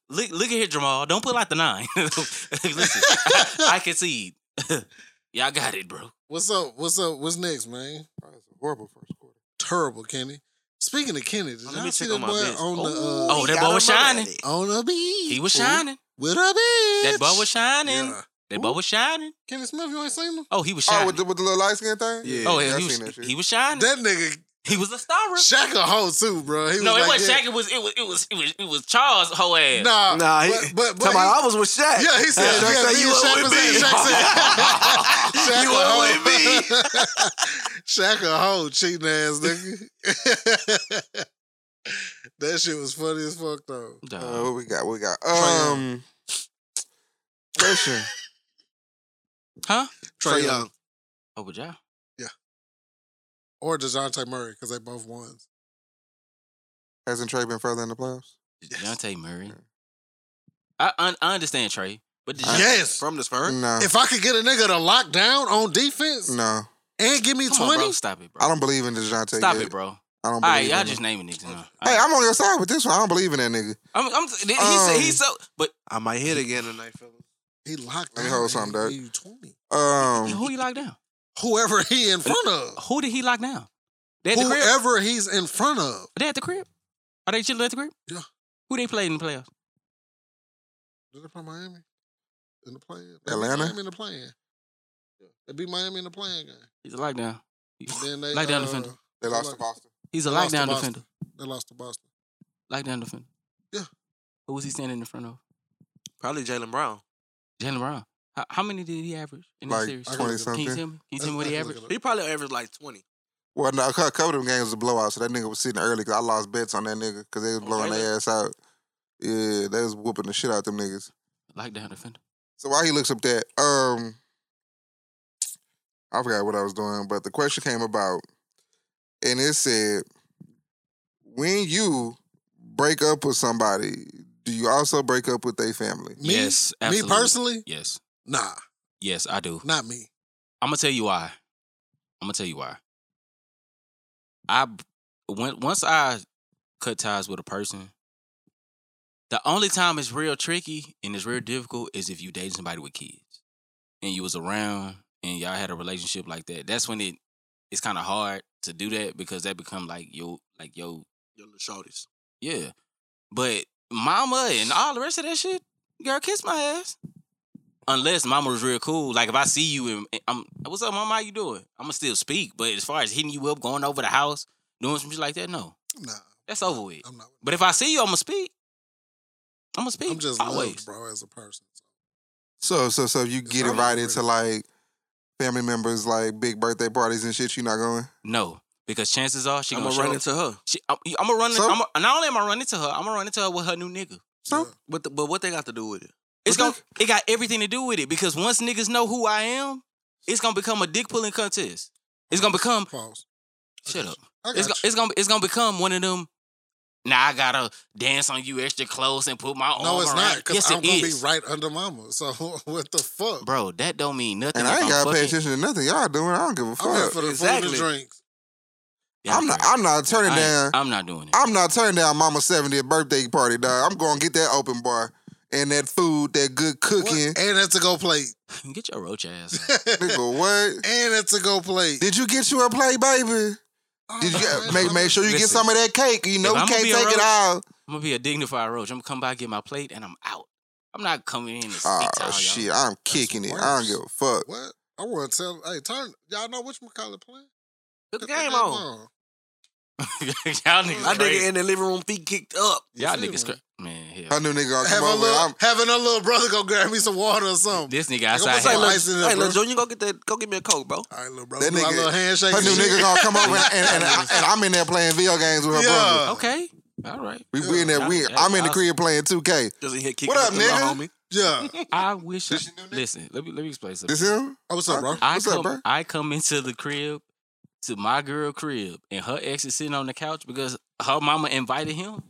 Speaker 1: look, look at here, Jamal. Don't put out the nine. (laughs) Listen, (laughs) I, I concede. (laughs) Y'all got it, bro.
Speaker 2: What's up? What's up? What's next, man?
Speaker 3: Horrible first quarter.
Speaker 2: Terrible, Kenny. Speaking of Kenny, did
Speaker 4: Let
Speaker 2: y'all
Speaker 4: me
Speaker 2: see
Speaker 4: check
Speaker 2: that
Speaker 4: on my
Speaker 2: boy
Speaker 4: bench.
Speaker 2: on the uh,
Speaker 1: Oh,
Speaker 4: he
Speaker 1: that
Speaker 4: got
Speaker 1: boy
Speaker 4: a
Speaker 1: was
Speaker 4: Murray.
Speaker 1: shining.
Speaker 2: on a beach?
Speaker 1: He was
Speaker 2: fool,
Speaker 1: shining.
Speaker 2: with a beach.
Speaker 1: That boy was shining.
Speaker 2: Yeah.
Speaker 1: That boy was shining.
Speaker 2: Kenny Smith, you ain't seen him.
Speaker 1: Oh, he was
Speaker 3: Oh,
Speaker 1: shining.
Speaker 3: with the, with the little light skin thing?
Speaker 4: Yeah.
Speaker 1: Oh,
Speaker 3: I
Speaker 1: yeah, he
Speaker 3: seen
Speaker 1: was
Speaker 3: that shit.
Speaker 1: he was shining.
Speaker 2: That nigga
Speaker 1: he was a starrer.
Speaker 2: Shaq a hoe too, bro. He was
Speaker 1: no, it
Speaker 2: like,
Speaker 1: wasn't
Speaker 2: yeah.
Speaker 1: Shaq. It was it was it was it was it was Charles whole ass.
Speaker 2: Nah,
Speaker 4: Nah, he,
Speaker 2: but, but, but
Speaker 4: Talking
Speaker 2: he-
Speaker 4: about, I was with Shaq.
Speaker 2: yeah, he said,
Speaker 4: Shaq
Speaker 2: yeah,
Speaker 4: said,
Speaker 2: me
Speaker 4: "You
Speaker 2: and
Speaker 4: up
Speaker 2: Shaq
Speaker 4: with
Speaker 1: (laughs)
Speaker 2: was saying- Shaq (laughs)
Speaker 4: me?"
Speaker 2: said, Shaq a
Speaker 4: You up
Speaker 2: hoe.
Speaker 4: with me?
Speaker 2: (laughs) Shaq a hoe, cheating ass nigga. (laughs) that shit was funny as fuck though.
Speaker 3: Uh,
Speaker 1: Dog.
Speaker 3: what we got? What we got?
Speaker 2: Young.
Speaker 3: Um, question.
Speaker 1: huh?
Speaker 4: Trae Young.
Speaker 1: Oh, but y'all.
Speaker 2: or Dejounte Murray because they both won.
Speaker 3: Hasn't Trey been further in the playoffs?
Speaker 1: Dejounte Murray. I un- I understand Trey, but Dejounte, Mm,
Speaker 2: Yes.
Speaker 4: From the Spurs.
Speaker 3: No.
Speaker 2: If I could get a nigga to lock down on defense
Speaker 3: No.
Speaker 2: and give me
Speaker 1: come on, bro,
Speaker 2: twenty,
Speaker 1: stop it, bro.
Speaker 3: I don't believe in Dejounte.
Speaker 1: stop
Speaker 3: yet.
Speaker 1: it, bro.
Speaker 3: I don't believe.
Speaker 1: All right, y'all
Speaker 3: in
Speaker 1: just
Speaker 3: him.
Speaker 1: naming niggas now.
Speaker 3: Hey, I'm on your side with this one. I don't believe in that nigga.
Speaker 1: I'm, I'm, he said
Speaker 3: Um,
Speaker 1: he's so, but
Speaker 4: I might hit again tonight, fellas.
Speaker 2: he locked
Speaker 3: Let
Speaker 2: down.
Speaker 3: me hold
Speaker 2: and
Speaker 3: something,
Speaker 2: he
Speaker 3: Dirk.
Speaker 2: give you twenty.
Speaker 3: Um,
Speaker 1: who he locked down?
Speaker 2: Whoever he in front of,
Speaker 1: Who did he lock down? They at the crib.
Speaker 2: whoever he's in front of.
Speaker 1: They at the crib. Are they chilling at the crib?
Speaker 2: Yeah.
Speaker 1: Who they played in the playoffs?
Speaker 2: Did they play Miami in the play?
Speaker 3: Atlanta?
Speaker 2: Miami in the play. They beat Miami in the playing game.
Speaker 1: He's a lockdown.
Speaker 2: And then they
Speaker 1: Lockdown
Speaker 2: uh,
Speaker 1: defender.
Speaker 3: they lost to Boston.
Speaker 1: He's a
Speaker 2: They lost to
Speaker 1: lockdown
Speaker 2: Boston.
Speaker 1: defender.
Speaker 2: They lost to Boston.
Speaker 1: Lockdown defender.
Speaker 2: Yeah.
Speaker 1: Who was he standing in front of?
Speaker 4: Probably Jalen Brown.
Speaker 1: Jalen Brown. How, how many did he average in
Speaker 3: Like
Speaker 1: this series?
Speaker 2: I
Speaker 1: Can
Speaker 2: can look it
Speaker 3: 20
Speaker 2: up.
Speaker 1: you
Speaker 3: something.
Speaker 1: tell me? Can you tell me what he
Speaker 2: I can look
Speaker 1: averaged?
Speaker 2: it
Speaker 4: He
Speaker 2: up.
Speaker 4: probably averaged like 20.
Speaker 3: Well, no, a cou- couple of them games was a blowout, so that nigga was sitting early because I lost bets on that nigga because they was
Speaker 4: Oh,
Speaker 3: blowing
Speaker 4: really?
Speaker 3: their ass out. Yeah, they was whooping the shit out them niggas.
Speaker 1: Lockdown defender.
Speaker 3: So while he looks up that, um, I forgot what I was doing, but the question came about, and it said, when you break up with somebody, do you also break up with their family?
Speaker 2: Me,
Speaker 1: Yes,
Speaker 2: me
Speaker 1: absolutely.
Speaker 2: personally,
Speaker 1: Yes.
Speaker 2: nah,
Speaker 1: Yes, I do.
Speaker 2: not me.
Speaker 1: I'm gonna tell you why. I'm gonna tell you why. I b- when once I cut ties with a person, the only time it's real tricky and it's real difficult is if you dating somebody with kids and you was around and y'all had a relationship like that. That's when it it's kind of hard to do that because that become like your like your
Speaker 4: Your little shorties.
Speaker 1: yeah. But mama and all the rest of that shit, girl, kiss my ass. Unless Mama was real cool. Like if I see you and- and I'm, what's up, Mama? How you doing? I'm gonna still speak. But as far as hitting you up, going over the house, doing some shit like that, no,
Speaker 2: Nah,
Speaker 1: that's over with.
Speaker 2: I'm not.
Speaker 1: But if I see you, I'm gonna speak. I'm gonna speak.
Speaker 2: I'm just
Speaker 1: always.
Speaker 2: loved, bro, as a person.
Speaker 3: So so so you get
Speaker 2: I'm
Speaker 3: invited
Speaker 2: already-
Speaker 3: to like family members like big birthday parties and shit. You not going?
Speaker 1: No, because chances are she
Speaker 4: I'm
Speaker 1: gonna,
Speaker 4: gonna
Speaker 1: show
Speaker 4: run
Speaker 1: up.
Speaker 4: into her.
Speaker 1: She, I'm, I'm gonna run.
Speaker 3: So?
Speaker 1: I'm gonna- not only am I running to her, I'm gonna run into her with her new nigga.
Speaker 3: So
Speaker 2: Yeah.
Speaker 4: But the, but what they got to do with it?
Speaker 1: It's
Speaker 4: What
Speaker 1: gonna. It got everything to do with it because once niggas know who I am, it's gonna become a dick pulling contest. It's gonna become.
Speaker 2: Pause. I
Speaker 1: Shut
Speaker 2: got
Speaker 1: up.
Speaker 2: you. I
Speaker 1: It's
Speaker 2: got
Speaker 1: gonna. It's gonna. It's gonna become one of them. Now I gotta dance on you extra close and put my
Speaker 2: you.
Speaker 1: arm
Speaker 2: No, it's
Speaker 1: around.
Speaker 2: not. Because
Speaker 1: Yes,
Speaker 2: I'm
Speaker 1: it
Speaker 2: gonna
Speaker 1: is.
Speaker 2: be right under mama. (laughs) So what the fuck?
Speaker 1: Bro, that don't mean nothing.
Speaker 3: and
Speaker 1: if
Speaker 3: I
Speaker 1: I'm
Speaker 3: ain't gotta pay
Speaker 1: fucking-
Speaker 3: attention to nothing y'all doing. I don't give a
Speaker 2: I'm here
Speaker 3: fuck.
Speaker 2: for the food
Speaker 4: exactly.
Speaker 2: and drinks.
Speaker 1: Yeah,
Speaker 3: I'm not.
Speaker 1: bro.
Speaker 3: I'm not turning
Speaker 1: I
Speaker 3: down.
Speaker 1: ain't- I'm not doing it.
Speaker 3: I'm not turning down Mama's 70th birthday party, dog. I'm going to get that open bar and that food, that good
Speaker 2: What?
Speaker 3: cooking.
Speaker 2: And that's a go plate.
Speaker 1: (laughs) Get your roach ass. out.
Speaker 2: (laughs) and
Speaker 3: Nigga, what?
Speaker 2: that's a go plate.
Speaker 3: Did you get you a plate, baby? Did you
Speaker 1: (laughs)
Speaker 2: Oh,
Speaker 3: make make sure you get
Speaker 1: Listen.
Speaker 3: some of that cake? You know
Speaker 1: If
Speaker 3: you
Speaker 1: I'ma
Speaker 3: can't
Speaker 1: be a
Speaker 3: take it
Speaker 1: roach-
Speaker 3: all.
Speaker 1: I'm gonna be a dignified roach. I'm gonna come by, get my plate, and I'm out. I'm not coming in and speak
Speaker 3: Oh
Speaker 1: to all y'all.
Speaker 3: shit, I'm kicking it. I don't
Speaker 2: worse.
Speaker 3: give a fuck.
Speaker 2: What? I want to tell. Hey, turn. Y'all know which McCullough playing?
Speaker 4: Put the
Speaker 2: Put that
Speaker 4: game
Speaker 2: damn
Speaker 4: on.
Speaker 1: (laughs) y'all niggas
Speaker 4: I
Speaker 1: crazy.
Speaker 4: nigga in the living room, feet kicked up.
Speaker 2: You
Speaker 1: Y'all
Speaker 2: feel
Speaker 1: niggas
Speaker 2: me?
Speaker 1: cra- man. Hell.
Speaker 3: Her new nigga gonna come
Speaker 2: Having a
Speaker 3: over.
Speaker 2: little,
Speaker 3: I'm,
Speaker 2: having a little brother go grab me some water or something.
Speaker 1: This nigga
Speaker 2: Nigga,
Speaker 1: outside.
Speaker 2: what's
Speaker 4: Hey,
Speaker 1: had-
Speaker 2: up,
Speaker 4: look,
Speaker 2: ice in there,
Speaker 4: hey,
Speaker 2: bro.
Speaker 4: look, Junior, go get that. Go get me a coke, bro.
Speaker 2: All right, little brother.
Speaker 3: That
Speaker 2: That nigga,
Speaker 3: nigga-
Speaker 2: little handshake.
Speaker 3: her new
Speaker 2: shit.
Speaker 3: nigga gonna come over and, and, and,
Speaker 1: (laughs)
Speaker 3: and I'm in there playing video games with her
Speaker 2: Yeah.
Speaker 3: brother.
Speaker 1: Okay. All right.
Speaker 3: We, we in there. We,
Speaker 1: Yeah.
Speaker 3: I'm in the
Speaker 1: Yeah.
Speaker 3: crib playing 2K.
Speaker 4: Just in here kicking
Speaker 3: What up,
Speaker 4: with the little
Speaker 3: nigga?
Speaker 4: homie.
Speaker 2: (laughs) Yeah.
Speaker 1: I wish. I,
Speaker 3: This your new nigga?
Speaker 1: listen. Let me let me explain something.
Speaker 3: This him?
Speaker 2: Oh, what's up, bro?
Speaker 1: I
Speaker 3: What's
Speaker 1: come,
Speaker 3: up, bro?
Speaker 1: I come into the crib to my girl crib, and her ex is sitting on the couch because her mama invited him.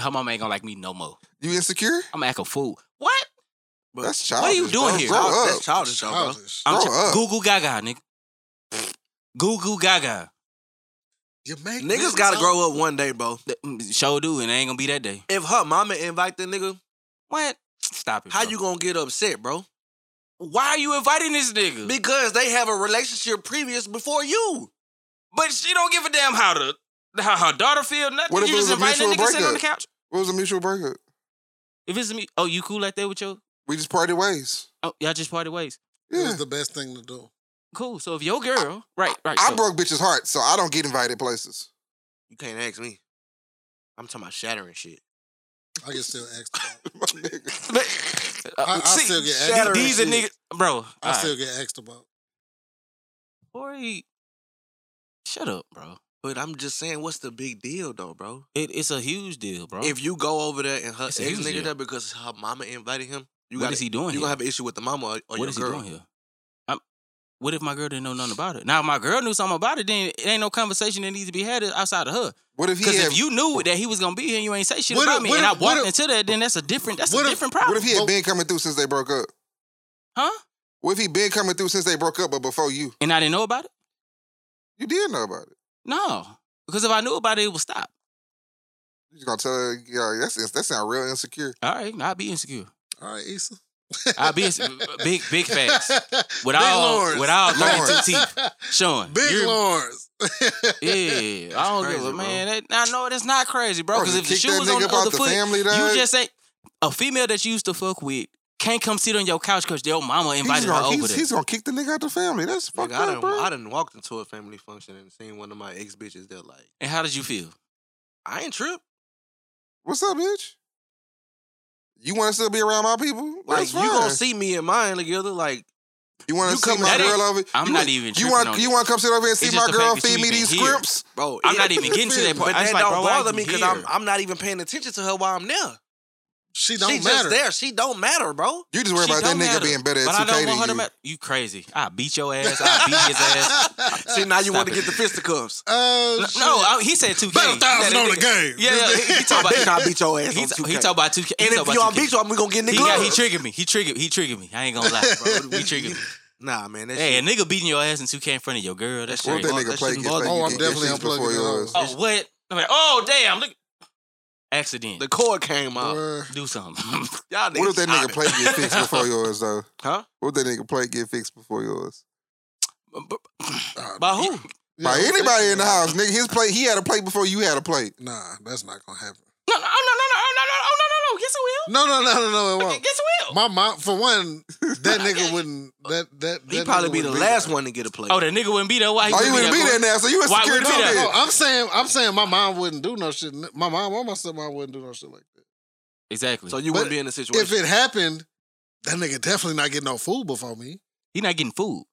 Speaker 1: Her mama ain't gonna like me no more.
Speaker 3: You insecure?
Speaker 1: I'm acting a fool. What?
Speaker 4: But
Speaker 3: That's
Speaker 4: that's
Speaker 3: childish.
Speaker 1: you doing
Speaker 3: bro.
Speaker 1: here?
Speaker 3: Grow up.
Speaker 4: that's childish, though, bro.
Speaker 2: Childish.
Speaker 1: I'm
Speaker 3: Grow up.
Speaker 1: Google Gaga, nigga. Google Gaga.
Speaker 2: You make
Speaker 4: Niggas gotta grow up one day, bro.
Speaker 1: That- mm, Sure do, and it ain't gonna be that day.
Speaker 4: If her mama invite the nigga,
Speaker 1: What? Stop it.
Speaker 4: how
Speaker 1: bro.
Speaker 4: you gonna get upset, bro?
Speaker 1: Why are you inviting this nigga?
Speaker 4: Because they have a relationship previous before you.
Speaker 1: But she don't give a damn how the how her daughter feel. Nothing.
Speaker 3: What if
Speaker 1: you
Speaker 3: it
Speaker 1: just
Speaker 3: was a
Speaker 1: inviting a nigga
Speaker 3: mutual
Speaker 1: sitting on the couch.
Speaker 3: What was a mutual breakup?
Speaker 1: If it's me, oh, you cool like that with your?
Speaker 3: We just parted ways.
Speaker 1: Oh, y'all just parted ways.
Speaker 2: It
Speaker 3: Yeah.
Speaker 2: was the best thing to do.
Speaker 1: Cool. So if your girl, right, right.
Speaker 3: I
Speaker 1: so,
Speaker 3: broke bitches' heart, so I don't get invited places.
Speaker 4: You can't ask me. I'm talking about shattering shit.
Speaker 2: I can still
Speaker 1: (laughs)
Speaker 2: ask. About it.
Speaker 3: My nigga.
Speaker 1: But, uh,
Speaker 2: I, I
Speaker 1: see,
Speaker 2: still get asked.
Speaker 4: shattering
Speaker 2: These,
Speaker 1: these are
Speaker 4: shit.
Speaker 1: niggas, bro.
Speaker 2: I still get asked about.
Speaker 1: Corey, shut up, bro.
Speaker 4: But I'm just saying, what's the big deal, though, bro?
Speaker 1: It, it's a huge deal, bro.
Speaker 4: If you go over there and her
Speaker 1: It's
Speaker 4: ex
Speaker 1: a huge
Speaker 4: nigga
Speaker 1: deal.
Speaker 4: there because her mama invited him, you
Speaker 1: what
Speaker 4: got
Speaker 1: is he doing?
Speaker 4: You
Speaker 1: here?
Speaker 4: gonna have an issue with the mama or,
Speaker 1: what
Speaker 4: or your
Speaker 1: is
Speaker 4: girl?
Speaker 1: he doing here? I'm, what if my girl didn't know nothing about it? Now, if my girl knew something about it, then it ain't no conversation that needs to be had outside of her.
Speaker 3: What if he
Speaker 1: Because
Speaker 3: had?
Speaker 1: if you knew that he was gonna be here, and you ain't say shit
Speaker 2: What
Speaker 1: about
Speaker 2: if-
Speaker 1: me,
Speaker 2: what
Speaker 1: and I
Speaker 2: if- what
Speaker 1: walked
Speaker 2: if-
Speaker 1: into that. Then that's a different. That's a
Speaker 2: what if-
Speaker 1: different
Speaker 3: what
Speaker 1: problem,
Speaker 3: if he had
Speaker 2: Well-
Speaker 3: been coming through since they broke up?
Speaker 1: huh?
Speaker 3: What if he been coming through since they broke up, but before you?
Speaker 1: And I didn't know about it.
Speaker 3: You did know about it.
Speaker 1: No, because if I knew about it, it would stop.
Speaker 3: You just gonna tell her, yeah, that's that sound real insecure.
Speaker 1: All right, I'd be insecure.
Speaker 2: All right, Issa.
Speaker 1: I'd
Speaker 2: (laughs)
Speaker 1: be ins- big, big facts with
Speaker 2: Big
Speaker 1: all
Speaker 2: Lawrence.
Speaker 1: with all
Speaker 3: Lawrence.
Speaker 1: thirty-two teeth showing.
Speaker 2: Big
Speaker 1: You're-
Speaker 2: Lawrence.
Speaker 4: (laughs)
Speaker 1: Yeah, I don't
Speaker 4: crazy,
Speaker 1: give a
Speaker 4: bro.
Speaker 1: man. That, I know that's not crazy, bro.
Speaker 3: Bro,
Speaker 1: Because
Speaker 3: you
Speaker 1: if the
Speaker 3: kick
Speaker 1: shoe
Speaker 3: that
Speaker 1: was on
Speaker 3: nigga
Speaker 1: the
Speaker 3: up out
Speaker 1: other
Speaker 3: the
Speaker 1: foot,
Speaker 3: family,
Speaker 1: you
Speaker 3: dog.
Speaker 1: just ain't a female that you used to fuck with can't come sit on your couch because your mama
Speaker 3: He's
Speaker 1: invited her
Speaker 3: gonna,
Speaker 1: over
Speaker 3: he's,
Speaker 1: there.
Speaker 3: he's gonna kick the nigga out the family. That's
Speaker 4: Nigga,
Speaker 3: fucked
Speaker 4: I,
Speaker 3: up,
Speaker 4: done,
Speaker 3: bro.
Speaker 4: I done walked into a family function and seen one of my ex bitches that like,
Speaker 1: and how did you feel?
Speaker 4: I ain't tripped.
Speaker 3: What's up, bitch? You want to still be around my people?
Speaker 4: Like
Speaker 3: That's
Speaker 4: you gonna
Speaker 3: fine.
Speaker 4: see me and mine together, like
Speaker 3: you want
Speaker 4: you
Speaker 3: to see
Speaker 4: come-
Speaker 3: my
Speaker 1: that ain't-
Speaker 3: girl over?
Speaker 1: I'm
Speaker 3: you
Speaker 1: not
Speaker 3: want-
Speaker 1: even
Speaker 3: You
Speaker 1: tripping
Speaker 3: want
Speaker 1: on
Speaker 3: you
Speaker 1: it.
Speaker 3: want to come sit over here and
Speaker 1: It's
Speaker 3: see
Speaker 1: just
Speaker 3: my
Speaker 1: the
Speaker 3: girl
Speaker 1: fact that you
Speaker 3: feed me
Speaker 1: even
Speaker 3: these
Speaker 1: here.
Speaker 3: scripts?
Speaker 4: bro.
Speaker 1: I'm
Speaker 4: it-
Speaker 1: not even getting to that
Speaker 4: But
Speaker 1: part. I
Speaker 4: that
Speaker 1: just like,
Speaker 4: don't
Speaker 1: bro, why
Speaker 4: bother
Speaker 1: you
Speaker 4: me because I'm
Speaker 1: here?
Speaker 4: I'm not even paying attention to her while I'm there.
Speaker 2: she
Speaker 4: She
Speaker 2: don't
Speaker 4: just
Speaker 2: matter.
Speaker 4: there. She don't matter, bro.
Speaker 3: You just worry
Speaker 1: She
Speaker 3: about that
Speaker 1: don't
Speaker 3: nigga
Speaker 1: matter.
Speaker 3: being better at
Speaker 1: But I
Speaker 3: 2K
Speaker 1: don't
Speaker 3: than
Speaker 1: want her to
Speaker 3: you.
Speaker 1: matter. You crazy. I beat your ass. I beat his ass.
Speaker 2: (laughs)
Speaker 4: See, now you
Speaker 1: Stop
Speaker 4: want to
Speaker 1: it.
Speaker 4: get the (laughs) fisticuffs.
Speaker 2: Oh,
Speaker 1: No,
Speaker 2: shit.
Speaker 1: no, I- he said 2K.
Speaker 2: bet a thousand on the game.
Speaker 1: Yeah, yeah, (laughs) he, he talking
Speaker 4: I
Speaker 1: about
Speaker 4: bet I beat your ass
Speaker 1: He,
Speaker 4: on 2K.
Speaker 1: he talking about 2K. He
Speaker 4: and
Speaker 1: talking
Speaker 4: if you
Speaker 1: about
Speaker 4: on
Speaker 1: 2K.
Speaker 4: beat, I'm gonna get
Speaker 1: he,
Speaker 4: nigga.
Speaker 1: got,
Speaker 4: up.
Speaker 1: he triggered me. He triggered. He triggered me. I ain't gonna lie, bro. He triggered me.
Speaker 4: Nah, man. That
Speaker 1: Hey, a
Speaker 4: shit,
Speaker 1: nigga beating your ass in 2K in front of your girl. That's
Speaker 4: Well,
Speaker 3: What if
Speaker 1: crazy.
Speaker 3: that nigga
Speaker 4: Bro, that
Speaker 3: play
Speaker 4: shouldn't
Speaker 3: gets
Speaker 4: bother
Speaker 3: like
Speaker 2: you.
Speaker 3: you
Speaker 2: Oh, I'm
Speaker 3: did
Speaker 2: definitely
Speaker 3: issues before
Speaker 2: unplugging it
Speaker 3: yours?
Speaker 2: all.
Speaker 1: Oh what? I'm like, oh damn! Look, accident.
Speaker 4: the cord came
Speaker 3: Uh,
Speaker 4: out.
Speaker 2: Boy,
Speaker 1: Do something. (laughs)
Speaker 4: Y'all
Speaker 3: What if that
Speaker 4: stop
Speaker 3: nigga
Speaker 4: it.
Speaker 3: plate get fixed before yours though?
Speaker 4: Huh?
Speaker 3: What if that nigga plate get fixed before yours?
Speaker 2: uh,
Speaker 1: By who? oh,
Speaker 2: yeah,
Speaker 3: By
Speaker 2: who
Speaker 3: anybody
Speaker 2: fixing
Speaker 3: in the
Speaker 2: that?
Speaker 3: house, nigga, his plate, he had a plate before you had a plate.
Speaker 2: Nah, that's not gonna happen.
Speaker 1: No, no, oh, no, no, no, oh, no, no, oh, no, no, no. Yes, it will.
Speaker 2: No, no, no, no, no, it
Speaker 1: Okay, (laughs)
Speaker 2: won't.
Speaker 1: yes, it will.
Speaker 2: My mom, for one, that nigga wouldn't. That that, that
Speaker 4: He
Speaker 2: nigga
Speaker 4: probably be the
Speaker 2: wouldn't
Speaker 4: last
Speaker 2: there.
Speaker 4: one to get a plate.
Speaker 1: oh, that nigga wouldn't be there. Why? He
Speaker 3: Oh, you wouldn't be there
Speaker 1: boy?
Speaker 3: now, so you in
Speaker 1: Why
Speaker 3: security
Speaker 1: would it be that?
Speaker 3: too then.
Speaker 2: No, I'm saying, I'm saying, my mom wouldn't do no shit. My mom or my stepmom wouldn't do no shit like that.
Speaker 1: Exactly.
Speaker 4: so
Speaker 1: So
Speaker 4: you wouldn't
Speaker 2: But
Speaker 4: be in a situation.
Speaker 2: If it happened, that nigga definitely not getting no food before me
Speaker 1: he not getting food.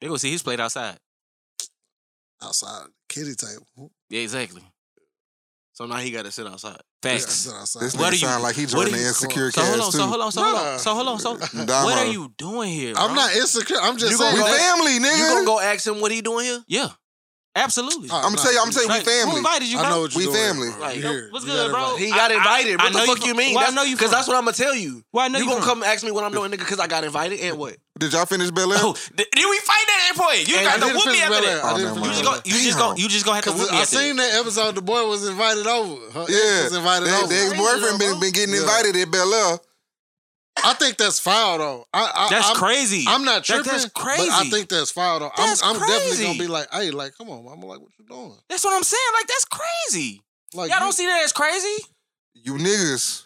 Speaker 1: They go see his plate outside.
Speaker 2: outside kitty table.
Speaker 1: Yeah, exactly.
Speaker 4: so now he got to sit outside.
Speaker 1: Facts.
Speaker 2: Yeah, outside.
Speaker 3: This
Speaker 1: What
Speaker 3: nigga
Speaker 1: do you-
Speaker 3: sound like he
Speaker 1: what do
Speaker 3: joined the
Speaker 1: you-
Speaker 3: insecure
Speaker 1: So hold on.
Speaker 3: cast
Speaker 1: So
Speaker 3: too.
Speaker 1: hold on. So hold
Speaker 2: Nah.
Speaker 1: on. So hold on. So
Speaker 3: Damo.
Speaker 1: what are you doing here? bro?
Speaker 2: I'm not insecure. I'm just
Speaker 4: You
Speaker 2: saying.
Speaker 4: gonna
Speaker 3: We
Speaker 4: go-
Speaker 2: that-
Speaker 3: family,
Speaker 4: You gonna
Speaker 3: nigga.
Speaker 4: go ask him what he doing here?
Speaker 1: Yeah. Absolutely.
Speaker 2: Oh,
Speaker 3: I'm gonna tell you. I'm gonna tell you,
Speaker 1: Like,
Speaker 3: we
Speaker 1: Who
Speaker 3: family.
Speaker 1: invited you, bro?
Speaker 2: I know what you
Speaker 3: We
Speaker 2: doing.
Speaker 3: family.
Speaker 2: bro.
Speaker 1: Like,
Speaker 2: You here.
Speaker 1: what's
Speaker 2: You
Speaker 1: good,
Speaker 2: got
Speaker 1: bro?
Speaker 2: invited.
Speaker 4: He got
Speaker 1: I- I- I
Speaker 4: invited. what the
Speaker 1: know you
Speaker 4: fuck
Speaker 1: from-
Speaker 4: you mean?
Speaker 1: where I
Speaker 4: That's,
Speaker 1: know you
Speaker 4: Because
Speaker 1: from.
Speaker 4: that's what I'm gonna tell you.
Speaker 1: Why I know
Speaker 4: you
Speaker 1: you
Speaker 4: gonna
Speaker 1: from.
Speaker 4: come ask me what I'm doing, nigga? Because I got invited and what?
Speaker 3: Did y'all finish Bel Air?
Speaker 1: (laughs) Oh, did, did we fight at that airport? You
Speaker 4: And
Speaker 1: got
Speaker 2: I
Speaker 1: to
Speaker 2: didn't
Speaker 1: whoop me
Speaker 2: finish
Speaker 1: after
Speaker 2: Bel Air.
Speaker 1: that.
Speaker 2: I
Speaker 3: Oh,
Speaker 2: didn't
Speaker 3: never
Speaker 1: You
Speaker 2: finish
Speaker 1: just
Speaker 2: Bel
Speaker 3: mind.
Speaker 1: go.
Speaker 2: Air.
Speaker 1: You just
Speaker 3: Damn.
Speaker 1: go. You just gonna have to
Speaker 2: Cause
Speaker 1: whoop me
Speaker 2: I
Speaker 1: after
Speaker 2: seen
Speaker 1: that.
Speaker 2: that episode. The boy was invited over. Her ex
Speaker 3: Yeah,
Speaker 2: was invited
Speaker 3: the,
Speaker 2: over.
Speaker 3: the ex-boyfriend been, been getting
Speaker 2: Yeah.
Speaker 3: invited at Bel Air.
Speaker 2: I think that's foul though. I, I,
Speaker 1: That's
Speaker 2: I'm,
Speaker 1: crazy.
Speaker 2: I'm not
Speaker 1: That-
Speaker 2: tripping.
Speaker 1: that's
Speaker 2: But I
Speaker 1: crazy.
Speaker 2: think that's foul though.
Speaker 1: That's
Speaker 2: I'm, I'm definitely gonna
Speaker 1: crazy.
Speaker 2: be like, hey, like, come on, mama, like, what you doing?
Speaker 1: That's what I'm saying. Like that's crazy.
Speaker 2: Like,
Speaker 1: Y'all
Speaker 2: you-
Speaker 1: don't see that as crazy?
Speaker 3: You niggas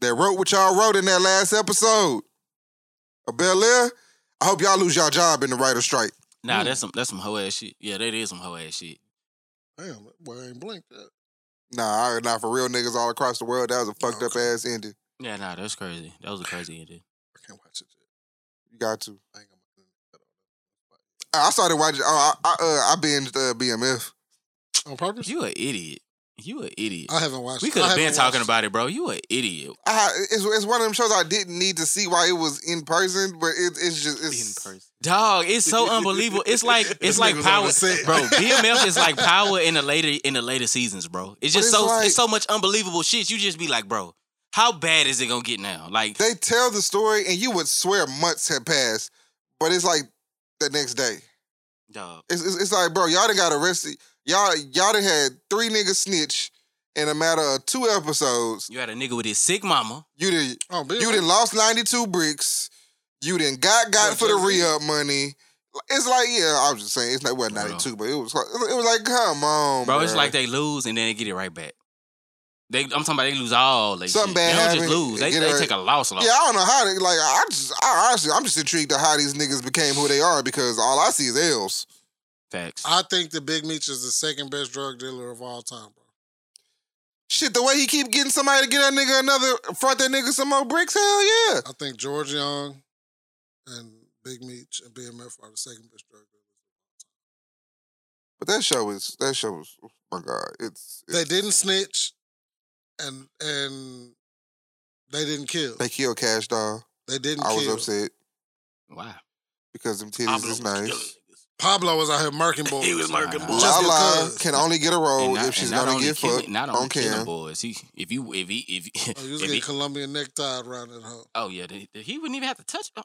Speaker 3: that wrote what y'all wrote in that last episode of Bel Air. I hope y'all lose y'all job in the writer strike.
Speaker 1: Nah, that's some that's some hoe ass shit. Yeah, that is some hoe ass shit.
Speaker 2: Damn, that boy ain't blinked. That.
Speaker 3: Nah, I- nah, for real niggas all across the world, that was a fucked up ass ending.
Speaker 1: Yeah, nah, that's crazy. That was a crazy ending.
Speaker 2: I can't watch it.
Speaker 3: You got to.
Speaker 2: I ain't gonna watch
Speaker 3: I I started watching. Oh, I, I, uh, I binged uh, BMF.
Speaker 2: it. On purpose?
Speaker 1: You an idiot. You an idiot.
Speaker 2: I haven't watched.
Speaker 1: We
Speaker 2: it.
Speaker 1: could
Speaker 2: I
Speaker 1: have been
Speaker 2: haven't
Speaker 1: talking
Speaker 2: watched
Speaker 1: about it, bro. You an idiot.
Speaker 3: I, it's, it's one of them shows I didn't need to see why it was in person, but it, it's just it's
Speaker 1: Dog, it's so (laughs) unbelievable. It's like it's
Speaker 2: This nigga's
Speaker 1: like
Speaker 2: on
Speaker 1: power,
Speaker 2: the set.
Speaker 3: (laughs)
Speaker 1: bro. BMF is like power in the later in the later seasons, bro. It's just
Speaker 3: But
Speaker 1: so
Speaker 3: it's like-
Speaker 1: it's so much unbelievable shit. You just be like, bro, how bad is it gonna get now? Like,
Speaker 3: They tell the story, and you would swear months had passed, but it's like the next day.
Speaker 1: dog,
Speaker 3: It's, it's, it's like, bro, y'all done got arrested. Y'all y'all done had three niggas snitch in a matter of two episodes.
Speaker 1: you had a nigga with his sick mama.
Speaker 3: You did
Speaker 2: it. Oh,
Speaker 3: you done lost ninety two bricks. You done got got
Speaker 2: Yeah,
Speaker 3: for the
Speaker 2: Jay-Z.
Speaker 3: re up money. It's like yeah, I was just saying it's not what
Speaker 1: Hold on.
Speaker 3: ninety two, but it was like- it was like come on,
Speaker 1: Bro, it's like they lose and then they get it right back. They, I'm talking about they lose all. They
Speaker 3: Something
Speaker 1: shit.
Speaker 3: bad
Speaker 1: They don't
Speaker 3: happen,
Speaker 1: just lose. They,
Speaker 3: get it
Speaker 1: they
Speaker 3: right.
Speaker 1: take a loss. loss.
Speaker 3: Yeah, I don't know how they like. I just, I honestly, I'm just intrigued to how these niggas became who they are because all I see is L's.
Speaker 1: Facts.
Speaker 2: I think the Big Meech is the second best drug dealer of all time, bro.
Speaker 3: Shit, the way he keep getting somebody to get that nigga another front that nigga some more bricks, hell yeah.
Speaker 2: I think George Young and Big Meech and BMF are the second best drug dealers.
Speaker 3: But that show is that show is oh my god, it's, it's
Speaker 2: They didn't snitch, and and they didn't kill.
Speaker 3: they kill Cash Doll.
Speaker 2: They didn't
Speaker 3: I was
Speaker 2: kill.
Speaker 3: upset
Speaker 1: Why?
Speaker 3: because them titties is nice.
Speaker 2: Pablo was out here murking boys.
Speaker 4: (laughs) He was murking boys.
Speaker 2: Just
Speaker 3: Lala
Speaker 2: because.
Speaker 3: can only get a role
Speaker 1: And not-
Speaker 3: if she's
Speaker 1: and not
Speaker 3: gonna
Speaker 1: only
Speaker 3: get
Speaker 1: killing-
Speaker 3: fucked
Speaker 1: Not
Speaker 3: on
Speaker 1: only killing
Speaker 3: cam.
Speaker 1: boys. He, if you, if he, if,
Speaker 2: Oh, you was
Speaker 1: if
Speaker 2: getting
Speaker 1: he,
Speaker 2: Colombian necktie around that hoe.
Speaker 1: oh yeah, they- they- he wouldn't even have to touch. oh,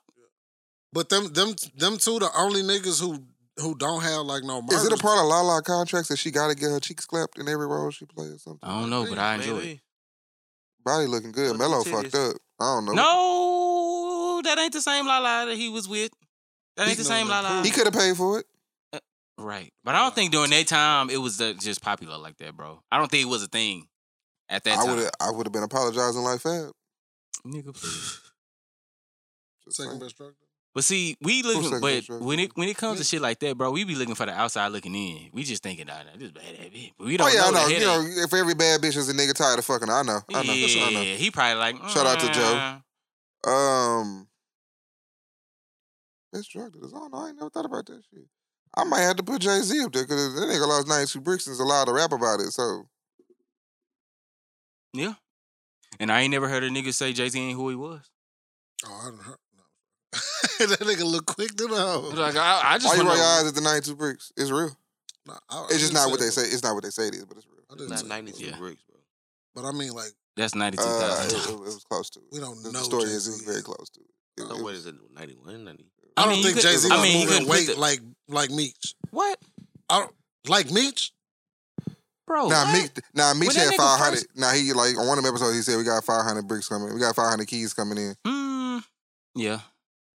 Speaker 2: But them them them two the only niggas who who don't have like no murders.
Speaker 3: Is it a part of Lala contracts that she gotta get her cheeks clapped in every role she plays or something?
Speaker 1: I don't know, but I enjoy it.
Speaker 3: Body looking good.
Speaker 4: Look,
Speaker 3: Mello
Speaker 4: titties.
Speaker 3: fucked up. I don't know.
Speaker 1: No, that ain't the same Lala that he was with. That ain't the
Speaker 2: He's
Speaker 1: same
Speaker 2: not
Speaker 1: Lala.
Speaker 3: He could have paid for it.
Speaker 1: Right, but I don't think during that time it was uh, just popular like that, bro. I don't think it was a thing at that
Speaker 3: I
Speaker 1: time.
Speaker 3: would have I would have been apologizing like that.
Speaker 1: Nigga, please.
Speaker 3: Just
Speaker 2: Second
Speaker 3: saying.
Speaker 2: best drug dealer.
Speaker 1: But see, we
Speaker 3: second
Speaker 1: looking, but
Speaker 3: best drug
Speaker 1: when it when it comes to
Speaker 2: Yeah.
Speaker 1: shit like that, bro, we be looking for the outside looking in. We just thinking, nah, nah, this bad habit. But we
Speaker 3: Oh
Speaker 1: don't
Speaker 3: yeah,
Speaker 1: know.
Speaker 3: I know.
Speaker 1: the
Speaker 3: You
Speaker 1: headache.
Speaker 3: know, if every bad bitch is a nigga tired of fucking, I know. I know.
Speaker 1: yeah,
Speaker 3: I know.
Speaker 1: he probably like.
Speaker 3: Shout out to Joe.
Speaker 1: "Mm,
Speaker 3: Um, best drug dealers. I don't know. I ain't never thought about that shit. I might have to put Jay Z up there because that nigga lost 92 bricks and is allowed to rap about it. So
Speaker 1: Yeah. And I ain't never heard a nigga say Jay Z ain't who he was.
Speaker 2: Oh, I don't hurt. No. (laughs) that nigga look quick to the hoe.
Speaker 1: Like I, I just
Speaker 3: why you
Speaker 1: wanna
Speaker 3: roll your
Speaker 1: know-
Speaker 3: eyes at the 92 bricks? It's real.
Speaker 2: Nah, I- I
Speaker 3: It's just
Speaker 2: didn't
Speaker 3: not what they
Speaker 2: that.
Speaker 3: say. It's not what they say it is, but it's real.
Speaker 2: I didn't
Speaker 4: Not
Speaker 2: say
Speaker 4: 92
Speaker 1: Yeah.
Speaker 4: bricks, bro.
Speaker 2: But I mean, like
Speaker 1: that's ninety two
Speaker 3: Uh, it,
Speaker 1: thousand.
Speaker 3: it- it was close to it.
Speaker 2: we don't
Speaker 3: The,
Speaker 2: know.
Speaker 3: the story
Speaker 2: Jay-Z
Speaker 3: is it was very close to it. It-
Speaker 4: So
Speaker 3: it
Speaker 4: what
Speaker 3: was-
Speaker 4: is it? 91, 90?
Speaker 2: I don't
Speaker 1: mean, you
Speaker 2: think
Speaker 1: could-
Speaker 2: Jay Z
Speaker 3: I
Speaker 2: was
Speaker 3: mean, you
Speaker 2: moving
Speaker 1: couldn't put
Speaker 2: weight
Speaker 1: the-
Speaker 2: like like Meech.
Speaker 1: What,
Speaker 2: I don't, like Meech.
Speaker 1: bro?
Speaker 3: Nah,
Speaker 1: what?
Speaker 3: Meek, nah, Meek
Speaker 1: When that
Speaker 3: had
Speaker 1: nigga
Speaker 3: 500. Nah, he like on one of the episodes he said we got 500 bricks coming. We got 500 keys coming in.
Speaker 1: Mm, yeah.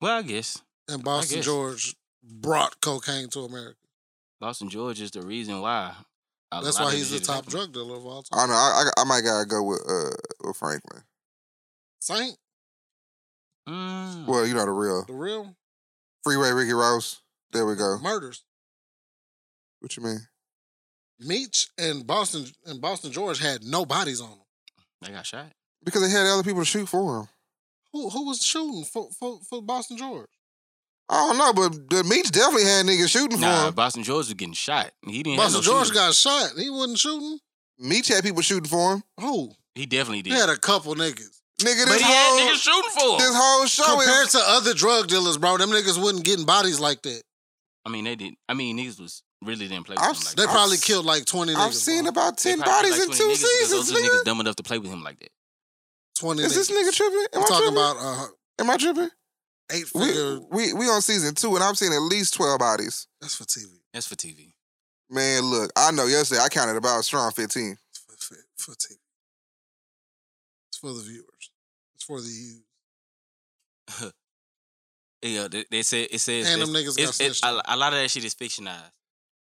Speaker 1: Well, I guess
Speaker 2: and Boston
Speaker 1: guess.
Speaker 2: George brought cocaine to America.
Speaker 1: Boston George is the reason why. a
Speaker 2: That's
Speaker 1: lot
Speaker 2: why
Speaker 1: of
Speaker 2: he's the
Speaker 1: this shit is
Speaker 2: top
Speaker 1: happening.
Speaker 2: drug dealer of all
Speaker 3: I
Speaker 2: time.
Speaker 3: don't know. I, I, I might gotta go with uh with Franklin.
Speaker 2: Saint,
Speaker 1: (laughs) Mm.
Speaker 3: Well, you know the real
Speaker 2: the real
Speaker 3: freeway Ricky Ross. There we go.
Speaker 2: murders.
Speaker 3: What you mean?
Speaker 2: Meach and Boston and Boston George had no bodies on them.
Speaker 1: They got shot.
Speaker 3: Because they had other people to shoot for him.
Speaker 2: Who who was shooting for for, for Boston George?
Speaker 3: I don't know, but the Meats definitely had niggas shooting for
Speaker 1: Nah,
Speaker 3: him.
Speaker 1: Boston George was getting shot. He didn't.
Speaker 2: Boston
Speaker 1: have no
Speaker 2: George
Speaker 1: shooting.
Speaker 2: got shot. He wasn't shooting.
Speaker 3: Meats had people shooting for him.
Speaker 2: Who?
Speaker 1: He definitely
Speaker 2: He
Speaker 1: did.
Speaker 2: had a couple niggas.
Speaker 3: Nigga,
Speaker 1: but
Speaker 3: this
Speaker 1: he had
Speaker 3: whole
Speaker 1: niggas shooting for him.
Speaker 3: this whole show
Speaker 2: Compared
Speaker 3: is
Speaker 2: to other drug dealers, bro, them niggas wasn't getting bodies like that.
Speaker 1: I mean, they did. I mean, niggas was really didn't play. With
Speaker 3: I've
Speaker 1: him like
Speaker 2: They
Speaker 1: that.
Speaker 3: I've
Speaker 2: probably
Speaker 3: s-
Speaker 2: killed like twenty.
Speaker 3: I've
Speaker 2: niggas,
Speaker 3: seen
Speaker 2: bro.
Speaker 3: about
Speaker 1: They
Speaker 3: ten
Speaker 1: probably
Speaker 3: bodies
Speaker 1: like 20
Speaker 3: in two
Speaker 1: niggas because
Speaker 3: seasons,
Speaker 1: Those are niggas
Speaker 3: nigga.
Speaker 1: dumb enough to play with him like that.
Speaker 2: twenty.
Speaker 3: Is this
Speaker 2: niggas.
Speaker 3: nigga tripping? Am
Speaker 2: I'm
Speaker 3: I
Speaker 2: talking
Speaker 3: tripping?
Speaker 2: about uh,
Speaker 3: Am I tripping?
Speaker 2: eight figure.
Speaker 3: We, we we on season two, and I'm seeing at least twelve bodies.
Speaker 2: that's for TV.
Speaker 1: That's for TV.
Speaker 3: Man, look, I know yesterday I counted about strong fifteen.
Speaker 2: It's for, for, for TV. It's for the viewers. It's for the youth.
Speaker 1: Yeah, they, they said it says
Speaker 2: And them
Speaker 1: it's-
Speaker 2: niggas got
Speaker 1: it's- it's-
Speaker 2: snitched
Speaker 1: a, a lot of that shit is fictionized.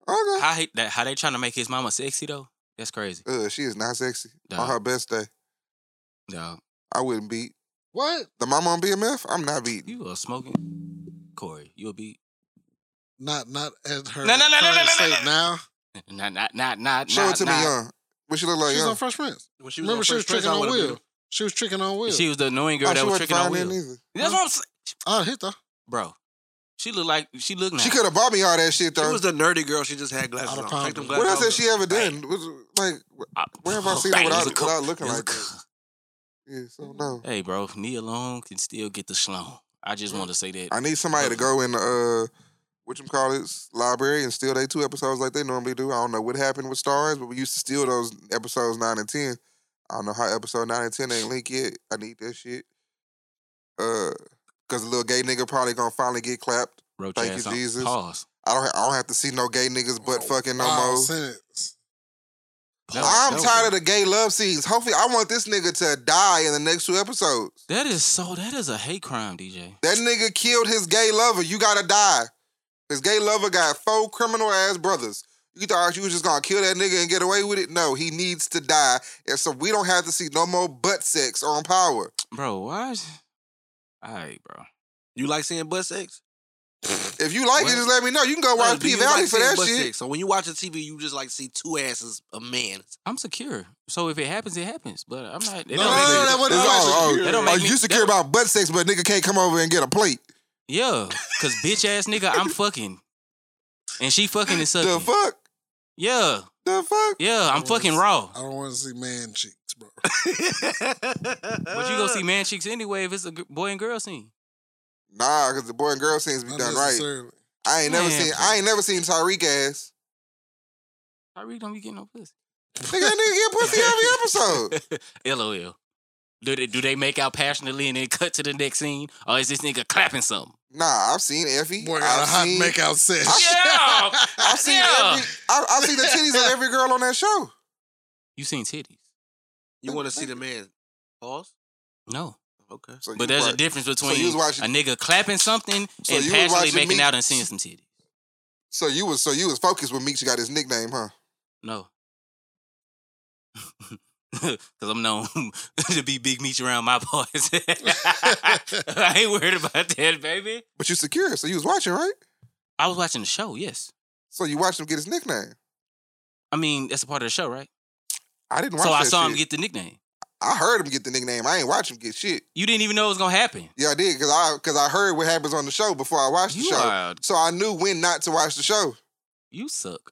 Speaker 3: Okay.
Speaker 1: How he, that, how they trying to make his mama sexy though? That's crazy,
Speaker 3: Uh, she is not sexy. On
Speaker 1: Nah.
Speaker 3: her best day,
Speaker 1: dog.
Speaker 3: I wouldn't beat
Speaker 2: What?
Speaker 3: the mama on BMF. I'm not beating.
Speaker 1: You are smoking, Corey. You'll be
Speaker 2: Not not at her
Speaker 1: No, no, no, no,
Speaker 2: current
Speaker 1: no, no, no, no.
Speaker 2: state now.
Speaker 1: not not not not
Speaker 3: Show
Speaker 1: not,
Speaker 3: it to
Speaker 1: not.
Speaker 3: me young. What she look like
Speaker 2: She's
Speaker 3: young?
Speaker 2: on Fresh Prince.
Speaker 4: When she
Speaker 2: Remember, she was tricking on Will.
Speaker 4: Will.
Speaker 2: She was tricking on Will.
Speaker 1: She was the annoying girl
Speaker 3: Oh,
Speaker 1: that
Speaker 3: she
Speaker 1: was
Speaker 3: wasn't
Speaker 1: tricking on
Speaker 3: fine then
Speaker 1: Will.
Speaker 3: either.
Speaker 1: That's what I'm saying,
Speaker 2: I hit her.
Speaker 1: bro. She look like she look now.
Speaker 3: She could have bought me all that shit
Speaker 4: She
Speaker 3: though.
Speaker 4: was the nerdy girl. She just had glasses
Speaker 2: Out of
Speaker 4: on.
Speaker 2: pound.
Speaker 4: Take them
Speaker 3: What
Speaker 4: glasses
Speaker 3: else
Speaker 4: off.
Speaker 3: has she ever done? Was, like,
Speaker 1: I-
Speaker 3: where have I seen her
Speaker 1: Bang, it
Speaker 3: without,
Speaker 1: was a couple-
Speaker 3: without looking
Speaker 1: it was
Speaker 3: like
Speaker 1: a
Speaker 3: that?
Speaker 1: couple-
Speaker 3: Yeah, so no.
Speaker 1: Hey, bro, Nia Long can still get the schlong. I just want to say that.
Speaker 3: I need somebody to go in the uh, what you call it, library and steal they two episodes like they normally do. I don't know what happened with stars, but we used to steal those episodes nine and ten. I don't know how episode nine and ten ain't linked yet. I need that shit. Uh, cause the little gay nigga probably gonna finally get clapped.
Speaker 1: Wrote
Speaker 3: Thank
Speaker 1: your
Speaker 3: you,
Speaker 1: ass on-
Speaker 3: Jesus.
Speaker 1: Pause.
Speaker 3: I don't. I don't have to see no gay niggas
Speaker 1: Oh,
Speaker 3: butt fucking no
Speaker 2: Wow,
Speaker 3: more.
Speaker 2: sentence.
Speaker 1: That was-
Speaker 3: I'm
Speaker 1: that was-
Speaker 3: tired of the gay love scenes. Hopefully, I want this nigga to die in the next two episodes.
Speaker 1: That is so. That is a hate crime, DJ.
Speaker 3: That nigga killed his gay lover. You gotta die. His gay lover got four criminal ass brothers. You thought you was just gonna kill that nigga and get away with it? No, he needs to die. And so we don't have to see no more butt sex on power.
Speaker 1: Bro, why? Is... All right, bro.
Speaker 4: You like seeing butt sex?
Speaker 3: If you like
Speaker 1: What?
Speaker 3: it, just let me know. You can go watch
Speaker 4: do
Speaker 3: P
Speaker 4: you
Speaker 3: Valley
Speaker 4: like
Speaker 3: for
Speaker 4: seeing
Speaker 3: that
Speaker 4: butt
Speaker 3: shit.
Speaker 4: sex? So when you watch the TV, you just like see two asses of men.
Speaker 1: I'm secure. So if it happens, it happens. But I'm not. it don't
Speaker 2: No,
Speaker 1: make
Speaker 2: no, no,
Speaker 1: me-
Speaker 2: that wasn't
Speaker 3: It's all-
Speaker 2: secure.
Speaker 3: oh,
Speaker 1: That don't
Speaker 3: oh,
Speaker 1: make me-
Speaker 3: you secure about butt sex, but nigga can't come over and get a plate.
Speaker 1: Yeah, cause bitch ass nigga, I'm fucking, and she fucking and sucking.
Speaker 3: The fuck?
Speaker 1: Yeah,
Speaker 3: The fuck?
Speaker 1: yeah, I'm
Speaker 2: Oh,
Speaker 1: fucking
Speaker 2: it's-
Speaker 1: raw.
Speaker 2: I don't want to see man cheeks,
Speaker 3: (laughs)
Speaker 2: bro.
Speaker 1: But
Speaker 4: but
Speaker 3: Uh.
Speaker 1: you gonna see man cheeks anyway if it's a g- boy and girl scene.
Speaker 3: Nah, cause the boy and girl scenes be
Speaker 2: Not
Speaker 3: done right.
Speaker 2: necessarily.
Speaker 3: I ain't never
Speaker 1: Man,
Speaker 3: seen.
Speaker 1: bro.
Speaker 3: I ain't never seen Tyreek ass.
Speaker 1: Tyreek don't be getting no pussy.
Speaker 3: Nigga, that nigga get pussy
Speaker 1: (laughs)
Speaker 3: every episode.
Speaker 1: LOL. Do they do they make out passionately and then cut to the next scene, or is this nigga clapping something?
Speaker 3: Nah, I've seen Effie.
Speaker 2: Boy got a
Speaker 3: I've
Speaker 2: hot
Speaker 3: seen,
Speaker 2: makeout sesh.
Speaker 1: Yeah,
Speaker 3: (laughs) I've seen
Speaker 1: Oh, Yeah.
Speaker 3: every. I, I've seen the titties of every girl on that show.
Speaker 1: (laughs) You seen titties?
Speaker 4: You want to see the man? Pause.
Speaker 1: No,
Speaker 4: Okay.
Speaker 3: So you
Speaker 1: but there's
Speaker 3: wa-
Speaker 1: a difference between
Speaker 3: you was watching-
Speaker 1: a nigga clapping something
Speaker 3: So
Speaker 1: and
Speaker 3: you was
Speaker 1: passionately
Speaker 3: watching
Speaker 1: making
Speaker 3: me-
Speaker 1: out and seeing some titties.
Speaker 3: So you was so you was focused when Meeks got his nickname, huh?
Speaker 1: No. (laughs) Cause I'm known (laughs) to be big meat around my boys. (laughs) I ain't worried about that, baby.
Speaker 3: But you secure, so you was watching, right?
Speaker 1: I was watching the show, yes.
Speaker 3: So you watched him get his nickname.
Speaker 1: I mean, that's a part of the show, right?
Speaker 3: I didn't watch.
Speaker 1: So I
Speaker 3: that
Speaker 1: saw him
Speaker 3: shit.
Speaker 1: get the nickname.
Speaker 3: I heard him get the nickname. I ain't watch him get shit.
Speaker 1: You didn't even know it was gonna happen.
Speaker 3: Yeah, I did because I because I heard what happens on the show before I watched the
Speaker 1: You
Speaker 3: show.
Speaker 1: are
Speaker 3: So I knew when not to watch the show.
Speaker 1: you suck.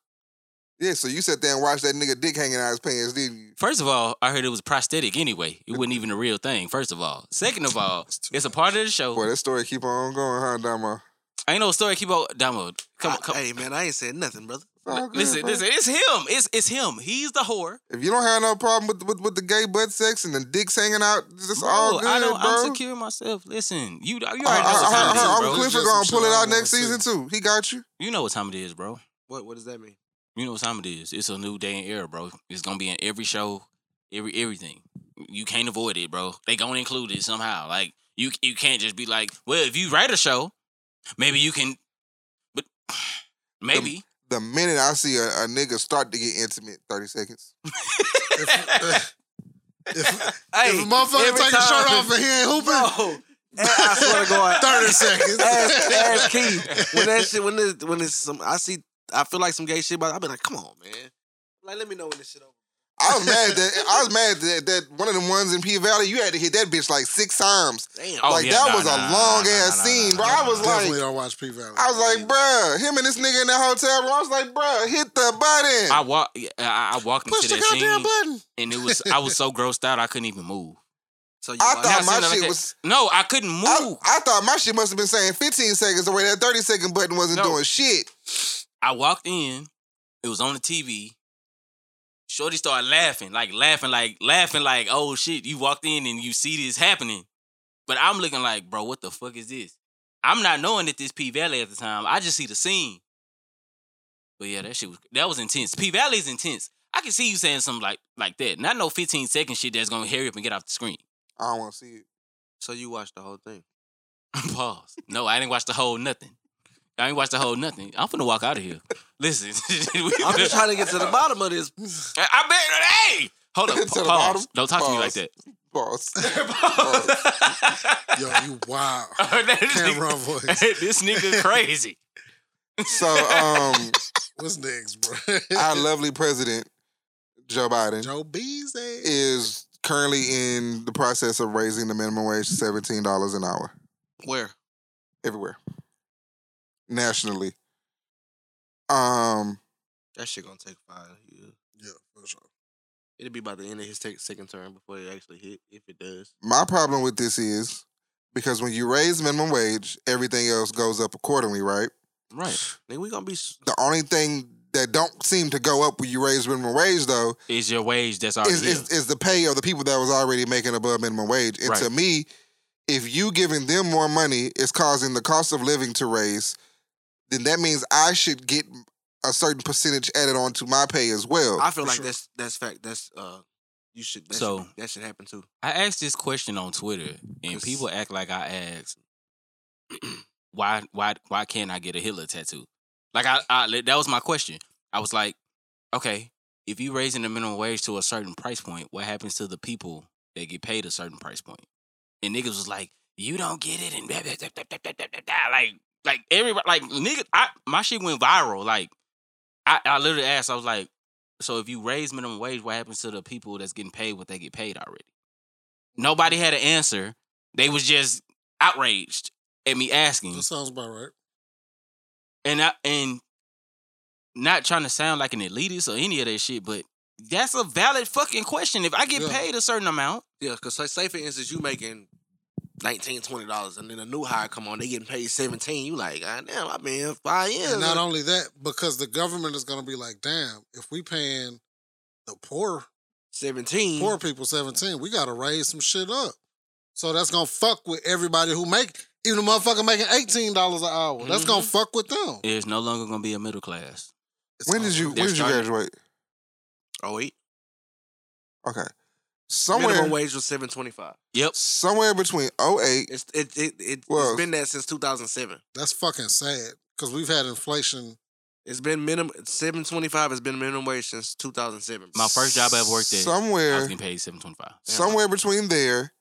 Speaker 3: Yeah, so you sat there and watched that nigga dick hanging out his pants, didn't you?
Speaker 1: First of all, I heard it was prosthetic anyway. It wasn't even a real thing, first of all. Second of all, it's a part of the
Speaker 3: Boy,
Speaker 1: show.
Speaker 3: that story keep on going, huh, Dama?
Speaker 1: Ain't no story keep on download. Come on, come
Speaker 4: Hey man, I ain't said nothing, brother.
Speaker 3: All good,
Speaker 1: Listen,
Speaker 3: bro.
Speaker 1: listen, it's him. It's it's him. He's the whore.
Speaker 3: If you don't have no problem with, with, with the gay butt sex and the dicks hanging out, it's
Speaker 1: Bro,
Speaker 3: all good,
Speaker 1: I don't,
Speaker 3: bro. Uh,
Speaker 1: I'm securing myself. Listen, you you already know
Speaker 3: I, I,
Speaker 1: what time
Speaker 3: I,
Speaker 1: it is,
Speaker 3: I, I,
Speaker 1: bro.
Speaker 2: It's
Speaker 3: I'm uh, Clifford
Speaker 2: just
Speaker 3: gonna
Speaker 2: some
Speaker 3: pull it
Speaker 2: shit I
Speaker 3: out
Speaker 2: don't
Speaker 3: next
Speaker 2: wanna
Speaker 3: season too. He got you.
Speaker 1: You know what time it is, bro.
Speaker 4: What What does that mean?
Speaker 1: You know what time it is. It's a new day and era, bro. It's gonna be in every show, every everything. You can't avoid it, bro. They gonna include it somehow. Like you you can't just be like, well, if you write a show, maybe you can, but (sighs) maybe
Speaker 3: The minute I see a, a nigga start to get intimate, thirty seconds.
Speaker 2: (laughs) If, If,
Speaker 4: Hey,
Speaker 2: if a motherfucker
Speaker 4: every
Speaker 2: take his shirt
Speaker 4: time-
Speaker 2: off and he ain't hooping,
Speaker 4: Bro, (laughs) I swear to God,
Speaker 2: 30 seconds. (laughs)
Speaker 4: ass, ass key. When that shit, when it, when it's some, I see, I feel like some gay shit, but I be like, come on, man. Like, let me know when this shit over.
Speaker 3: I was mad that I was mad that, that one of them ones in P Valley, you had to hit that bitch like six times.
Speaker 4: Damn.
Speaker 1: Oh,
Speaker 3: like
Speaker 1: yeah,
Speaker 3: that
Speaker 1: nah,
Speaker 3: was a
Speaker 1: nah, nah,
Speaker 3: long
Speaker 1: nah, nah,
Speaker 3: ass
Speaker 1: nah, nah,
Speaker 3: scene, bro.
Speaker 1: nah,
Speaker 3: I was
Speaker 1: nah.
Speaker 3: like,
Speaker 2: Definitely don't watch P Valley.
Speaker 3: I was like, bruh, him and this nigga in the hotel room. I was like, bruh, hit the button.
Speaker 1: I walk. I, I walked
Speaker 2: push
Speaker 1: into
Speaker 2: the
Speaker 1: that
Speaker 2: goddamn
Speaker 1: scene,
Speaker 2: button.
Speaker 1: and it was. I was so grossed out, I couldn't even move.
Speaker 4: So you
Speaker 3: I
Speaker 4: watch-
Speaker 3: thought
Speaker 1: Not
Speaker 3: my
Speaker 1: saying it like
Speaker 3: shit
Speaker 1: that.
Speaker 3: was-
Speaker 1: No, I couldn't
Speaker 2: (laughs)
Speaker 3: I,
Speaker 1: move.
Speaker 3: I thought my shit must have been saying 15 seconds away. That 30 second button wasn't
Speaker 1: No.
Speaker 3: doing shit.
Speaker 1: I walked in. It was on the TV. Shorty started laughing, like laughing, like laughing, like oh shit! You walked in and you see this happening, but I'm looking like, bro, what the fuck is this? I'm not knowing that this P Valley at the time. I just see the scene. But yeah, that shit was that was intense. P Valley is intense. I can see you saying something like like that, not no 15 second shit that's gonna hurry up and get off the screen. (laughs)
Speaker 3: I don't want to see it.
Speaker 4: so you watched the whole thing.
Speaker 1: Pause. No, I didn't watch the whole nothing. I ain't watch the whole nothing. I'm finna walk out of here. Listen, (laughs)
Speaker 4: I'm just trying to get to (laughs) the bottom of this.
Speaker 1: I I bet. Hey, hold up.
Speaker 3: (laughs) To the
Speaker 1: pause.
Speaker 3: bottom?
Speaker 1: Don't talk to me like
Speaker 3: Pause.
Speaker 1: that. (laughs)
Speaker 3: Boss. (laughs)
Speaker 1: Pause. (laughs)
Speaker 2: Yo, you wild.
Speaker 1: this,
Speaker 2: Camera
Speaker 1: (laughs) nigga,
Speaker 2: voice.
Speaker 1: this nigga crazy.
Speaker 3: so, um,
Speaker 2: What's next, bro?
Speaker 1: (laughs)
Speaker 3: our
Speaker 2: (laughs)
Speaker 3: lovely president, Joe Biden,
Speaker 2: Joe Beasley.
Speaker 3: is currently in the process of raising the minimum wage to $17 an hour
Speaker 4: Where?
Speaker 3: everywhere, nationally. Um,
Speaker 4: That shit gonna take five years.
Speaker 2: Yeah, for sure.
Speaker 4: It'll be by the end of his take, second term before it actually hit, if it does.
Speaker 3: my problem with this is because when you raise minimum wage, everything else goes up accordingly, right?
Speaker 1: Right.
Speaker 4: Nigga, we gonna be. s-
Speaker 3: The only thing that don't seem to go up when you raise minimum wage though
Speaker 1: Is your wage that's already
Speaker 3: is, is is the pay of the people that was already making above minimum wage. And to
Speaker 1: Right.
Speaker 3: me, if you giving them more money is causing the cost of living to raise, then that means I should get a certain percentage added on to my pay as well.
Speaker 4: I feel like
Speaker 2: sure.
Speaker 4: that's that's fact. That's uh, you should. That
Speaker 1: So-
Speaker 4: should, that should happen too.
Speaker 1: I asked this question on Twitter, and
Speaker 4: Cause-
Speaker 1: people act like I asked, (clears throat) "Why, why, why can't I get a Hitler tattoo?" Like I, I, that was my question. I was like, "Okay, if you raising the minimum wage to a certain price point, what happens to the people that get paid a certain price point?" And niggas was like, "You don't get it," and blah, blah, blah, blah, blah, blah, blah, blah. like, like everybody, like nigga, I, my shit went viral. Like, I, I literally asked, I was like, "So if you raise minimum wage, what happens to the people that's getting paid what they get paid already?" Nobody had an answer. They was just outraged at me asking.
Speaker 2: That sounds about right.
Speaker 1: And I and not trying to sound like an elitist or any of that shit, but that's a valid fucking question. If I get
Speaker 2: Yeah.
Speaker 1: paid a certain amount,
Speaker 4: Yeah, cause like, say for instance, you making nineteen twenty dollars, and then a new hire come on, they getting paid seventeen. You like, God damn, I've been here five years.
Speaker 2: And not only that, because the government is gonna be like, damn, if we paying the poor
Speaker 4: seventeen.
Speaker 2: poor people 17, we gotta raise some shit up. So that's gonna fuck with everybody who make even the motherfucker making eighteen dollars an hour. That's gonna fuck with them.
Speaker 1: there's no longer gonna be a middle class.
Speaker 2: It's
Speaker 3: when did
Speaker 2: over.
Speaker 3: you when
Speaker 1: they're
Speaker 3: did you
Speaker 1: starting-
Speaker 3: graduate?
Speaker 4: Oh wait,
Speaker 3: Okay.
Speaker 4: minimum
Speaker 3: Somewhere
Speaker 4: wage was seven twenty five.
Speaker 1: Yep.
Speaker 3: somewhere between 08
Speaker 4: It's it it, it
Speaker 3: Well-
Speaker 4: it's been that since two thousand seven.
Speaker 2: That's fucking sad. Cause we've had inflation.
Speaker 4: It's been minimum seven twenty five. has been minimum wage since two thousand seven.
Speaker 1: My first job I ever worked at, I was
Speaker 3: Somewhere
Speaker 1: getting paid seven twenty five.
Speaker 3: somewhere between there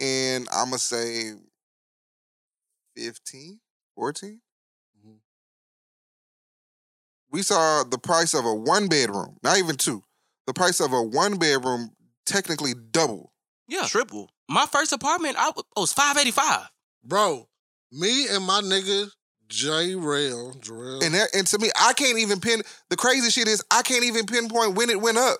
Speaker 3: and I'm gonna say 15, 14.
Speaker 2: Mhm.
Speaker 3: We saw the price of a one bedroom, not even two. The price of a one bedroom technically double.
Speaker 1: Yeah.
Speaker 4: triple.
Speaker 1: My first apartment, I wa- was five eighty five.
Speaker 2: Bro, me and my nigga J Rail, Jarrell,
Speaker 3: And that, and to me, I can't even pin the crazy shit is I can't even pinpoint when it went up.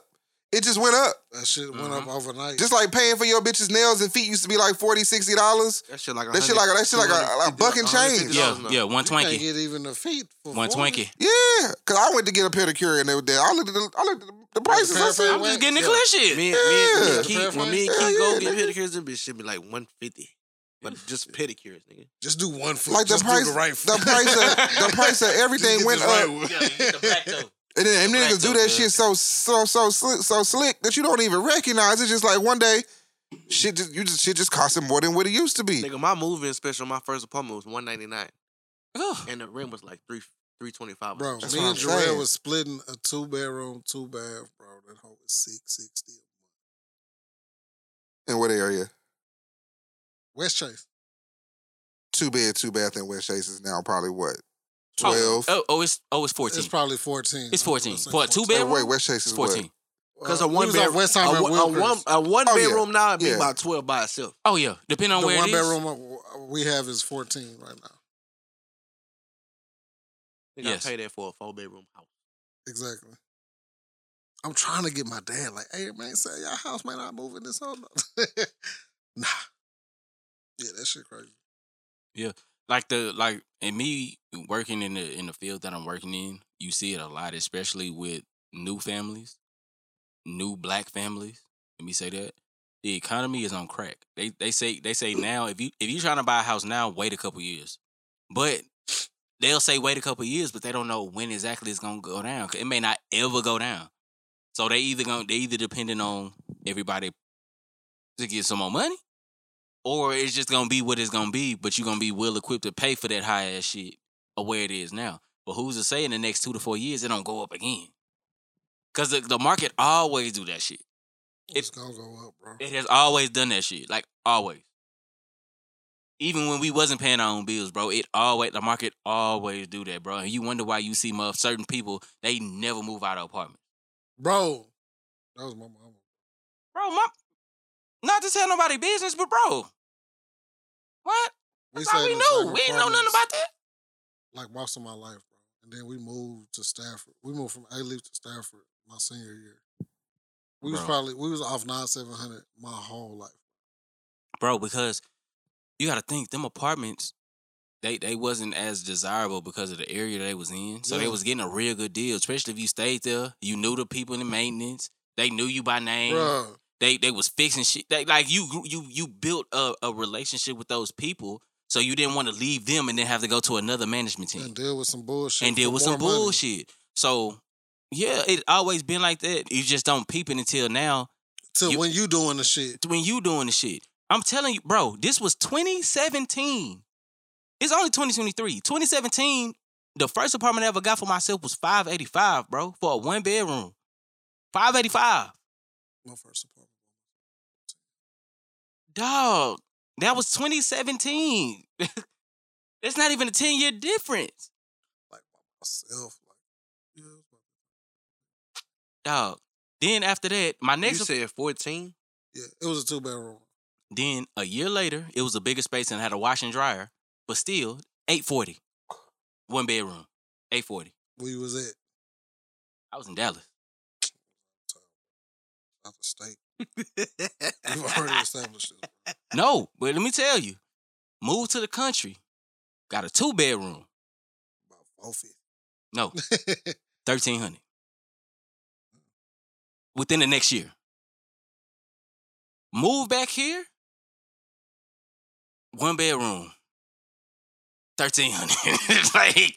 Speaker 3: It just went up.
Speaker 2: that shit went up overnight.
Speaker 3: Just like paying for your bitch's nails and feet used to be like 40 dollars.
Speaker 4: That shit like a
Speaker 3: That shit
Speaker 4: hundred-
Speaker 3: like a- that shit like a-
Speaker 4: 250
Speaker 3: like a buck and change.
Speaker 4: $150
Speaker 1: Yeah,
Speaker 4: now.
Speaker 1: yeah, one
Speaker 2: you can't
Speaker 1: twenty.
Speaker 2: get even a feet for
Speaker 1: One
Speaker 2: 40.
Speaker 1: twenty.
Speaker 3: Yeah, cause I went to get a pedicure and they were there. I looked at the, I looked at the, the prices. I said,
Speaker 1: I'm just getting the
Speaker 2: Yeah.
Speaker 1: clear shit.
Speaker 4: Me and, me and, me
Speaker 3: Yeah.
Speaker 4: and Keith, when me and
Speaker 3: Hell
Speaker 4: Keith go
Speaker 3: yeah,
Speaker 4: get pedicures, this bitch should be like one fifty, but just pedicures, nigga.
Speaker 2: Just do one foot.
Speaker 3: like the
Speaker 2: Just do
Speaker 3: price, the,
Speaker 2: right foot.
Speaker 3: price
Speaker 2: (laughs)
Speaker 3: of the price of
Speaker 2: Just
Speaker 3: everything
Speaker 2: get
Speaker 3: went
Speaker 2: this
Speaker 3: up,
Speaker 2: right one.
Speaker 3: and then and
Speaker 1: black
Speaker 3: niggas
Speaker 1: toe,
Speaker 3: do that
Speaker 1: yeah.
Speaker 3: shit so so so slick, so slick that you don't even recognize. It's just like one day, shit just you just shit just costing more than what it used to be.
Speaker 4: Nigga, my moving special, my first apartment was one ninety nine, and the rent was like three three twenty
Speaker 2: (laughs)
Speaker 4: five.
Speaker 2: Bro,
Speaker 3: That's
Speaker 2: me
Speaker 3: what
Speaker 2: and
Speaker 3: I'm saying.
Speaker 2: Jarrell was splitting a two bedroom, two bath, bro. That whole was six sixty.
Speaker 3: In what area?
Speaker 2: West Chase.
Speaker 3: Two bed, two bath in West Chase is now probably what?
Speaker 1: Oh,
Speaker 3: 12?
Speaker 1: Oh, oh, it's oh, it's fourteen.
Speaker 2: It's probably fourteen.
Speaker 1: It's
Speaker 2: I'm gonna
Speaker 1: 14.
Speaker 2: say
Speaker 1: For a two
Speaker 3: Hey,
Speaker 1: bed-
Speaker 3: wait, West Chase
Speaker 1: it's
Speaker 3: is
Speaker 1: fourteen.
Speaker 3: what?
Speaker 4: Because
Speaker 2: Uh,
Speaker 4: a one
Speaker 2: we was at
Speaker 4: bedroom,
Speaker 2: West
Speaker 4: a,
Speaker 2: Time at
Speaker 4: one- a one,
Speaker 2: Wilkins.
Speaker 4: a one
Speaker 3: Oh, yeah.
Speaker 4: bedroom now would be
Speaker 3: Yeah.
Speaker 4: about twelve by itself.
Speaker 1: Oh yeah, depending on
Speaker 2: The
Speaker 1: where
Speaker 2: one
Speaker 1: it is.
Speaker 2: bedroom uh, we have is fourteen right now.
Speaker 4: They gotta
Speaker 1: Yes.
Speaker 4: pay that for a four bedroom house.
Speaker 2: Exactly. I'm trying to get my dad like, hey man, say your house man, I move in this whole (laughs) nah. Yeah, that shit crazy.
Speaker 1: Like the like, and me working in the in the field that I'm working in, you see it a lot, especially with new families, new black families. Let me say that the economy is on crack. They they say they say now if you if you're trying to buy a house now, wait a couple years, but they'll say wait a couple years, but they don't know when exactly it's gonna go down. 'cause It may not ever go down. So they either going they either depending on everybody to get some more money, or it's just gonna be what it's gonna be. But you're gonna be well equipped to pay for that high ass shit or where it is now. But who's to say in the next two to four years it don't go up again? Cause the, the market always do that shit.
Speaker 2: It's gonna go up, bro.
Speaker 1: It has always done that shit. Like always. Even when we wasn't paying our own bills, bro, it always the market always do that, bro. And you wonder why you see muff certain people they never move out of apartment.
Speaker 2: Bro. That was my mama.
Speaker 1: Bro, my not to tell nobody business, but bro, what? I
Speaker 2: We
Speaker 1: thought
Speaker 2: stayed
Speaker 1: we
Speaker 2: in
Speaker 1: knew.
Speaker 2: certain
Speaker 1: We didn't know nothing
Speaker 2: apartments,
Speaker 1: about that.
Speaker 2: like most of my life, bro. And then we moved to Stafford. We moved from A Leaf to Stafford my senior year. We was
Speaker 1: Bro.
Speaker 2: probably we was off nine seven hundred my whole life.
Speaker 1: bro because you got to think them apartments they they wasn't as desirable because of the area they was in so they
Speaker 2: Yeah.
Speaker 1: was getting a real good deal especially if you stayed there you knew the people in the maintenance they knew you by name
Speaker 2: Bro,
Speaker 1: they they was fixing shit they, like you grew- you you built a, a relationship with those people so you didn't want to leave them and then have to go to another management team
Speaker 2: and deal with some bullshit.
Speaker 1: and deal
Speaker 2: for
Speaker 1: with
Speaker 2: more
Speaker 1: some
Speaker 2: money.
Speaker 1: bullshit so yeah it always been like that you just don't peep it until now
Speaker 2: Till
Speaker 1: You-
Speaker 2: when you doing the shit.
Speaker 1: when you doing the shit. I'm telling you, bro, this was 2017. It's only 2023. 2017, the first apartment I ever got for myself was 585, bro, for a one bedroom. 585.
Speaker 2: My first apartment.
Speaker 1: Dog, that was 2017. (laughs) That's not even a 10 year difference.
Speaker 2: Like by myself. Like, yeah, it was my-
Speaker 1: Dog. Then after that, my
Speaker 4: You
Speaker 1: next
Speaker 4: said fourteen.
Speaker 2: yeah, it was a two bedroom.
Speaker 1: then a year later, it was a bigger space and had a wash and dryer, but still 840. One bedroom. 840.
Speaker 2: Where you was at?
Speaker 1: I was in Dallas.
Speaker 2: Out the state. (laughs)
Speaker 4: (laughs)
Speaker 2: We've already established this.
Speaker 1: No, but let me tell you, moved to the country, got a two bedroom.
Speaker 2: About
Speaker 1: (laughs)
Speaker 2: four feet.
Speaker 1: No, thirteen hundred. Within the next year, move back here. One bedroom, thirteen hundred. (laughs) like,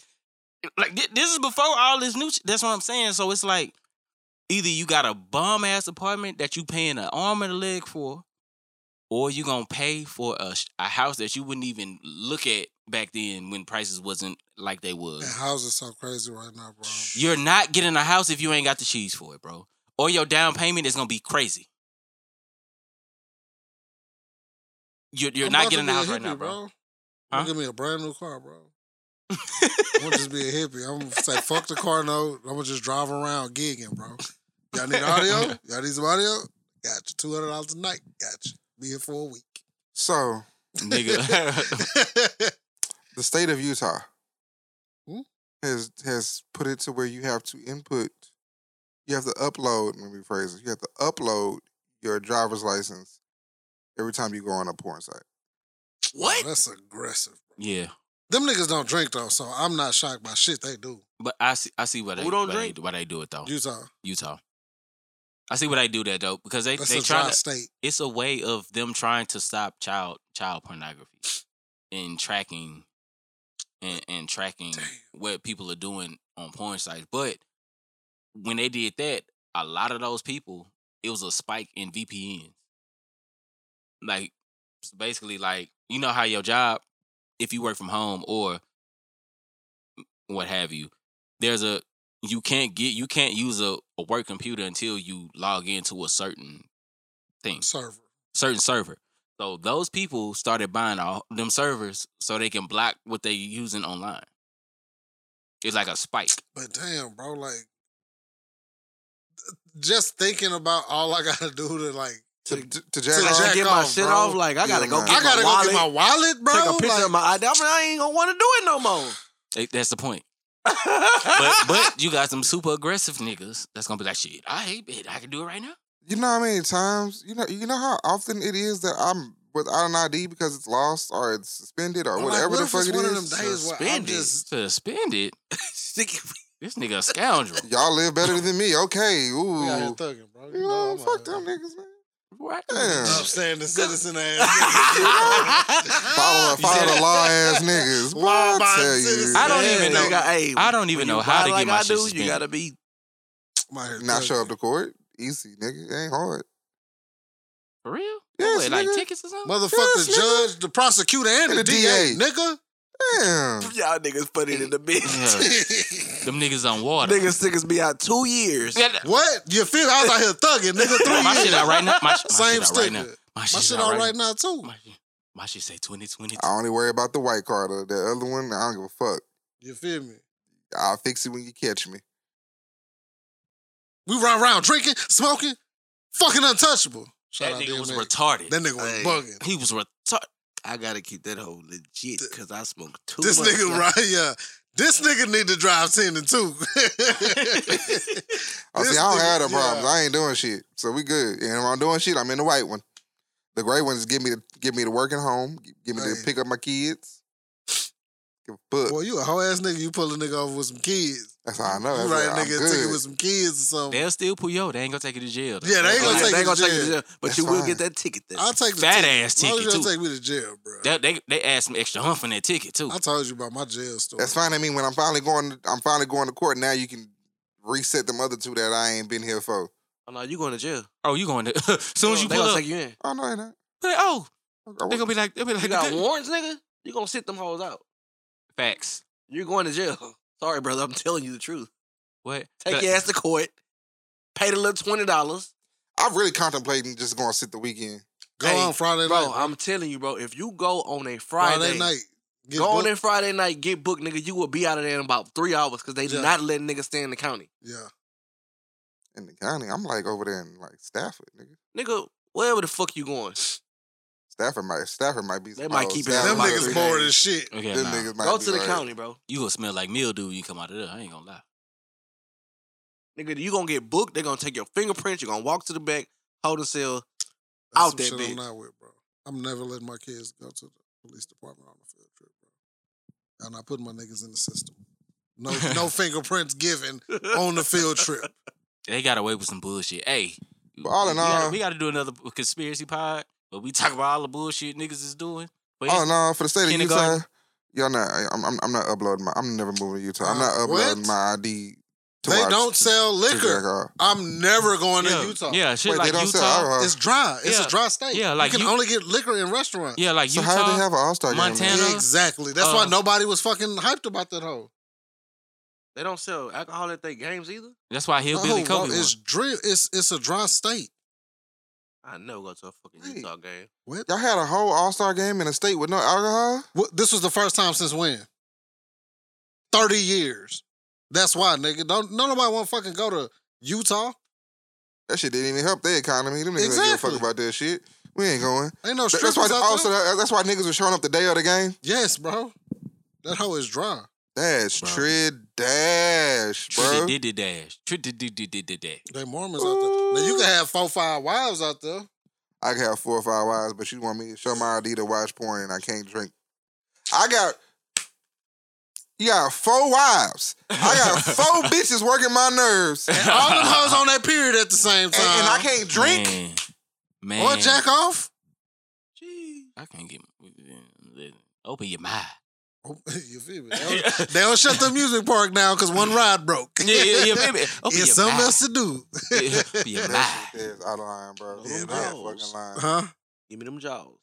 Speaker 1: like thi- this is before all this new. Sh- that's what I'm saying. So it's like either you got a bum ass apartment that you paying an arm and a leg for, or you gonna pay for a, sh- a house that you wouldn't even look at back then when prices wasn't like they was.
Speaker 2: and houses so crazy right now, bro.
Speaker 1: You're not getting a house if you ain't got the cheese for it, bro. Or your down payment is gonna be crazy. You're, you're
Speaker 2: I'm
Speaker 1: not
Speaker 2: about to
Speaker 1: getting
Speaker 2: be
Speaker 1: a
Speaker 2: a
Speaker 1: house right now,
Speaker 2: hippie,
Speaker 1: bro.
Speaker 2: Don't
Speaker 1: Huh?
Speaker 2: Give me a brand new car, bro. I'm gonna just be
Speaker 1: (laughs)
Speaker 2: a hippie. I'm gonna say fuck the car note. I'm gonna just drive around gigging, bro. Y'all need audio? Y'all need some audio? Got you. Two hundred dollars a night. Got you. Be here for a week. (laughs)
Speaker 3: So,
Speaker 1: Nigga.
Speaker 3: the state of Utah
Speaker 2: Hmm?
Speaker 3: has has put it to where you have to input, you have to upload. Let me rephrase it. You have to upload your driver's license every time you go on a porn site.
Speaker 2: Oh,
Speaker 1: what?
Speaker 2: that's aggressive.
Speaker 1: Yeah,
Speaker 2: Them niggas don't drink though, so I'm not shocked by shit they do.
Speaker 1: but I see I see why they
Speaker 4: Who don't
Speaker 1: why
Speaker 4: drink?
Speaker 1: they, why they do it though.
Speaker 2: Utah.
Speaker 1: Utah. I see why they do that though because they
Speaker 2: That's
Speaker 1: they
Speaker 2: a
Speaker 1: try
Speaker 2: dry
Speaker 1: to
Speaker 2: state.
Speaker 1: it's a way of them trying to stop child child pornography and tracking and, and tracking what people are doing on porn sites. But when they did that, a lot of those people, it was a spike in VPNs. Like s- basically like you know how your job, if you work from home or what have you, there's a you can't get you can't use a, a work computer until you log into a certain thing
Speaker 2: Server.
Speaker 1: certain server. So those people started buying all them servers so they can block what they using online. It's like a spike.
Speaker 2: But damn, bro, like just thinking about all I gotta (laughs) do to like
Speaker 3: To, to, to jack
Speaker 2: to
Speaker 3: off.
Speaker 4: I gotta
Speaker 2: jack
Speaker 4: get my
Speaker 2: off,
Speaker 4: shit
Speaker 2: bro.
Speaker 4: off. Like I gotta
Speaker 3: Yeah,
Speaker 4: go
Speaker 3: man.
Speaker 4: get
Speaker 2: I gotta
Speaker 4: my
Speaker 2: go
Speaker 4: wallet.
Speaker 2: get my wallet, bro.
Speaker 4: take a picture
Speaker 2: like,
Speaker 4: of my ID. I, mean, I ain't gonna want to do it
Speaker 3: (laughs)
Speaker 4: no more. (laughs)
Speaker 1: They, that's the point.
Speaker 2: (laughs)
Speaker 1: But
Speaker 4: but
Speaker 1: but you got some super aggressive niggas that's gonna be like shit. I hate it. I can do it right now.
Speaker 3: You know how many times you know you know how often it is that I'm without an ID because it's lost or it's suspended or
Speaker 2: I'm like,
Speaker 3: whatever
Speaker 2: what
Speaker 3: the
Speaker 2: if
Speaker 3: fuck
Speaker 2: it's
Speaker 3: it
Speaker 2: one of them
Speaker 3: is.
Speaker 2: days where I'm
Speaker 4: Suspended.
Speaker 2: just
Speaker 1: Suspended.
Speaker 4: (laughs)
Speaker 1: This nigga a
Speaker 2: (laughs)
Speaker 1: scoundrel.
Speaker 3: (laughs) Y'all live better than me. Okay. Ooh.
Speaker 2: we out here thugging, bro.
Speaker 3: you
Speaker 2: You
Speaker 3: know,
Speaker 2: know,
Speaker 3: fuck
Speaker 2: I'm
Speaker 3: them niggas, man.
Speaker 1: Right?
Speaker 3: Yeah.
Speaker 2: niggas.
Speaker 4: (laughs)
Speaker 2: Upstanding citizen ass.
Speaker 3: Follow,
Speaker 2: (laughs) You
Speaker 3: follow
Speaker 2: said
Speaker 3: the
Speaker 2: that. (laughs)
Speaker 3: law ass niggas. Boy, I
Speaker 2: Law-abiding
Speaker 3: tell you.
Speaker 1: (laughs)
Speaker 2: citizens.
Speaker 1: I don't
Speaker 2: Yeah,
Speaker 1: even know.
Speaker 2: nigga.
Speaker 4: hey,
Speaker 1: I don't even
Speaker 4: when
Speaker 1: know
Speaker 4: you
Speaker 1: how
Speaker 4: buy
Speaker 1: to
Speaker 4: like
Speaker 1: get my
Speaker 4: I
Speaker 1: shit
Speaker 4: do, you
Speaker 1: suspended.
Speaker 4: gotta be.
Speaker 2: I'm out here
Speaker 3: Not show up
Speaker 2: thugging.
Speaker 3: to court. Easy, nigga. It ain't hard.
Speaker 1: For real?
Speaker 3: Yes,
Speaker 1: What, like
Speaker 3: nigga.
Speaker 1: tickets or something?
Speaker 2: Motherfuck the
Speaker 3: Yes, nigga.
Speaker 2: judge, the prosecutor, and the,
Speaker 3: And the
Speaker 2: DA,
Speaker 3: DA.
Speaker 2: nigga.
Speaker 3: Damn.
Speaker 4: Y'all niggas funny than the (laughs) bitch.
Speaker 1: Yeah. Them niggas on water.
Speaker 4: niggas niggas be out two years.
Speaker 1: Yeah, th-
Speaker 2: (laughs) what? You feel? me? I was out here thugging, nigga. Three
Speaker 1: my
Speaker 2: years.
Speaker 1: shit out right now. My, sh- my
Speaker 2: Same
Speaker 1: shit out right
Speaker 2: sticker.
Speaker 1: now. My
Speaker 2: My
Speaker 1: shit
Speaker 2: shit
Speaker 1: out
Speaker 2: on
Speaker 1: right
Speaker 2: right
Speaker 1: now.
Speaker 2: now Oh, too.
Speaker 1: My shit- My shit say 2022.
Speaker 3: I only worry about the white card or the other one. I don't give a fuck.
Speaker 2: You feel me?
Speaker 3: I'll fix it when you catch me.
Speaker 2: We run around drinking, smoking, fucking untouchable. Shout
Speaker 1: That
Speaker 2: out
Speaker 1: nigga was
Speaker 2: DMX.
Speaker 1: retarded.
Speaker 2: That nigga was
Speaker 4: Hey.
Speaker 2: bugging.
Speaker 1: He was retarded.
Speaker 4: I gotta keep that whole legit because I smoke too
Speaker 2: This
Speaker 4: much.
Speaker 2: nigga right here. This nigga need to drive ten and
Speaker 4: (laughs)
Speaker 2: two.
Speaker 3: I
Speaker 2: This
Speaker 3: see, I don't
Speaker 2: nigga-
Speaker 3: have the problems.
Speaker 2: yeah.
Speaker 3: I ain't doing shit, so we good. And if I'm doing shit, I'm in the white one. The gray ones give me the give me the working home, gi- give me
Speaker 2: Hey.
Speaker 3: to pick up my kids. Give a fuck.
Speaker 2: Boy, you a whole ass nigga. You pull a nigga over with some kids.
Speaker 3: That's how I know.
Speaker 2: you
Speaker 3: That's
Speaker 2: right,
Speaker 3: why Oh, I'm
Speaker 2: nigga,
Speaker 3: good.
Speaker 2: ticket with some kids or something.
Speaker 1: They'll still pull yo. They ain't gonna take you to jail. though.
Speaker 2: Yeah, they ain't
Speaker 4: They
Speaker 2: gonna take
Speaker 4: ain't
Speaker 2: you
Speaker 4: gonna
Speaker 2: to
Speaker 4: take you to
Speaker 2: jail.
Speaker 4: jail, but
Speaker 3: That's
Speaker 4: you will
Speaker 3: fine.
Speaker 4: get that ticket. Then.
Speaker 2: I'll take the
Speaker 1: Fat
Speaker 2: ticket.
Speaker 1: ass
Speaker 2: As long as
Speaker 1: ticket,
Speaker 2: you
Speaker 1: too.
Speaker 2: don't take me to jail, bro.
Speaker 1: They, they, they add some extra hump in that ticket, too.
Speaker 2: I told you about my jail story.
Speaker 3: That's fine. I mean, when I'm finally going, I'm finally going to court. Now you can reset them other two that I ain't been here for.
Speaker 4: oh no, you going to jail?
Speaker 1: Oh, you going to. (laughs) soon as you
Speaker 4: they
Speaker 1: pull
Speaker 4: gonna
Speaker 1: up.
Speaker 4: take you in.
Speaker 1: (laughs)
Speaker 3: Oh no, ain't I?
Speaker 1: Oh,
Speaker 3: I
Speaker 1: they gonna be like, they'll be like,
Speaker 4: You got warrants, nigga. You gonna sit them hoes out.
Speaker 1: (laughs) facts.
Speaker 4: You're going to jail. (laughs) Sorry, brother. I'm telling you the truth.
Speaker 1: What?
Speaker 4: Take
Speaker 1: But-
Speaker 4: your ass to court. Pay the little twenty dollars.
Speaker 3: I'm really contemplating just going to sit the weekend.
Speaker 2: Go
Speaker 4: Hey,
Speaker 2: on Friday
Speaker 4: Bro,
Speaker 2: night.
Speaker 4: I'm telling you, bro. If you go on a Friday,
Speaker 2: Friday, night. Get
Speaker 4: go on
Speaker 2: booked.
Speaker 4: that Friday night, get booked, nigga. You will be out of there in about three hours because they
Speaker 2: Yeah.
Speaker 4: not letting niggas stay in the county,
Speaker 2: Yeah.
Speaker 3: in the county. I'm like over there in like Stafford, nigga.
Speaker 4: nigga. Wherever the fuck you
Speaker 2: (sniffs)
Speaker 4: going,
Speaker 3: Stafford might Stafford might be.
Speaker 4: They
Speaker 3: some
Speaker 4: might
Speaker 3: hoes.
Speaker 4: keep it
Speaker 3: Stafford
Speaker 2: Them
Speaker 4: Yeah,
Speaker 3: might
Speaker 2: niggas
Speaker 3: be-
Speaker 4: like-
Speaker 2: bored as shit.
Speaker 1: (laughs) Okay,
Speaker 3: Them
Speaker 1: nah.
Speaker 3: niggas might
Speaker 4: go
Speaker 3: be
Speaker 4: to the
Speaker 3: like-
Speaker 4: county, bro.
Speaker 1: You gonna smell like mildew when you come out of there. I ain't gonna lie.
Speaker 4: Nigga, you gonna get booked. They're gonna take your fingerprints. You're gonna walk to the back, hold a cell.
Speaker 2: That's
Speaker 4: Out
Speaker 2: some
Speaker 4: that
Speaker 2: shit
Speaker 4: bitch.
Speaker 2: I'm not with, bro. I'm never letting my kids go to the police department on a field trip, bro. And I put my niggas in the system. No,
Speaker 4: (laughs)
Speaker 2: no fingerprints given (laughs) on the field
Speaker 3: (laughs)
Speaker 2: trip.
Speaker 1: They got away with some bullshit. Hey,
Speaker 3: But all in
Speaker 1: we gotta,
Speaker 3: all-
Speaker 1: we gotta do another conspiracy pod, but we talk about all the bullshit niggas is doing. But
Speaker 3: Oh no, for the state of
Speaker 1: Kindergarten.
Speaker 3: Utah, y'all not. I'm, I'm I'm not uploading my. I'm never moving to Utah. I'm not
Speaker 2: Uh,
Speaker 3: uploading
Speaker 2: what?
Speaker 3: my ID. To
Speaker 2: They
Speaker 3: our-
Speaker 2: don't sell
Speaker 3: to Jack
Speaker 2: liquor.
Speaker 3: off.
Speaker 2: I'm never going
Speaker 1: yeah,
Speaker 2: to Utah.
Speaker 1: yeah, shit
Speaker 3: Wait,
Speaker 1: like
Speaker 3: they don't
Speaker 1: Utah.
Speaker 3: sell alcohol.
Speaker 2: It's dry. It's
Speaker 1: Yeah.
Speaker 2: a dry state.
Speaker 1: Yeah, like
Speaker 2: you can
Speaker 1: you-
Speaker 2: only get liquor in restaurants.
Speaker 1: yeah, like
Speaker 3: so
Speaker 1: Utah.
Speaker 3: how do they have an All Star game? in
Speaker 1: Montana.
Speaker 3: there?
Speaker 1: Hannah,
Speaker 2: Exactly. That's why
Speaker 1: uh,
Speaker 2: nobody was fucking hyped about that hoe.
Speaker 4: They don't sell alcohol at their games either.
Speaker 1: that's why
Speaker 2: No,
Speaker 1: hillbilly
Speaker 2: bro,
Speaker 1: Kobe.
Speaker 2: it's dry. It's it's a dry state.
Speaker 4: I never go to a fucking
Speaker 3: Hey.
Speaker 4: Utah game.
Speaker 2: What?
Speaker 3: Y'all had a whole All Star game in a state with no alcohol.
Speaker 2: What- This was the first time since when? Thirty years. That's why, nigga. Don't don't nobody want to fucking go to Utah.
Speaker 3: That shit didn't even help their economy. Them niggas don't give a
Speaker 2: Exactly.
Speaker 3: fuck about that shit. We ain't going.
Speaker 2: Ain't no
Speaker 3: That's
Speaker 2: strippers
Speaker 3: why.
Speaker 2: out
Speaker 3: Also,
Speaker 2: there.
Speaker 3: that- that's why niggas were showing up the day of the game.
Speaker 2: Yes, bro. That hoe is dry.
Speaker 3: That's
Speaker 1: Bro.
Speaker 3: trrid dash, bro.
Speaker 1: Trinity did the dash. Trinity did did did that.
Speaker 2: They Mormons out there. Now you can have four, five wives out there.
Speaker 3: I can have four or five wives, but you want me to show my ID to watch porn and I can't drink. I got you got four wives. I got
Speaker 1: (laughs)
Speaker 2: (laughs)
Speaker 3: four bitches working my nerves, and,
Speaker 2: And all them hoes on that period at the same time.
Speaker 3: and I can't drink.
Speaker 1: Man, man.
Speaker 2: Or jack off.
Speaker 4: Jeez.
Speaker 1: I can't get. Open your mind.
Speaker 2: (laughs) you feel (laughs) me?
Speaker 1: (laughs)
Speaker 2: They don't, they don't shut the music park down because one ride broke.
Speaker 1: Yeah, yeah, yeah,
Speaker 2: (laughs)
Speaker 1: baby. Open
Speaker 2: it's
Speaker 1: your
Speaker 2: something
Speaker 1: mind.
Speaker 2: else to do.
Speaker 1: (laughs) Yeah, Open your mind.
Speaker 3: That shit is out of line, bro.
Speaker 4: Yeah,
Speaker 3: Out
Speaker 4: man.
Speaker 3: of fucking line.
Speaker 2: huh?
Speaker 4: Give me them jaws.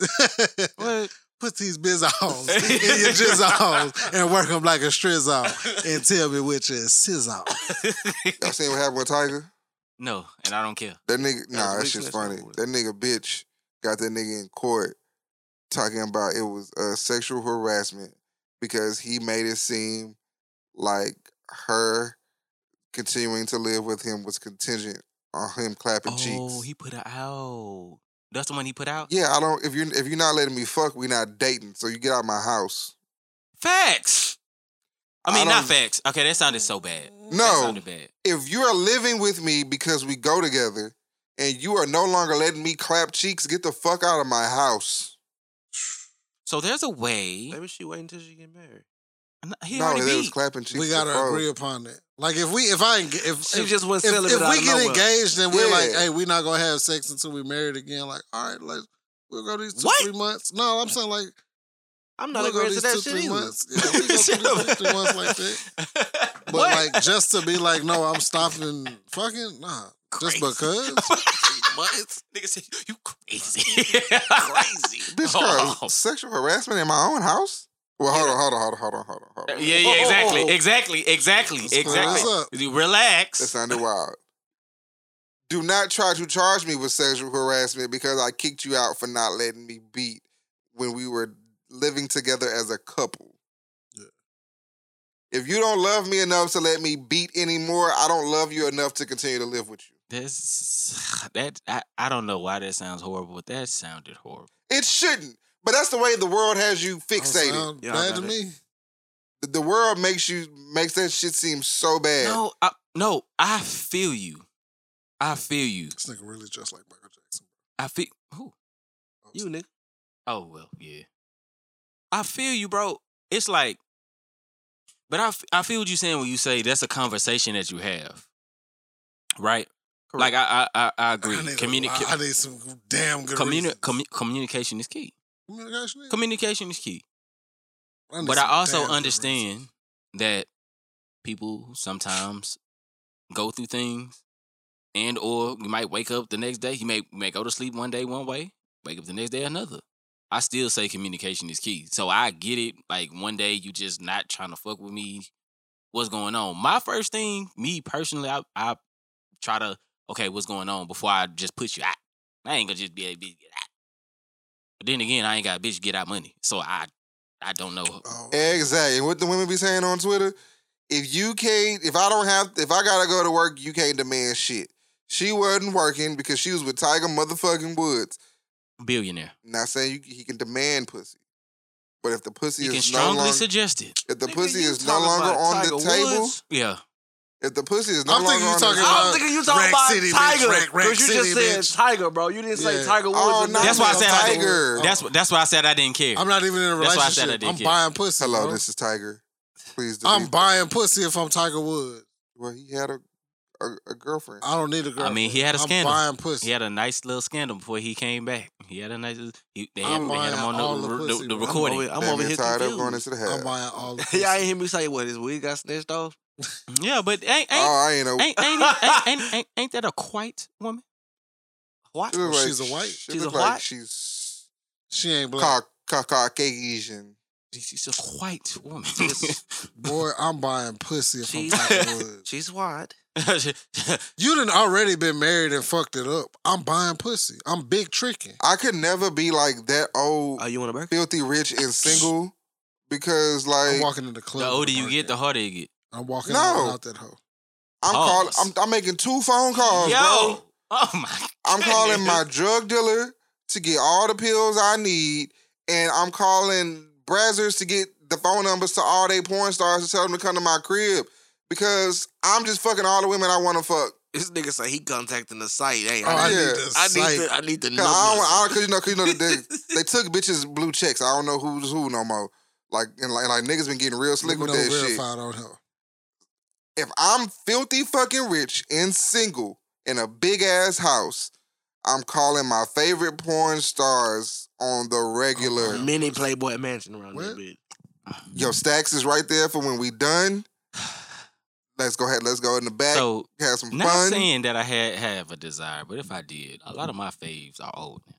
Speaker 1: What?
Speaker 2: (laughs) Put
Speaker 1: (laughs)
Speaker 2: these bizzles in your jizzles and work them like a strizzle
Speaker 1: (laughs)
Speaker 2: and tell me which is sizzle.
Speaker 3: Y'all seen what happened with Tiger?
Speaker 1: No, and I don't care.
Speaker 3: That nigga,
Speaker 4: That
Speaker 3: nah,
Speaker 4: was
Speaker 3: that shit's
Speaker 4: weakness.
Speaker 3: funny. That nigga bitch got that nigga in court talking about it was uh, sexual harassment because he made it seem like her continuing to live with him was contingent on him clapping
Speaker 1: Oh,
Speaker 3: cheeks.
Speaker 1: he put it
Speaker 2: (laughs)
Speaker 1: out. That's the one he put out.
Speaker 3: yeah, I don't. If you if you're not letting me fuck, we not dating. So you get out my house.
Speaker 1: Facts. I
Speaker 3: I
Speaker 1: mean, not
Speaker 3: don't-
Speaker 1: facts. Okay, that sounded so bad. that
Speaker 3: No,
Speaker 1: sounded bad.
Speaker 3: if you are living with me because we go together, and you are no longer letting me clap cheeks, get the fuck out of my house.
Speaker 1: So there's a way.
Speaker 4: Maybe she waiting until she get married.
Speaker 1: N- He
Speaker 3: no,
Speaker 1: already
Speaker 3: they was
Speaker 1: beat.
Speaker 3: clapping cheeks.
Speaker 2: we
Speaker 3: to
Speaker 2: gotta
Speaker 3: bro.
Speaker 2: agree upon that. Like if we if I ain't get- if
Speaker 4: She
Speaker 2: if,
Speaker 4: just went
Speaker 2: if,
Speaker 4: celibate
Speaker 2: if
Speaker 4: out
Speaker 2: we
Speaker 4: of
Speaker 2: get
Speaker 4: nowhere.
Speaker 2: engaged and we're like,
Speaker 3: Yeah.
Speaker 2: hey, we're not gonna have sex until we married again. Like, all right, let's we'll go these two
Speaker 1: What?
Speaker 2: three months. No, I'm saying like
Speaker 4: I'm
Speaker 2: we'll
Speaker 4: not
Speaker 2: go
Speaker 4: agreeing to
Speaker 2: these
Speaker 4: that
Speaker 2: two
Speaker 4: shit
Speaker 2: three
Speaker 4: either.
Speaker 2: months. Yeah,
Speaker 1: (laughs)
Speaker 2: we go
Speaker 1: Shut
Speaker 2: through these
Speaker 1: up.
Speaker 2: two three months like that.
Speaker 1: (laughs) but
Speaker 2: But like just to be like, no, I'm stopping fucking. Nah,
Speaker 1: Crazy. (laughs)
Speaker 2: just because.
Speaker 1: months. Nigga said, you (laughs) crazy. crazy.
Speaker 3: Bitch, girl,
Speaker 1: Oh.
Speaker 3: sexual harassment in my own house? Well, hold on, hold on, hold on, hold on, hold on, hold
Speaker 1: (laughs)
Speaker 3: on. Oh,
Speaker 1: Yeah, yeah, exactly. Exactly. Exactly.
Speaker 2: Let's clear
Speaker 1: Exactly.
Speaker 2: this up.
Speaker 1: You
Speaker 3: That
Speaker 1: relax.
Speaker 3: sounded wild. Do not try to charge me with sexual harassment because I kicked you out for not letting me beat when we were living together as a couple.
Speaker 2: Yeah.
Speaker 3: If you don't love me enough to let me beat anymore, I don't love you enough to continue to live with you.
Speaker 1: This (sighs) that I, I don't know why that sounds horrible, but that sounded horrible.
Speaker 3: It shouldn't, but that's the way the world has you
Speaker 2: Don't
Speaker 3: fixated.
Speaker 2: sound
Speaker 4: Yeah, I
Speaker 2: bad to
Speaker 4: got
Speaker 2: me.
Speaker 3: The- The world makes you makes that shit seem so bad.
Speaker 1: No, I, no, I feel you. I feel you.
Speaker 2: This nigga really just like Michael Jackson.
Speaker 1: I feel who?
Speaker 4: You nigga.
Speaker 1: Oh well, yeah. I feel you, bro. It's like, but I f- I feel what you saying when you say that's a conversation that you have, right? Like I I I, I agree.
Speaker 2: I need,
Speaker 1: Communica-
Speaker 2: a, I need some damn good
Speaker 1: communi-
Speaker 2: reasons.
Speaker 1: commu- communication is key.
Speaker 2: communication. is-
Speaker 1: Communication is key.
Speaker 2: need
Speaker 1: But I
Speaker 2: some
Speaker 1: also
Speaker 2: damn good
Speaker 1: understand
Speaker 2: reasons.
Speaker 1: that people sometimes go through things and or you might wake up the next day, you may may go to sleep one day one way, wake up the next day another. I still say communication is key. So I get it. Like one day you just not trying to fuck with me. What's going on? My first thing, me personally, I, I try to okay, what's going on before I just put you out. I ain't gonna just be a bitch get out. But then again, I ain't got bitch get out money, so I I don't know.
Speaker 2: Oh,
Speaker 3: Exactly. And what the women be saying on Twitter, if you can't, if I don't have, if I gotta go to work, you can't demand shit. She wasn't working because she was with Tiger motherfucking Woods.
Speaker 1: Billionaire.
Speaker 3: Not saying you, he can demand pussy, but if the pussy
Speaker 1: You can
Speaker 3: is no
Speaker 1: strongly
Speaker 3: longer,
Speaker 1: suggest it.
Speaker 3: if the
Speaker 4: Nigga,
Speaker 3: pussy
Speaker 4: you
Speaker 3: is no
Speaker 4: talking
Speaker 3: longer
Speaker 4: about
Speaker 3: on the
Speaker 4: Tiger
Speaker 3: table,
Speaker 4: Woods?
Speaker 1: Yeah.
Speaker 3: if the pussy is no
Speaker 2: I'm
Speaker 3: longer
Speaker 2: thinking you
Speaker 3: on
Speaker 2: talking
Speaker 3: the
Speaker 2: about-
Speaker 3: table,
Speaker 4: I'm thinking you talking
Speaker 2: Rack
Speaker 4: about
Speaker 2: City, bitch.
Speaker 4: Tiger.
Speaker 2: Rack- Rack
Speaker 4: 'cause you just
Speaker 2: City,
Speaker 4: said
Speaker 2: bitch.
Speaker 4: Tiger, bro. You didn't say
Speaker 2: Yeah.
Speaker 4: Tiger Woods.
Speaker 3: Oh,
Speaker 4: and
Speaker 3: no,
Speaker 1: That's why I
Speaker 3: no,
Speaker 1: said I didn't-
Speaker 3: Tiger.
Speaker 1: That's wh- that's why I said I didn't care.
Speaker 2: I'm not even in a
Speaker 1: That's why I said I
Speaker 2: relationship.
Speaker 1: didn't
Speaker 2: I'm
Speaker 1: get-
Speaker 2: buying pussy.
Speaker 3: hello,
Speaker 2: bro.
Speaker 3: this is Tiger. Please delete.
Speaker 2: I'm buying pussy if I'm Tiger Woods.
Speaker 3: well, he had a a, a girlfriend.
Speaker 2: I don't need a girl.
Speaker 1: I mean, he had a scandal.
Speaker 2: I'm buying pussy.
Speaker 1: he had a nice little scandal before he came back. He had a nice. He, they, had,
Speaker 2: I'm
Speaker 1: they had him
Speaker 2: buying
Speaker 1: on
Speaker 2: all
Speaker 1: the,
Speaker 2: the
Speaker 1: the,
Speaker 2: pussy,
Speaker 1: the
Speaker 2: bro.
Speaker 4: I'm
Speaker 1: recording.
Speaker 4: over- I'm
Speaker 3: Damn
Speaker 4: over
Speaker 3: near
Speaker 4: here
Speaker 3: tired
Speaker 4: confused.
Speaker 3: of going (laughs)
Speaker 4: (laughs)
Speaker 3: into the
Speaker 2: I'm
Speaker 3: house.
Speaker 2: buying
Speaker 1: (laughs)
Speaker 2: all the pussy.
Speaker 4: Y'all ain't hear me say what his wig got snitched off.
Speaker 1: yeah, but ain't ain't,
Speaker 3: Oh, I ain't know.
Speaker 1: ain't, ain't, it- ain't, ain't, ain't ain't that a white woman?
Speaker 4: What?
Speaker 3: She look
Speaker 2: she's a white?
Speaker 3: She
Speaker 4: She's
Speaker 3: look
Speaker 4: a
Speaker 3: like
Speaker 4: what?
Speaker 3: she's
Speaker 2: She ain't black.
Speaker 3: Ca- ca- Caucasian.
Speaker 1: She's a white woman.
Speaker 4: She's-
Speaker 2: Boy, I'm buying pussy if I'm
Speaker 4: She's-
Speaker 2: Tiger Woods.
Speaker 4: She's what?
Speaker 2: You done already been married and fucked it up. I'm buying pussy. I'm big tricking.
Speaker 3: I could never be like that old,
Speaker 4: Oh, you want a burger?
Speaker 3: filthy rich and single because
Speaker 2: I'm
Speaker 3: like I'm,
Speaker 2: walking in the
Speaker 1: (laughs)
Speaker 2: club.
Speaker 1: the
Speaker 2: with
Speaker 1: older
Speaker 2: a
Speaker 1: you
Speaker 2: birthday.
Speaker 1: get, the harder you get.
Speaker 2: I'm walking
Speaker 3: No.
Speaker 2: out that hoe.
Speaker 3: calling,
Speaker 1: Pause.
Speaker 3: I'm, I'm making two phone calls,
Speaker 1: Yo,
Speaker 3: bro.
Speaker 1: oh my!
Speaker 3: I'm calling my drug dealer to get all the pills I need, and I'm calling Brazzers to get the phone numbers to all they porn stars to tell them to come to my crib because I'm just fucking all the women I want to fuck.
Speaker 4: This nigga say he contacting the site. Hey,
Speaker 2: Oh, I
Speaker 4: I,
Speaker 2: need
Speaker 3: Yeah.
Speaker 2: the
Speaker 4: I
Speaker 2: sight.
Speaker 4: need to. I need to
Speaker 3: Cause I don't,
Speaker 4: know.
Speaker 3: I don't, cause you know, cause you know, they,
Speaker 4: (laughs)
Speaker 3: they took bitches blue checks. I don't know who's who no more. Like and like, like niggas been getting real
Speaker 2: Let
Speaker 3: slick
Speaker 2: me
Speaker 3: with
Speaker 2: know
Speaker 3: that shit.
Speaker 2: verified on her.
Speaker 3: If I'm filthy fucking rich and single in a big ass house, I'm calling my favorite porn stars on the regular.
Speaker 4: Mini Playboy Mansion around
Speaker 2: What?
Speaker 4: that bitch.
Speaker 3: Yo, Stacks is right there for when we done. Let's go ahead. Let's go in the back.
Speaker 1: So
Speaker 3: have some
Speaker 1: not
Speaker 3: fun.
Speaker 1: saying that I had have a desire, but if I did, a lot of my faves are old now.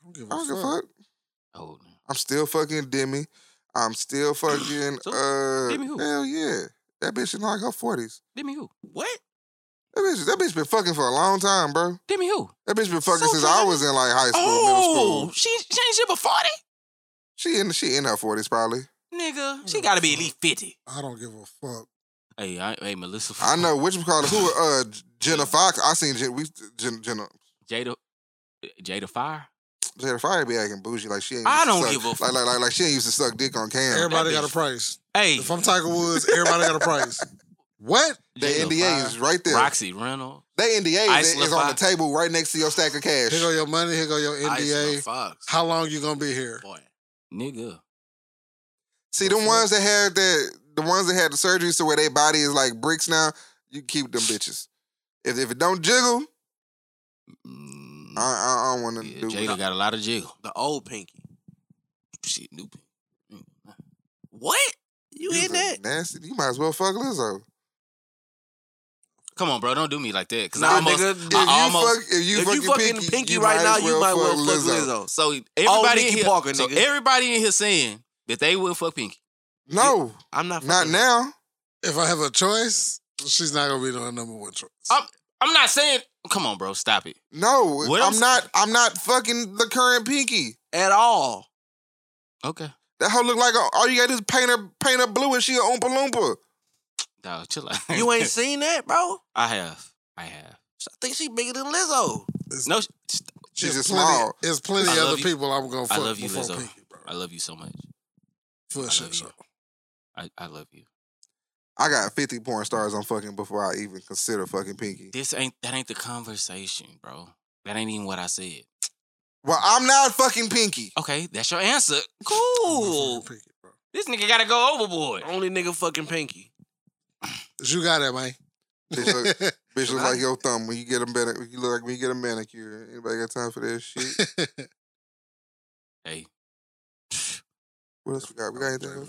Speaker 2: I don't give
Speaker 3: I
Speaker 2: a
Speaker 3: don't give a
Speaker 2: fuck.
Speaker 3: fuck.
Speaker 1: Old now.
Speaker 3: I'm still fucking Demi. I'm
Speaker 1: (clears throat)
Speaker 3: still fucking.
Speaker 1: So,
Speaker 3: uh,
Speaker 1: Demi who?
Speaker 3: Hell yeah. That bitch in like her 40s.
Speaker 1: Demi who?
Speaker 4: What?
Speaker 3: That bitch, that bitch been fucking for a long time, bro.
Speaker 1: Demi who?
Speaker 3: That bitch been fucking
Speaker 1: So
Speaker 3: since
Speaker 1: Johnny-
Speaker 3: I was in like high school,
Speaker 1: Oh,
Speaker 3: middle school.
Speaker 1: she she ain't shit but forty,
Speaker 3: She in she in her forties probably.
Speaker 1: nigga. She gotta be at least fifty.
Speaker 2: I don't give a fuck.
Speaker 1: Hey, I, hey, Melissa.
Speaker 3: I know which we call it. Who uh Jenna Fox? I seen Jen, we Jen, Jenna
Speaker 1: (laughs) Jada. Jada Fire.
Speaker 3: Jada Fire be acting bougie like she ain't.
Speaker 1: I
Speaker 3: used to
Speaker 1: don't
Speaker 3: suck-
Speaker 1: give a
Speaker 3: like, like like like she ain't used to suck dick on camera.
Speaker 2: Everybody
Speaker 1: that
Speaker 2: got
Speaker 1: bitch-
Speaker 2: a price.
Speaker 1: Hey,
Speaker 2: If I'm Tiger Woods, everybody got
Speaker 1: (laughs)
Speaker 2: a price. What?
Speaker 3: The
Speaker 1: Jada
Speaker 3: NDA is
Speaker 1: Fire,
Speaker 3: right there.
Speaker 1: Roxy Reynolds.
Speaker 3: They NDA is,
Speaker 1: Isola
Speaker 3: is on the
Speaker 1: Fox.
Speaker 3: table right next to your stack of cash.
Speaker 2: Here go your money. Here go your
Speaker 4: Ice
Speaker 2: NDA.
Speaker 4: Fox.
Speaker 2: How long you gonna be here?
Speaker 4: Boy.
Speaker 1: Nigga.
Speaker 3: See them ones that had that the ones that had the surgery so where their body is like bricks now. You keep them bitches. If if it don't jiggle,
Speaker 1: Mm,
Speaker 3: I I, I don't want to
Speaker 1: yeah,
Speaker 3: do.
Speaker 1: Jada
Speaker 3: it.
Speaker 1: got a lot of jiggle.
Speaker 4: The old pinky.
Speaker 1: Shit, new. Mm.
Speaker 4: What? You
Speaker 3: These
Speaker 4: in
Speaker 3: are
Speaker 4: that?
Speaker 3: Nasty. You might as well fuck Lizzo.
Speaker 1: Come on, bro. Don't do me like that. Cause
Speaker 4: Nah,
Speaker 1: I almost.
Speaker 4: nigga,
Speaker 1: I
Speaker 3: If you
Speaker 1: almost.
Speaker 3: fuck, if you
Speaker 4: if
Speaker 3: fucking
Speaker 4: you fucking
Speaker 3: pinky,
Speaker 4: pinky, right
Speaker 3: might
Speaker 4: now,
Speaker 3: as
Speaker 4: you might well fuck Lizzo.
Speaker 1: so everybody in
Speaker 4: Nikki
Speaker 1: here.
Speaker 4: Parker,
Speaker 1: so
Speaker 4: nigga.
Speaker 1: everybody in here saying that they will fuck Pinky.
Speaker 3: No,
Speaker 4: I'm not.
Speaker 3: not
Speaker 4: fucking-
Speaker 3: now.
Speaker 2: If I have a choice, she's not gonna be the number one choice.
Speaker 1: I'm- I'm not saying. Come on, bro. Stop it.
Speaker 3: No,
Speaker 1: What
Speaker 3: I'm,
Speaker 1: I'm-
Speaker 3: not. I'm not fucking the current pinky.
Speaker 4: at all.
Speaker 1: Okay.
Speaker 3: That hoe look like a, all you gotta do is paint her, paint her blue, and she a oompa loompa.
Speaker 1: Dog, chill out.
Speaker 4: You (laughs) ain't seen that, bro.
Speaker 1: (laughs) I have. I have.
Speaker 4: I think she bigger than Lizzo.
Speaker 2: It's-
Speaker 1: No. sh- st-
Speaker 3: She's
Speaker 2: it's
Speaker 3: just
Speaker 2: plenty,
Speaker 3: small.
Speaker 2: There's plenty
Speaker 1: I love
Speaker 2: other
Speaker 1: you.
Speaker 2: people I'm gonna fuck
Speaker 1: love you,
Speaker 2: before
Speaker 1: Lizzo.
Speaker 2: Pinky, bro.
Speaker 1: I love you so much.
Speaker 2: For
Speaker 1: I
Speaker 2: sure,
Speaker 1: love you.
Speaker 2: sure.
Speaker 1: I, I love you.
Speaker 3: I got 50 porn stars I'm fucking before I even consider fucking pinky.
Speaker 1: This ain't that ain't the conversation, bro. That ain't even what I said.
Speaker 3: Well, I'm not fucking pinky.
Speaker 2: Oh,
Speaker 1: Okay, that's your answer.
Speaker 2: I'm not
Speaker 1: Cool.
Speaker 2: fucking Pinky, bro.
Speaker 1: This nigga gotta go overboard.
Speaker 4: Only nigga fucking pinky.
Speaker 2: You got it, man.
Speaker 3: Bitch
Speaker 2: (laughs)
Speaker 3: look, bitch look like your thumb when you get a better. You look like when you get a manicure. Anybody got time for
Speaker 2: (laughs)
Speaker 3: that shit?
Speaker 1: Hey,
Speaker 3: What else we got? We got anything else?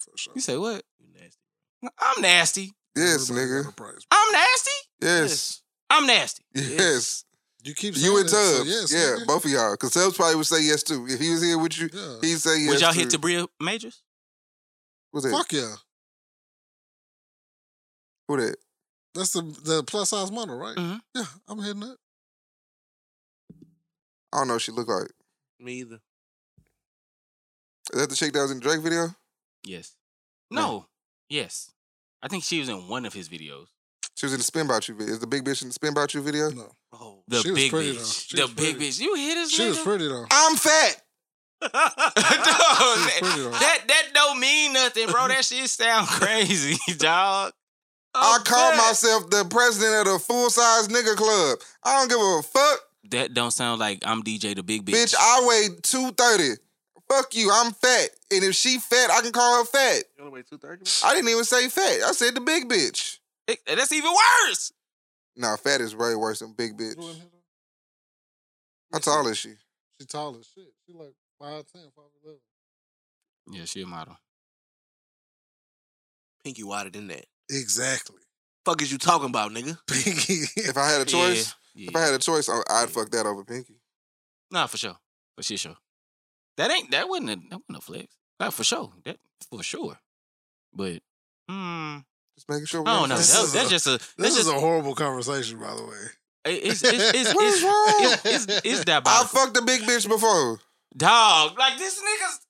Speaker 2: For sure.
Speaker 1: you say what?
Speaker 4: You nasty.
Speaker 1: I'm nasty.
Speaker 3: Yes,
Speaker 2: Everybody
Speaker 3: nigga.
Speaker 2: got a price.
Speaker 1: I'm nasty.
Speaker 3: Yes.
Speaker 1: I'm nasty.
Speaker 3: Yes.
Speaker 2: You keep
Speaker 3: You
Speaker 2: saying
Speaker 3: and
Speaker 2: it, so
Speaker 3: Tubbs.
Speaker 2: yes,
Speaker 3: yeah,
Speaker 2: nigga. Uh,
Speaker 3: both of y'all. Because Tubbs probably would say yes too. If he was here with you,
Speaker 2: Yeah.
Speaker 3: he'd say yes.
Speaker 1: Would y'all
Speaker 3: too.
Speaker 1: hit Tabria Majors?
Speaker 3: What's that?
Speaker 2: Fuck yeah.
Speaker 3: Who that?
Speaker 2: That's the the plus size model, right?
Speaker 1: Mhm.
Speaker 2: Yeah, I'm hitting that.
Speaker 3: I don't know what she looked like.
Speaker 4: Me either.
Speaker 3: Is that the chick that was in the Drake video?
Speaker 1: Yes.
Speaker 3: No.
Speaker 1: No. Yes. I think she was in one of his videos.
Speaker 3: She was in the Spin About You video. Is the big bitch in the Spin About You video?
Speaker 2: No.
Speaker 4: Oh.
Speaker 1: The
Speaker 2: She was
Speaker 1: big
Speaker 2: pretty, though.
Speaker 1: bitch.
Speaker 2: She
Speaker 1: The
Speaker 2: was
Speaker 1: big
Speaker 2: pretty.
Speaker 1: bitch. You hit his
Speaker 2: She
Speaker 1: nigga?
Speaker 2: was
Speaker 1: (laughs)
Speaker 2: pretty though.
Speaker 3: I'm fat.
Speaker 1: Dog,
Speaker 2: She was pretty though.
Speaker 1: that that don't mean nothing, bro. That shit
Speaker 2: (laughs)
Speaker 1: sound crazy, (laughs) dog.
Speaker 3: I call myself the president of the full size nigga club. I don't give a fuck.
Speaker 1: That don't sound like I'm DJ the big bitch.
Speaker 3: Bitch, I weigh 230. Fuck you. I'm fat. And if she fat, I can call her fat.
Speaker 4: You only weigh two thirty.
Speaker 3: I didn't even say fat. I said the big bitch.
Speaker 1: It- that's even worse.
Speaker 3: Nah, fat is way worse than big bitch.
Speaker 2: You wanna hit her?
Speaker 3: How tall is she?
Speaker 2: She tall as shit. She like 5'10", 5'11".
Speaker 1: Yeah, she a model.
Speaker 4: Pinky wider than that.
Speaker 2: Exactly.
Speaker 4: Fuck is you talking about, nigga?
Speaker 2: Pinky.
Speaker 3: If I had a choice,
Speaker 1: (laughs) Yeah.
Speaker 3: If I had a choice, I- I'd fuck that over Pinky.
Speaker 1: Nah, for sure. For shit, sure. That ain't that wasn't a, that wasn't a flex. Nah, for sure. That for sure. But hmm,
Speaker 3: Just making sure.
Speaker 1: I don't know.
Speaker 2: This
Speaker 1: That-
Speaker 2: is
Speaker 1: that's
Speaker 2: a-
Speaker 1: just a
Speaker 2: This
Speaker 1: that's
Speaker 2: is
Speaker 1: just
Speaker 2: a horrible conversation, by the way.
Speaker 1: it- it's it's it's
Speaker 3: What
Speaker 1: it's,
Speaker 3: is wrong?
Speaker 1: it's, it's, it's
Speaker 3: I
Speaker 1: diabolical.
Speaker 3: fucked a big bitch before.
Speaker 1: Dog, like this nigga's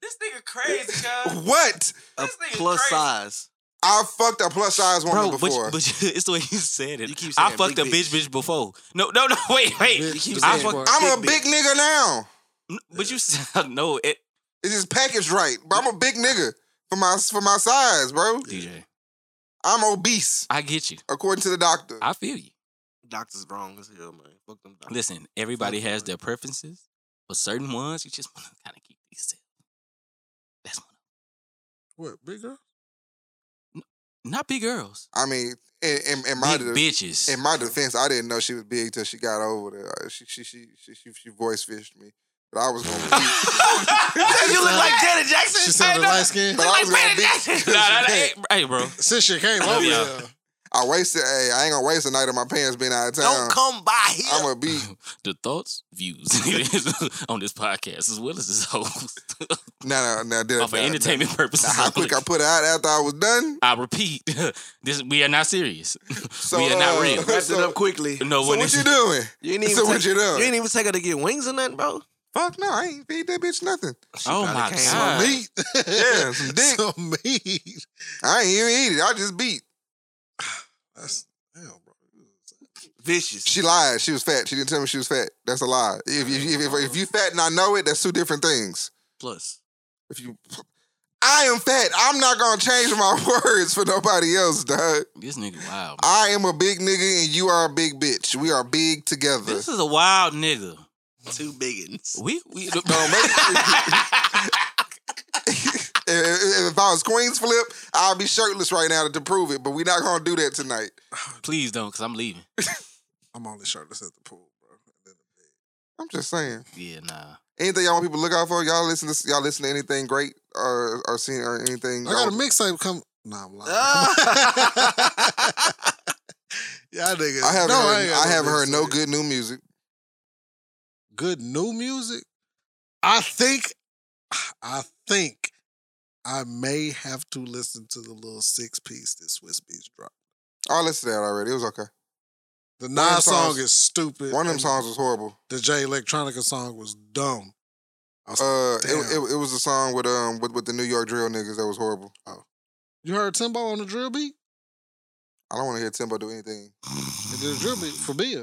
Speaker 1: this nigga crazy, cuz.
Speaker 3: What?
Speaker 4: A
Speaker 1: This nigga
Speaker 4: plus
Speaker 1: crazy.
Speaker 4: size.
Speaker 3: I fucked a plus size woman
Speaker 1: Bro, but,
Speaker 3: before.
Speaker 1: but it's the way you (laughs) said it.
Speaker 4: You keep
Speaker 1: I
Speaker 4: saying
Speaker 1: fucked
Speaker 4: big
Speaker 1: a bitch
Speaker 4: bitch.
Speaker 1: bitch before. No, no, (laughs) no. Wait, wait.
Speaker 2: Bitch,
Speaker 4: you keep
Speaker 2: the
Speaker 1: I
Speaker 2: big
Speaker 1: fuck-
Speaker 2: boy.
Speaker 3: I'm a
Speaker 4: big
Speaker 3: big nigga now.
Speaker 1: But you said (laughs) no. It,
Speaker 3: It's just packaged right. But I'm a big nigga for my for my size, bro.
Speaker 1: DJ,
Speaker 3: I'm obese
Speaker 1: I get you.
Speaker 3: according to the doctor.
Speaker 1: I feel you.
Speaker 4: Doctor's wrong as hell, man. Fuck them doctors.
Speaker 1: Listen, everybody
Speaker 4: Fuck
Speaker 1: has
Speaker 4: them.
Speaker 1: their preferences, but certain ones you just want to kind of keep these. separate. That's one. of
Speaker 2: What,
Speaker 1: (laughs)
Speaker 2: big girl?
Speaker 1: them. Not big girls,
Speaker 3: I mean, in, in, in my
Speaker 1: big
Speaker 3: de-
Speaker 1: bitches. (laughs)
Speaker 3: in my defense, I didn't know she was big till she got over there. Uh, She she she she she, she voice fished me, but I was gonna.
Speaker 1: (laughs)
Speaker 3: Be,
Speaker 4: you look like Janet
Speaker 2: She
Speaker 4: Jackson.
Speaker 2: sounded
Speaker 1: no.
Speaker 2: light skinned.
Speaker 3: (laughs) but I was gonna be.
Speaker 1: nah, nah, nah, hey, hey, bro.
Speaker 2: Since she came
Speaker 1: love
Speaker 2: over
Speaker 1: y'all.
Speaker 2: here,
Speaker 3: I wasted. Hey, I ain't gonna waste a night of my parents being out of town.
Speaker 4: Don't come by here.
Speaker 3: I'm
Speaker 1: (laughs)
Speaker 3: gonna be.
Speaker 1: the thoughts, views (laughs) on this podcast, as well as this host,
Speaker 3: Nah, nah, nah. Did,
Speaker 1: are (laughs) for
Speaker 3: nah,
Speaker 1: entertainment
Speaker 3: nah,
Speaker 1: purposes.
Speaker 3: how quick I put it out after I was done.
Speaker 1: (laughs) I repeat, (laughs) this we are not
Speaker 3: (laughs)
Speaker 1: serious.
Speaker 3: So,
Speaker 1: We are not
Speaker 3: uh,
Speaker 1: real.
Speaker 4: Wrapped
Speaker 3: (laughs)
Speaker 4: it
Speaker 3: So,
Speaker 4: up quickly.
Speaker 1: No,
Speaker 3: so
Speaker 1: when
Speaker 3: what
Speaker 1: it's-
Speaker 3: you doing?
Speaker 4: You ain't even
Speaker 3: so
Speaker 4: take,
Speaker 3: what you doing?
Speaker 4: ain't even take her to get wings or nothing, bro.
Speaker 3: Fuck no, I ain't feed that bitch nothing.
Speaker 1: Oh
Speaker 4: probably
Speaker 1: my
Speaker 4: came
Speaker 1: god!
Speaker 4: on
Speaker 2: meat.
Speaker 3: (laughs) Yeah, some dick.
Speaker 2: (laughs) Some meat.
Speaker 3: I ain't even eat it. I just beat.
Speaker 2: That's damn, bro.
Speaker 4: Vicious.
Speaker 3: She lied. She was fat. She didn't tell me she was fat. That's a lie. If if, if, if, if you fat and I know it, that's two different things.
Speaker 1: Plus,
Speaker 3: If you, I am fat. I'm not gonna change my (laughs) words for nobody else, dog.
Speaker 1: this nigga wild. man.
Speaker 3: I am a big nigga and you are a big bitch. We are big together.
Speaker 1: This
Speaker 3: (laughs)
Speaker 1: is a wild nigga.
Speaker 4: Two biggins.
Speaker 1: We we
Speaker 3: (laughs) If- if, if I was Queens Flip, I'd be shirtless right now to prove it. But we're not gonna do that tonight.
Speaker 1: please don't, cause I'm leaving.
Speaker 2: I'm only shirtless at the pool, bro. And then the bed.
Speaker 3: I'm just saying.
Speaker 1: Yeah, nah.
Speaker 3: Anything y'all want people to look out for? Y'all listen to y'all listen to anything great or or seeing or anything?
Speaker 2: I got a
Speaker 3: y'all-
Speaker 2: mixtape coming. Nah, I'm
Speaker 3: (laughs)
Speaker 2: lying.
Speaker 4: Ah.
Speaker 2: Y'all niggas.
Speaker 3: I haven't
Speaker 2: know
Speaker 3: heard,
Speaker 2: ain't
Speaker 3: I,
Speaker 2: got
Speaker 3: haven't heard no
Speaker 2: mixtape.
Speaker 3: good new music.
Speaker 2: good new music. I think, (sighs) I think, I may have to listen to the little six piece that Swiss Beats dropped.
Speaker 3: Oh, I listened to that already. It was okay.
Speaker 2: The
Speaker 3: of them
Speaker 2: Nas song
Speaker 3: songs-
Speaker 2: is stupid.
Speaker 3: One of them
Speaker 2: and
Speaker 3: songs was horrible.
Speaker 2: The J Electronica song was dumb. I was-
Speaker 3: Uh, it,
Speaker 2: Damn.
Speaker 3: it, it was a song with um with, with the New York drill niggas that was horrible.
Speaker 2: you heard Timbo on the drill beat?
Speaker 3: I don't want to hear Timbo do anything.
Speaker 2: It did a drill beat for Bia.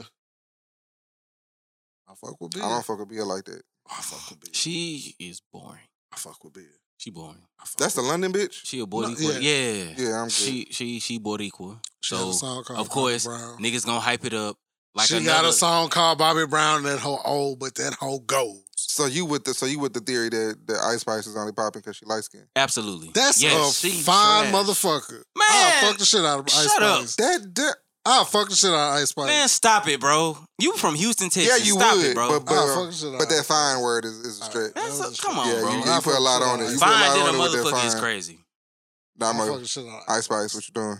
Speaker 2: I fuck with Bia.
Speaker 3: I don't fuck with Bia like that.
Speaker 2: I fuck with Bia.
Speaker 1: She is boring.
Speaker 2: I fuck with Bia.
Speaker 1: She boring.
Speaker 2: I fuck
Speaker 3: That's the
Speaker 2: with Bia.
Speaker 3: London bitch.
Speaker 1: She a
Speaker 2: No,
Speaker 1: Boricua. yeah.
Speaker 3: Yeah, I'm good.
Speaker 1: She she she Boricua.
Speaker 3: Oh.
Speaker 2: She has
Speaker 1: So
Speaker 2: a song called
Speaker 1: of course,
Speaker 2: Bobby Brown.
Speaker 1: niggas gonna hype it up. Like
Speaker 2: she
Speaker 1: another,
Speaker 2: got a song called Bobby Brown that whole old, but that whole goes.
Speaker 3: so you with the so you with the theory that that Ice Spice is only popping because she light skinned
Speaker 1: Absolutely.
Speaker 2: That's
Speaker 1: yes.
Speaker 2: a
Speaker 4: she
Speaker 2: fine
Speaker 4: trash.
Speaker 2: motherfucker.
Speaker 1: Man,
Speaker 2: I'll fuck the shit out of Ice
Speaker 1: shut up.
Speaker 2: Spice.
Speaker 3: That, that
Speaker 2: I'll fuck the shit out of Ice Spice.
Speaker 1: man, stop it, bro. You from Houston, Texas?
Speaker 3: yeah, you
Speaker 1: stop
Speaker 3: would,
Speaker 1: it, bro.
Speaker 3: but
Speaker 2: I'll fuck
Speaker 3: but,
Speaker 2: the shit out
Speaker 3: but
Speaker 2: of
Speaker 3: that
Speaker 2: Ice
Speaker 3: fine word is, is a
Speaker 2: Alright.
Speaker 3: stretch.
Speaker 1: That's
Speaker 2: That
Speaker 1: a,
Speaker 2: was a
Speaker 1: come on,
Speaker 3: yeah,
Speaker 1: bro.
Speaker 3: you,
Speaker 2: I
Speaker 3: you put a lot
Speaker 2: fuck
Speaker 3: on
Speaker 2: with
Speaker 3: it. You put a
Speaker 1: Fine,
Speaker 3: lot
Speaker 1: then
Speaker 3: on
Speaker 1: a
Speaker 3: it with that
Speaker 1: motherfucker is
Speaker 3: fine.
Speaker 1: crazy.
Speaker 3: Nah,
Speaker 2: I'll fuck
Speaker 3: mother-
Speaker 2: the shit out of
Speaker 3: Ice Spice, what
Speaker 2: (laughs)
Speaker 3: you doing?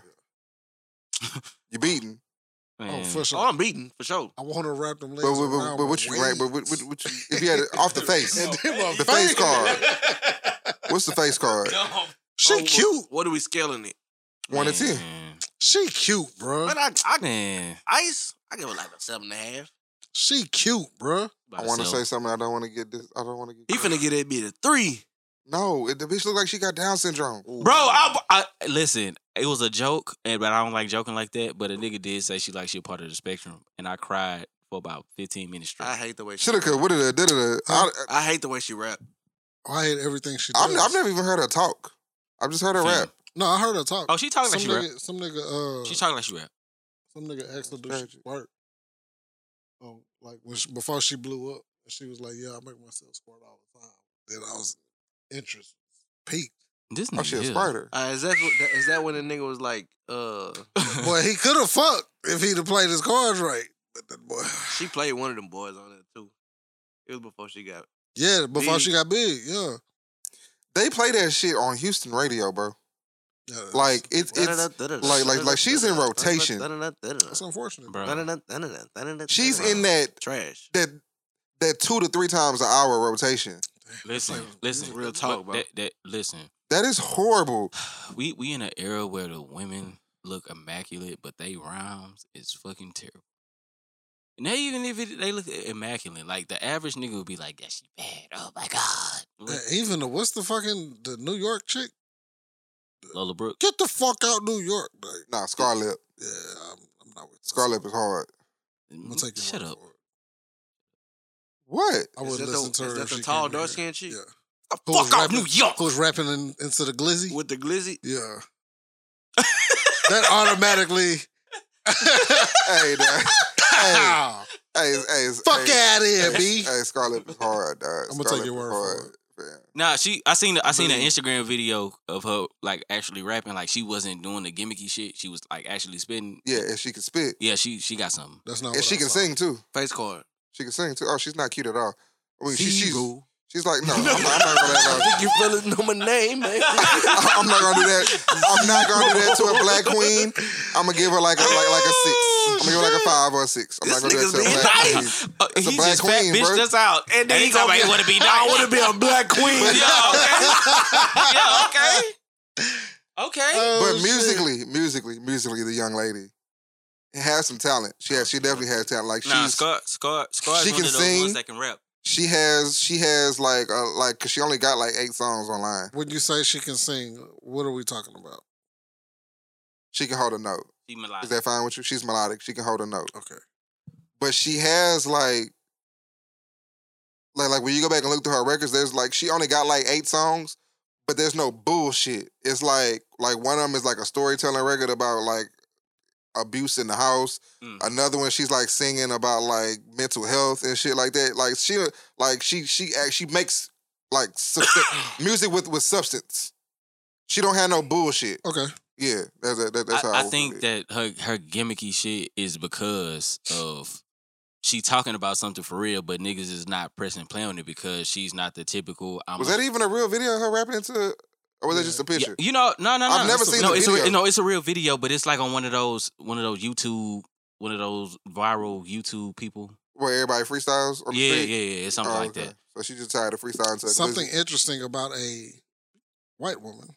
Speaker 3: You beating?
Speaker 1: Man. (laughs)
Speaker 2: Oh, for sure.
Speaker 4: Oh, I'm beating for sure.
Speaker 2: I want to wrap them legs
Speaker 3: But, but,
Speaker 2: around
Speaker 3: but, but
Speaker 2: my
Speaker 3: what you
Speaker 2: waist.
Speaker 3: right? But what, what, what you, if you had
Speaker 2: (laughs)
Speaker 3: it off the face,
Speaker 2: And then my
Speaker 3: the
Speaker 2: (laughs)
Speaker 3: face card.
Speaker 1: card.
Speaker 3: What's the face card?
Speaker 2: She
Speaker 4: Oh, wh-
Speaker 2: cute.
Speaker 4: What, are we scaling it?
Speaker 3: One to ten.
Speaker 2: She cute, bruh.
Speaker 4: But I, I
Speaker 1: Man,
Speaker 4: ice. I give it like a seven and a half.
Speaker 2: She cute, bruh.
Speaker 1: by
Speaker 3: I want to say
Speaker 1: herself.
Speaker 3: something. I don't want to get this. I don't want to get.
Speaker 4: He finna get that bit a three.
Speaker 3: No, it, the bitch look like she got Down syndrome.
Speaker 1: (laughs) bro. I, I listen. It was a joke, and but I don't like joking like that. But a nigga did say she like she a part of the spectrum, and I cried for about fifteen minutes straight.
Speaker 4: I hate the way she.
Speaker 3: Shoulda could. What did did it? I,
Speaker 4: I hate the way she rap.
Speaker 2: Oh, I hate everything she does.
Speaker 3: I've, I've never even heard her talk. I've just heard her
Speaker 1: Fam.
Speaker 3: rap.
Speaker 2: No, I heard her talk.
Speaker 1: oh, she talking
Speaker 2: some
Speaker 1: like she rap.
Speaker 2: nigga, some nigga, uh,
Speaker 1: She talking like she rap.
Speaker 2: some nigga asked her to do
Speaker 3: Tragic.
Speaker 2: she work. Um, like when she, before she blew up, she was like, "Yeah, I make myself squirt all the time." Then I was interest peaked.
Speaker 1: This nigga.
Speaker 3: Oh, she a
Speaker 1: here.
Speaker 3: spider.
Speaker 4: Uh, is that what- is that when the nigga was like,
Speaker 3: (laughs)
Speaker 4: uh,
Speaker 2: Boy, he could have fucked if he'd have played his cards right. But that boy, (sighs)
Speaker 4: she played one of them boys on it too. It was before she got.
Speaker 2: yeah, before
Speaker 4: Big.
Speaker 2: she got big, yeah,
Speaker 3: They play that shit on Houston radio, bro.
Speaker 2: yeah that's-
Speaker 3: Like it's it's
Speaker 4: Like
Speaker 3: like-
Speaker 4: (laughs)
Speaker 3: like she's in rotation.
Speaker 2: that's unfortunate.
Speaker 1: Bro.
Speaker 3: she's in that
Speaker 4: trash.
Speaker 3: that that two to three times an hour rotation.
Speaker 1: Listen,
Speaker 2: Like,
Speaker 1: listen.
Speaker 4: real talk, bro.
Speaker 1: That, that, listen.
Speaker 3: That is horrible.
Speaker 1: We we in an era where the women look immaculate, but they rhymes is fucking terrible. And they even if it, they look immaculate, like the average nigga would be like, "That she bad." Oh my god,
Speaker 2: Yeah,
Speaker 1: Like,
Speaker 2: even the what's the fucking the New York chick?
Speaker 1: Lola Brooke.
Speaker 2: Get the fuck out New York. Like,
Speaker 3: Nah, Scarlett.
Speaker 2: yeah, I'm, I'm not with this.
Speaker 3: Scarlett is hard.
Speaker 2: I'm gonna take
Speaker 1: Mm-hmm.
Speaker 2: your
Speaker 1: Shut
Speaker 2: word
Speaker 1: up.
Speaker 2: for it.
Speaker 3: What?
Speaker 2: I
Speaker 4: Is
Speaker 2: would
Speaker 4: that the-
Speaker 2: listen to
Speaker 4: is
Speaker 2: her.
Speaker 4: that
Speaker 2: if
Speaker 4: the
Speaker 2: she
Speaker 4: tall,
Speaker 2: came in here.
Speaker 4: dark-skinned chick?
Speaker 2: Yeah.
Speaker 1: The
Speaker 2: Who was
Speaker 1: fuck out
Speaker 2: rapping-
Speaker 1: New York.
Speaker 2: Who's rapping in, into the glizzy?
Speaker 4: With the glizzy,
Speaker 2: Yeah. (laughs) that (laughs) automatically.
Speaker 3: hey, nah. hey,
Speaker 2: Ow.
Speaker 3: hey, hey,
Speaker 2: Fuck
Speaker 3: hey,
Speaker 2: out of here,
Speaker 3: hey,
Speaker 2: B.
Speaker 3: Hey, Scarlett is hard. Dog.
Speaker 2: I'ma take your word for
Speaker 1: Nah, she. I seen. the- I seen an
Speaker 2: Believe.
Speaker 1: Instagram video of her like actually rapping. Like she wasn't doing the gimmicky shit. She was like actually spitting.
Speaker 3: Yeah, and she can spit,
Speaker 1: Yeah, she she got something.
Speaker 2: (laughs) That's not.
Speaker 3: and
Speaker 2: what
Speaker 3: she
Speaker 2: I
Speaker 3: can
Speaker 2: saw.
Speaker 3: sing too.
Speaker 4: face card.
Speaker 3: (laughs) She can sing too. Oh, she's not cute at all. I mean, she, she's
Speaker 4: Zero.
Speaker 3: She's like,
Speaker 2: (laughs)
Speaker 3: no, I'm, I'm not gonna
Speaker 4: (laughs)
Speaker 3: let her.
Speaker 4: you fellas know my name, man.
Speaker 3: (laughs) I'm not gonna do that. I'm not gonna do that to a
Speaker 2: (laughs)
Speaker 3: black queen. I'm gonna give her like a like, like a six. I'm gonna give her like a five or a six. I'm
Speaker 4: This
Speaker 3: not gonna do
Speaker 4: nigga's
Speaker 3: that to a
Speaker 4: being
Speaker 3: black queen.
Speaker 4: nice.
Speaker 1: Uh,
Speaker 3: That's a
Speaker 1: he
Speaker 3: black
Speaker 1: just
Speaker 3: queen,
Speaker 1: fat
Speaker 3: bro.
Speaker 1: bitched us out, and then he
Speaker 4: gonna
Speaker 1: somebody want to be nice.
Speaker 4: (laughs) I want to be a black
Speaker 1: (laughs)
Speaker 4: queen. (laughs)
Speaker 1: yeah, okay, okay.
Speaker 2: Oh,
Speaker 3: But
Speaker 2: shit.
Speaker 3: musically, musically, musically, the young lady has some talent. She has, she definitely has talent. Like she's,
Speaker 1: nah, Scar, Scar, Scar
Speaker 3: she
Speaker 1: is one
Speaker 3: can
Speaker 1: of those
Speaker 3: sing.
Speaker 1: ones that can rap.
Speaker 3: she has, she has like, uh, like, cause she only got like eight songs online.
Speaker 2: when you say she can sing, what are we talking about?
Speaker 3: She can hold a note.
Speaker 1: She melodic.
Speaker 3: Is that fine with you? She's melodic. She can hold a note,
Speaker 2: Okay.
Speaker 3: but she has like, like, like when you go back and look through her records, there's like she only got like eight songs, but there's no bullshit. It's like, like one of them is like a storytelling record about like abuse in the house.
Speaker 1: Mm.
Speaker 3: Another one, she's like singing about like mental health and shit like that. Like she, like she, she, act- she makes like
Speaker 1: (coughs)
Speaker 3: substan- music with with substance. She don't have no bullshit.
Speaker 2: Okay.
Speaker 3: Yeah, that's that, that's how
Speaker 1: I, I
Speaker 3: would
Speaker 1: think
Speaker 3: put it.
Speaker 1: that her her gimmicky shit is because of she talking about something for real, but niggas is not pressing play on it because she's not the typical. I'm
Speaker 3: was
Speaker 1: a-
Speaker 3: that even a real video of her rapping into, or was that
Speaker 2: Yeah.
Speaker 3: just a
Speaker 1: Yeah,
Speaker 3: picture?
Speaker 1: you know, no, no, no.
Speaker 3: I've never
Speaker 1: it's a-
Speaker 3: seen
Speaker 1: no,
Speaker 3: the
Speaker 1: it's
Speaker 3: video.
Speaker 1: A, no, it's a real video, but it's like on one of those one of those YouTube one of those viral YouTube people.
Speaker 3: Where everybody freestyles on the
Speaker 1: Yeah, yeah,
Speaker 3: street?
Speaker 1: yeah, it's something
Speaker 3: Oh,
Speaker 1: like
Speaker 3: okay.
Speaker 1: that.
Speaker 3: So she just tired of freestyling. So
Speaker 2: Something interesting about a white woman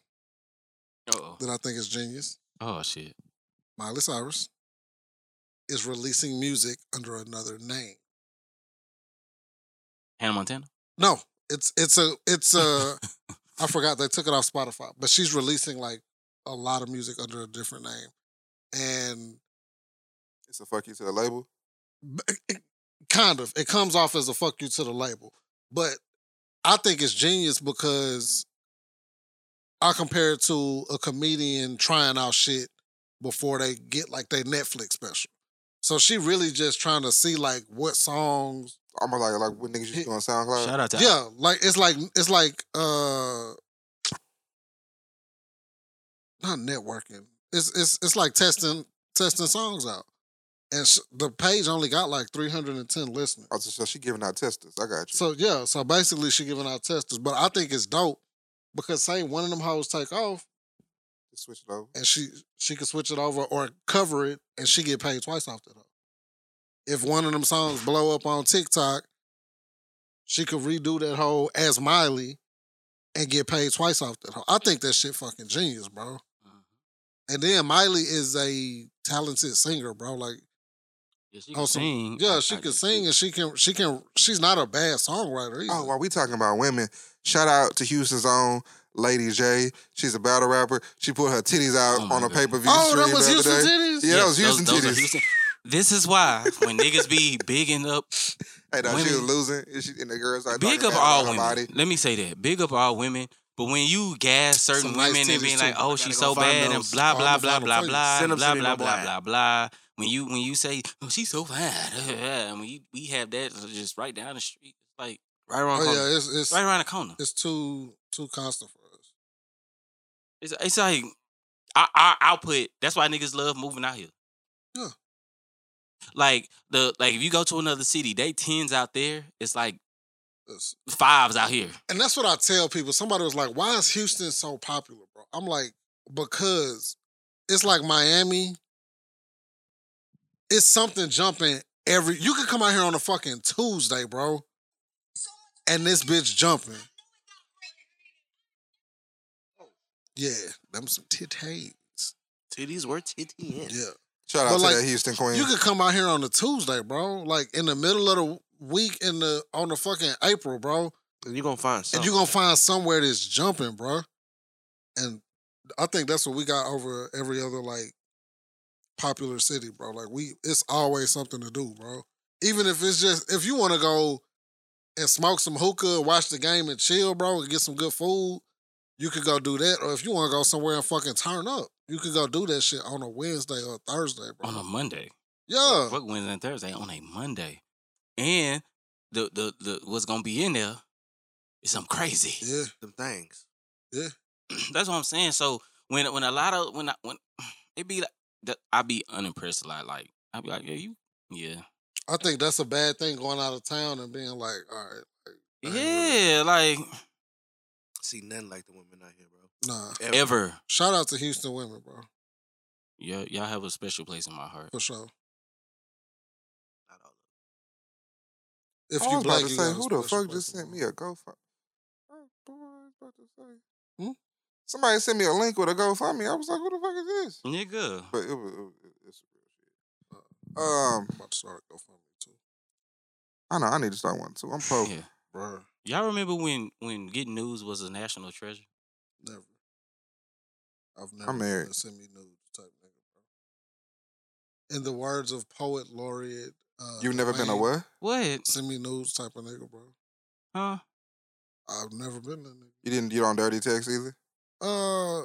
Speaker 1: Oh,
Speaker 2: that I think is genius,
Speaker 1: oh shit.
Speaker 2: Miley Cyrus, is releasing music under another name.
Speaker 1: Hannah Montana.
Speaker 2: No, it's it's a it's a I forgot they took it off Spotify, but she's releasing like a lot of music under a different name, and
Speaker 3: it's a fuck you to the label.
Speaker 2: b- it- kind of it comes off as a fuck you to the label, but I think it's genius because I compare it to a comedian trying out shit before they get like their Netflix special. So she really just trying to see like what songs
Speaker 3: Almost like like what niggas used to do on SoundCloud.
Speaker 1: Shout out to
Speaker 2: Yeah, like it's like it's like uh not networking. It's it's it's like testing testing songs out. And sh- the page only got like 310 listeners.
Speaker 3: Oh, so, so she giving out testers. I got you.
Speaker 2: So yeah, so basically she giving out testers, but I think it's dope because say one of them hoes take off
Speaker 3: Just switch it over.
Speaker 2: and she she can switch it over or cover it and she get paid twice off that hoe. If one of them songs blow up on TikTok, she could redo that whole as Miley and get paid twice off that hoe. I think that shit fucking genius, bro.
Speaker 3: Mm-hmm.
Speaker 2: And then Miley is a talented singer, bro. Like,
Speaker 1: Yeah, she
Speaker 2: Oh,
Speaker 1: can
Speaker 2: so-
Speaker 1: sing.
Speaker 3: Mm,
Speaker 2: yeah,
Speaker 1: I-
Speaker 2: she
Speaker 1: I
Speaker 2: can
Speaker 1: just-
Speaker 2: sing and she can she can she's not a bad songwriter either.
Speaker 3: Oh, while we talking about women, shout out to Houston's own Lady J. She's a battle rapper. She put her titties out
Speaker 1: Oh, my
Speaker 3: on a
Speaker 1: goodness.
Speaker 3: pay per view
Speaker 2: Oh,
Speaker 3: stream
Speaker 2: that was
Speaker 3: the other
Speaker 2: Houston
Speaker 3: day.
Speaker 2: titties.
Speaker 3: Yeah, that
Speaker 1: those-
Speaker 3: was Houston
Speaker 1: those are
Speaker 3: titties.
Speaker 1: Houston- This is why when niggas be bigging
Speaker 2: (laughs)
Speaker 1: up
Speaker 3: Hey, dog, she was
Speaker 1: Women-
Speaker 3: losing, and, she, and the girls started
Speaker 1: big
Speaker 3: talking
Speaker 1: up
Speaker 3: bad
Speaker 1: all
Speaker 3: about
Speaker 1: women.
Speaker 3: her body.
Speaker 1: Let me say that. Big up all women. But when you gas certain
Speaker 2: Some nice
Speaker 1: women and
Speaker 2: titties,
Speaker 1: being
Speaker 2: too.
Speaker 1: like, oh,
Speaker 4: Gotta
Speaker 1: she's
Speaker 4: go
Speaker 1: so
Speaker 4: find
Speaker 1: bad and
Speaker 4: those.
Speaker 1: blah
Speaker 2: Oh,
Speaker 1: blah
Speaker 2: I'ma
Speaker 1: blah
Speaker 2: find them
Speaker 1: blah
Speaker 2: for you.
Speaker 1: blah
Speaker 4: Send
Speaker 1: blah
Speaker 4: 'em
Speaker 1: blah
Speaker 4: to me,
Speaker 1: blah
Speaker 4: my boy.
Speaker 1: blah blah. When you when you say, oh, she's so (laughs) fat, and when you, we have that just right down the street, like right around the
Speaker 3: Uh-huh.
Speaker 2: Oh
Speaker 1: corner,
Speaker 2: yeah, it's it's
Speaker 1: right around the corner.
Speaker 2: it's too too constant for us.
Speaker 1: It's, it's like I, I output. That's why niggas love moving out here.
Speaker 2: Yeah.
Speaker 1: Like the like if you go to another city, they tens out there. It's like
Speaker 2: It's-
Speaker 1: fives out here.
Speaker 2: And that's what I tell people. Somebody was like, "Why is Houston so popular, bro?" I'm like, "Because it's like Miami. It's something jumping every. You could come out here on a fucking Tuesday, bro, and this bitch jumping. Yeah, them some titties.
Speaker 4: Titties were titty in.
Speaker 2: Yeah,
Speaker 3: Shout out
Speaker 2: But,
Speaker 3: to
Speaker 2: like,
Speaker 3: that Houston queen.
Speaker 2: you could come out here on a Tuesday, bro, like in the middle of the week in the on the fucking April, bro.
Speaker 4: And you gonna find
Speaker 2: and
Speaker 4: something.
Speaker 1: Oh.
Speaker 2: you're gonna find somewhere that's jumping, bruh. And I think that's what we got over every other like popular city, bro. Like we, it's always something to do, bro. Even if it's just if you want to go and smoke some hookah, watch the game and chill, bro, and get some good food, you could go do that. Or if you want to go somewhere and fucking turn up, you could go do that shit on a Wednesday or a Thursday,
Speaker 1: on a
Speaker 2: bro.
Speaker 1: Monday.
Speaker 2: Yeah,
Speaker 1: Fuck Wednesday and Thursday on a Monday. And the the, the what's gonna be in there is something crazy.
Speaker 2: yeah.
Speaker 4: Them things.
Speaker 1: (clears throat) That's what I'm saying. So when when a lot of when I when it be like that, I be unimpressed a lot. Like I be like, yeah, you yeah.
Speaker 2: I think that's a bad thing going out of town and being like, all right, like, I ain't really-
Speaker 1: Yeah, like
Speaker 4: See nothing like the women out here, bro.
Speaker 2: Nah.
Speaker 1: ever.
Speaker 2: Shout out to Houston women, bro.
Speaker 1: Yeah, y'all have a special place in my heart.
Speaker 2: For sure.
Speaker 4: Not all of
Speaker 2: If
Speaker 3: I
Speaker 2: you
Speaker 3: was about
Speaker 2: black,
Speaker 3: to
Speaker 2: you
Speaker 3: say,
Speaker 2: got a
Speaker 3: who the
Speaker 2: special
Speaker 3: fuck just
Speaker 2: place in
Speaker 3: sent
Speaker 2: my
Speaker 3: me a GoFundMe? Oh, boy, I was about to say.
Speaker 2: Hmm?
Speaker 3: Somebody sent me a link with a GoFundMe. I was like, who the fuck is this?
Speaker 1: Nigga.
Speaker 3: But it was, it was it's real shit.
Speaker 1: Uh,
Speaker 2: heart.
Speaker 3: Um,
Speaker 2: I'm about to start a GoFundMe too,
Speaker 3: I know I need to start one too. I'm pro.
Speaker 1: Yeah.
Speaker 2: bro.
Speaker 1: Y'all remember when when getting news was a national treasure?
Speaker 2: Never. I've never
Speaker 3: married.
Speaker 2: been send me nudes type nigga, bro. In the words of poet laureate, uh,
Speaker 3: You've never been a
Speaker 2: Dwayne,
Speaker 3: what?
Speaker 1: What?
Speaker 2: Send me nudes type of nigga, bro.
Speaker 1: Huh?
Speaker 2: I've never been that nigga.
Speaker 3: You didn't. You don't dirty text either.
Speaker 2: Uh,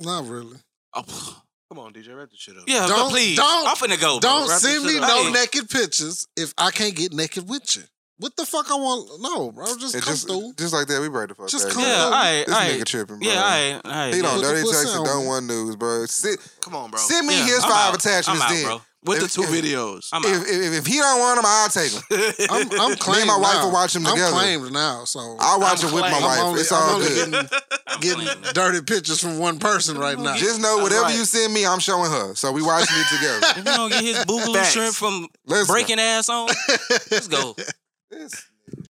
Speaker 2: not really.
Speaker 1: Oh,
Speaker 4: it. Come on, DJ, wrap this shit up.
Speaker 1: (laughs) yeah,
Speaker 2: Don't-
Speaker 1: don't, please.
Speaker 2: don't-
Speaker 1: I'm finna go. bro.
Speaker 2: Don't
Speaker 1: Wrap this
Speaker 2: send me
Speaker 1: shit up.
Speaker 2: no
Speaker 1: Hey,
Speaker 2: naked pictures if I can't get naked with you. What the fuck I want? No, bro. Just
Speaker 3: It
Speaker 2: come
Speaker 3: just
Speaker 2: through.
Speaker 3: just like that. We break the fuck.
Speaker 2: Just
Speaker 3: back
Speaker 2: come
Speaker 3: up.
Speaker 1: Yeah,
Speaker 2: through.
Speaker 1: all right,
Speaker 3: This
Speaker 1: all
Speaker 3: nigga
Speaker 1: right.
Speaker 3: tripping. Bro.
Speaker 1: Yeah, all right, all right.
Speaker 3: He
Speaker 2: Put
Speaker 3: don't
Speaker 1: yeah.
Speaker 2: the
Speaker 3: dirty
Speaker 2: pussy
Speaker 3: text and
Speaker 2: on
Speaker 3: don't
Speaker 2: me.
Speaker 3: want news, bro. Sit,
Speaker 4: Come on, bro.
Speaker 3: send me
Speaker 1: Oh, Yeah,
Speaker 3: his
Speaker 1: I'm
Speaker 3: five
Speaker 1: out. I'm
Speaker 3: attachments.
Speaker 1: out,
Speaker 3: then
Speaker 1: bro.
Speaker 4: With the
Speaker 3: if-
Speaker 4: two
Speaker 3: if-
Speaker 4: videos. (laughs)
Speaker 1: I'm
Speaker 3: If,
Speaker 1: out.
Speaker 3: if if he don't want them, I'll take them. (laughs)
Speaker 2: I'm, I'm claimed.
Speaker 3: my wife
Speaker 2: now.
Speaker 3: will watch 'em
Speaker 2: I'm
Speaker 3: together.
Speaker 2: claimed now, so
Speaker 3: I'll
Speaker 1: (laughs)
Speaker 3: watch
Speaker 1: I'm
Speaker 3: it with my
Speaker 1: claiming-
Speaker 3: wife.
Speaker 2: I'm only-
Speaker 3: it's
Speaker 2: I'm
Speaker 3: all (laughs)
Speaker 2: only
Speaker 3: good.
Speaker 2: getting-
Speaker 1: I'm
Speaker 2: getting
Speaker 3: (laughs)
Speaker 1: playing.
Speaker 2: dirty pictures from one person right now.
Speaker 3: Just know whatever
Speaker 1: Right.
Speaker 3: you send me, I'm showing her. So we watching it
Speaker 1: (laughs)
Speaker 3: together.
Speaker 1: If you don't get his boogaloo
Speaker 4: Facts.
Speaker 1: shirt from
Speaker 3: Listen, (laughs)
Speaker 1: breaking ass on, let's go.
Speaker 3: It's-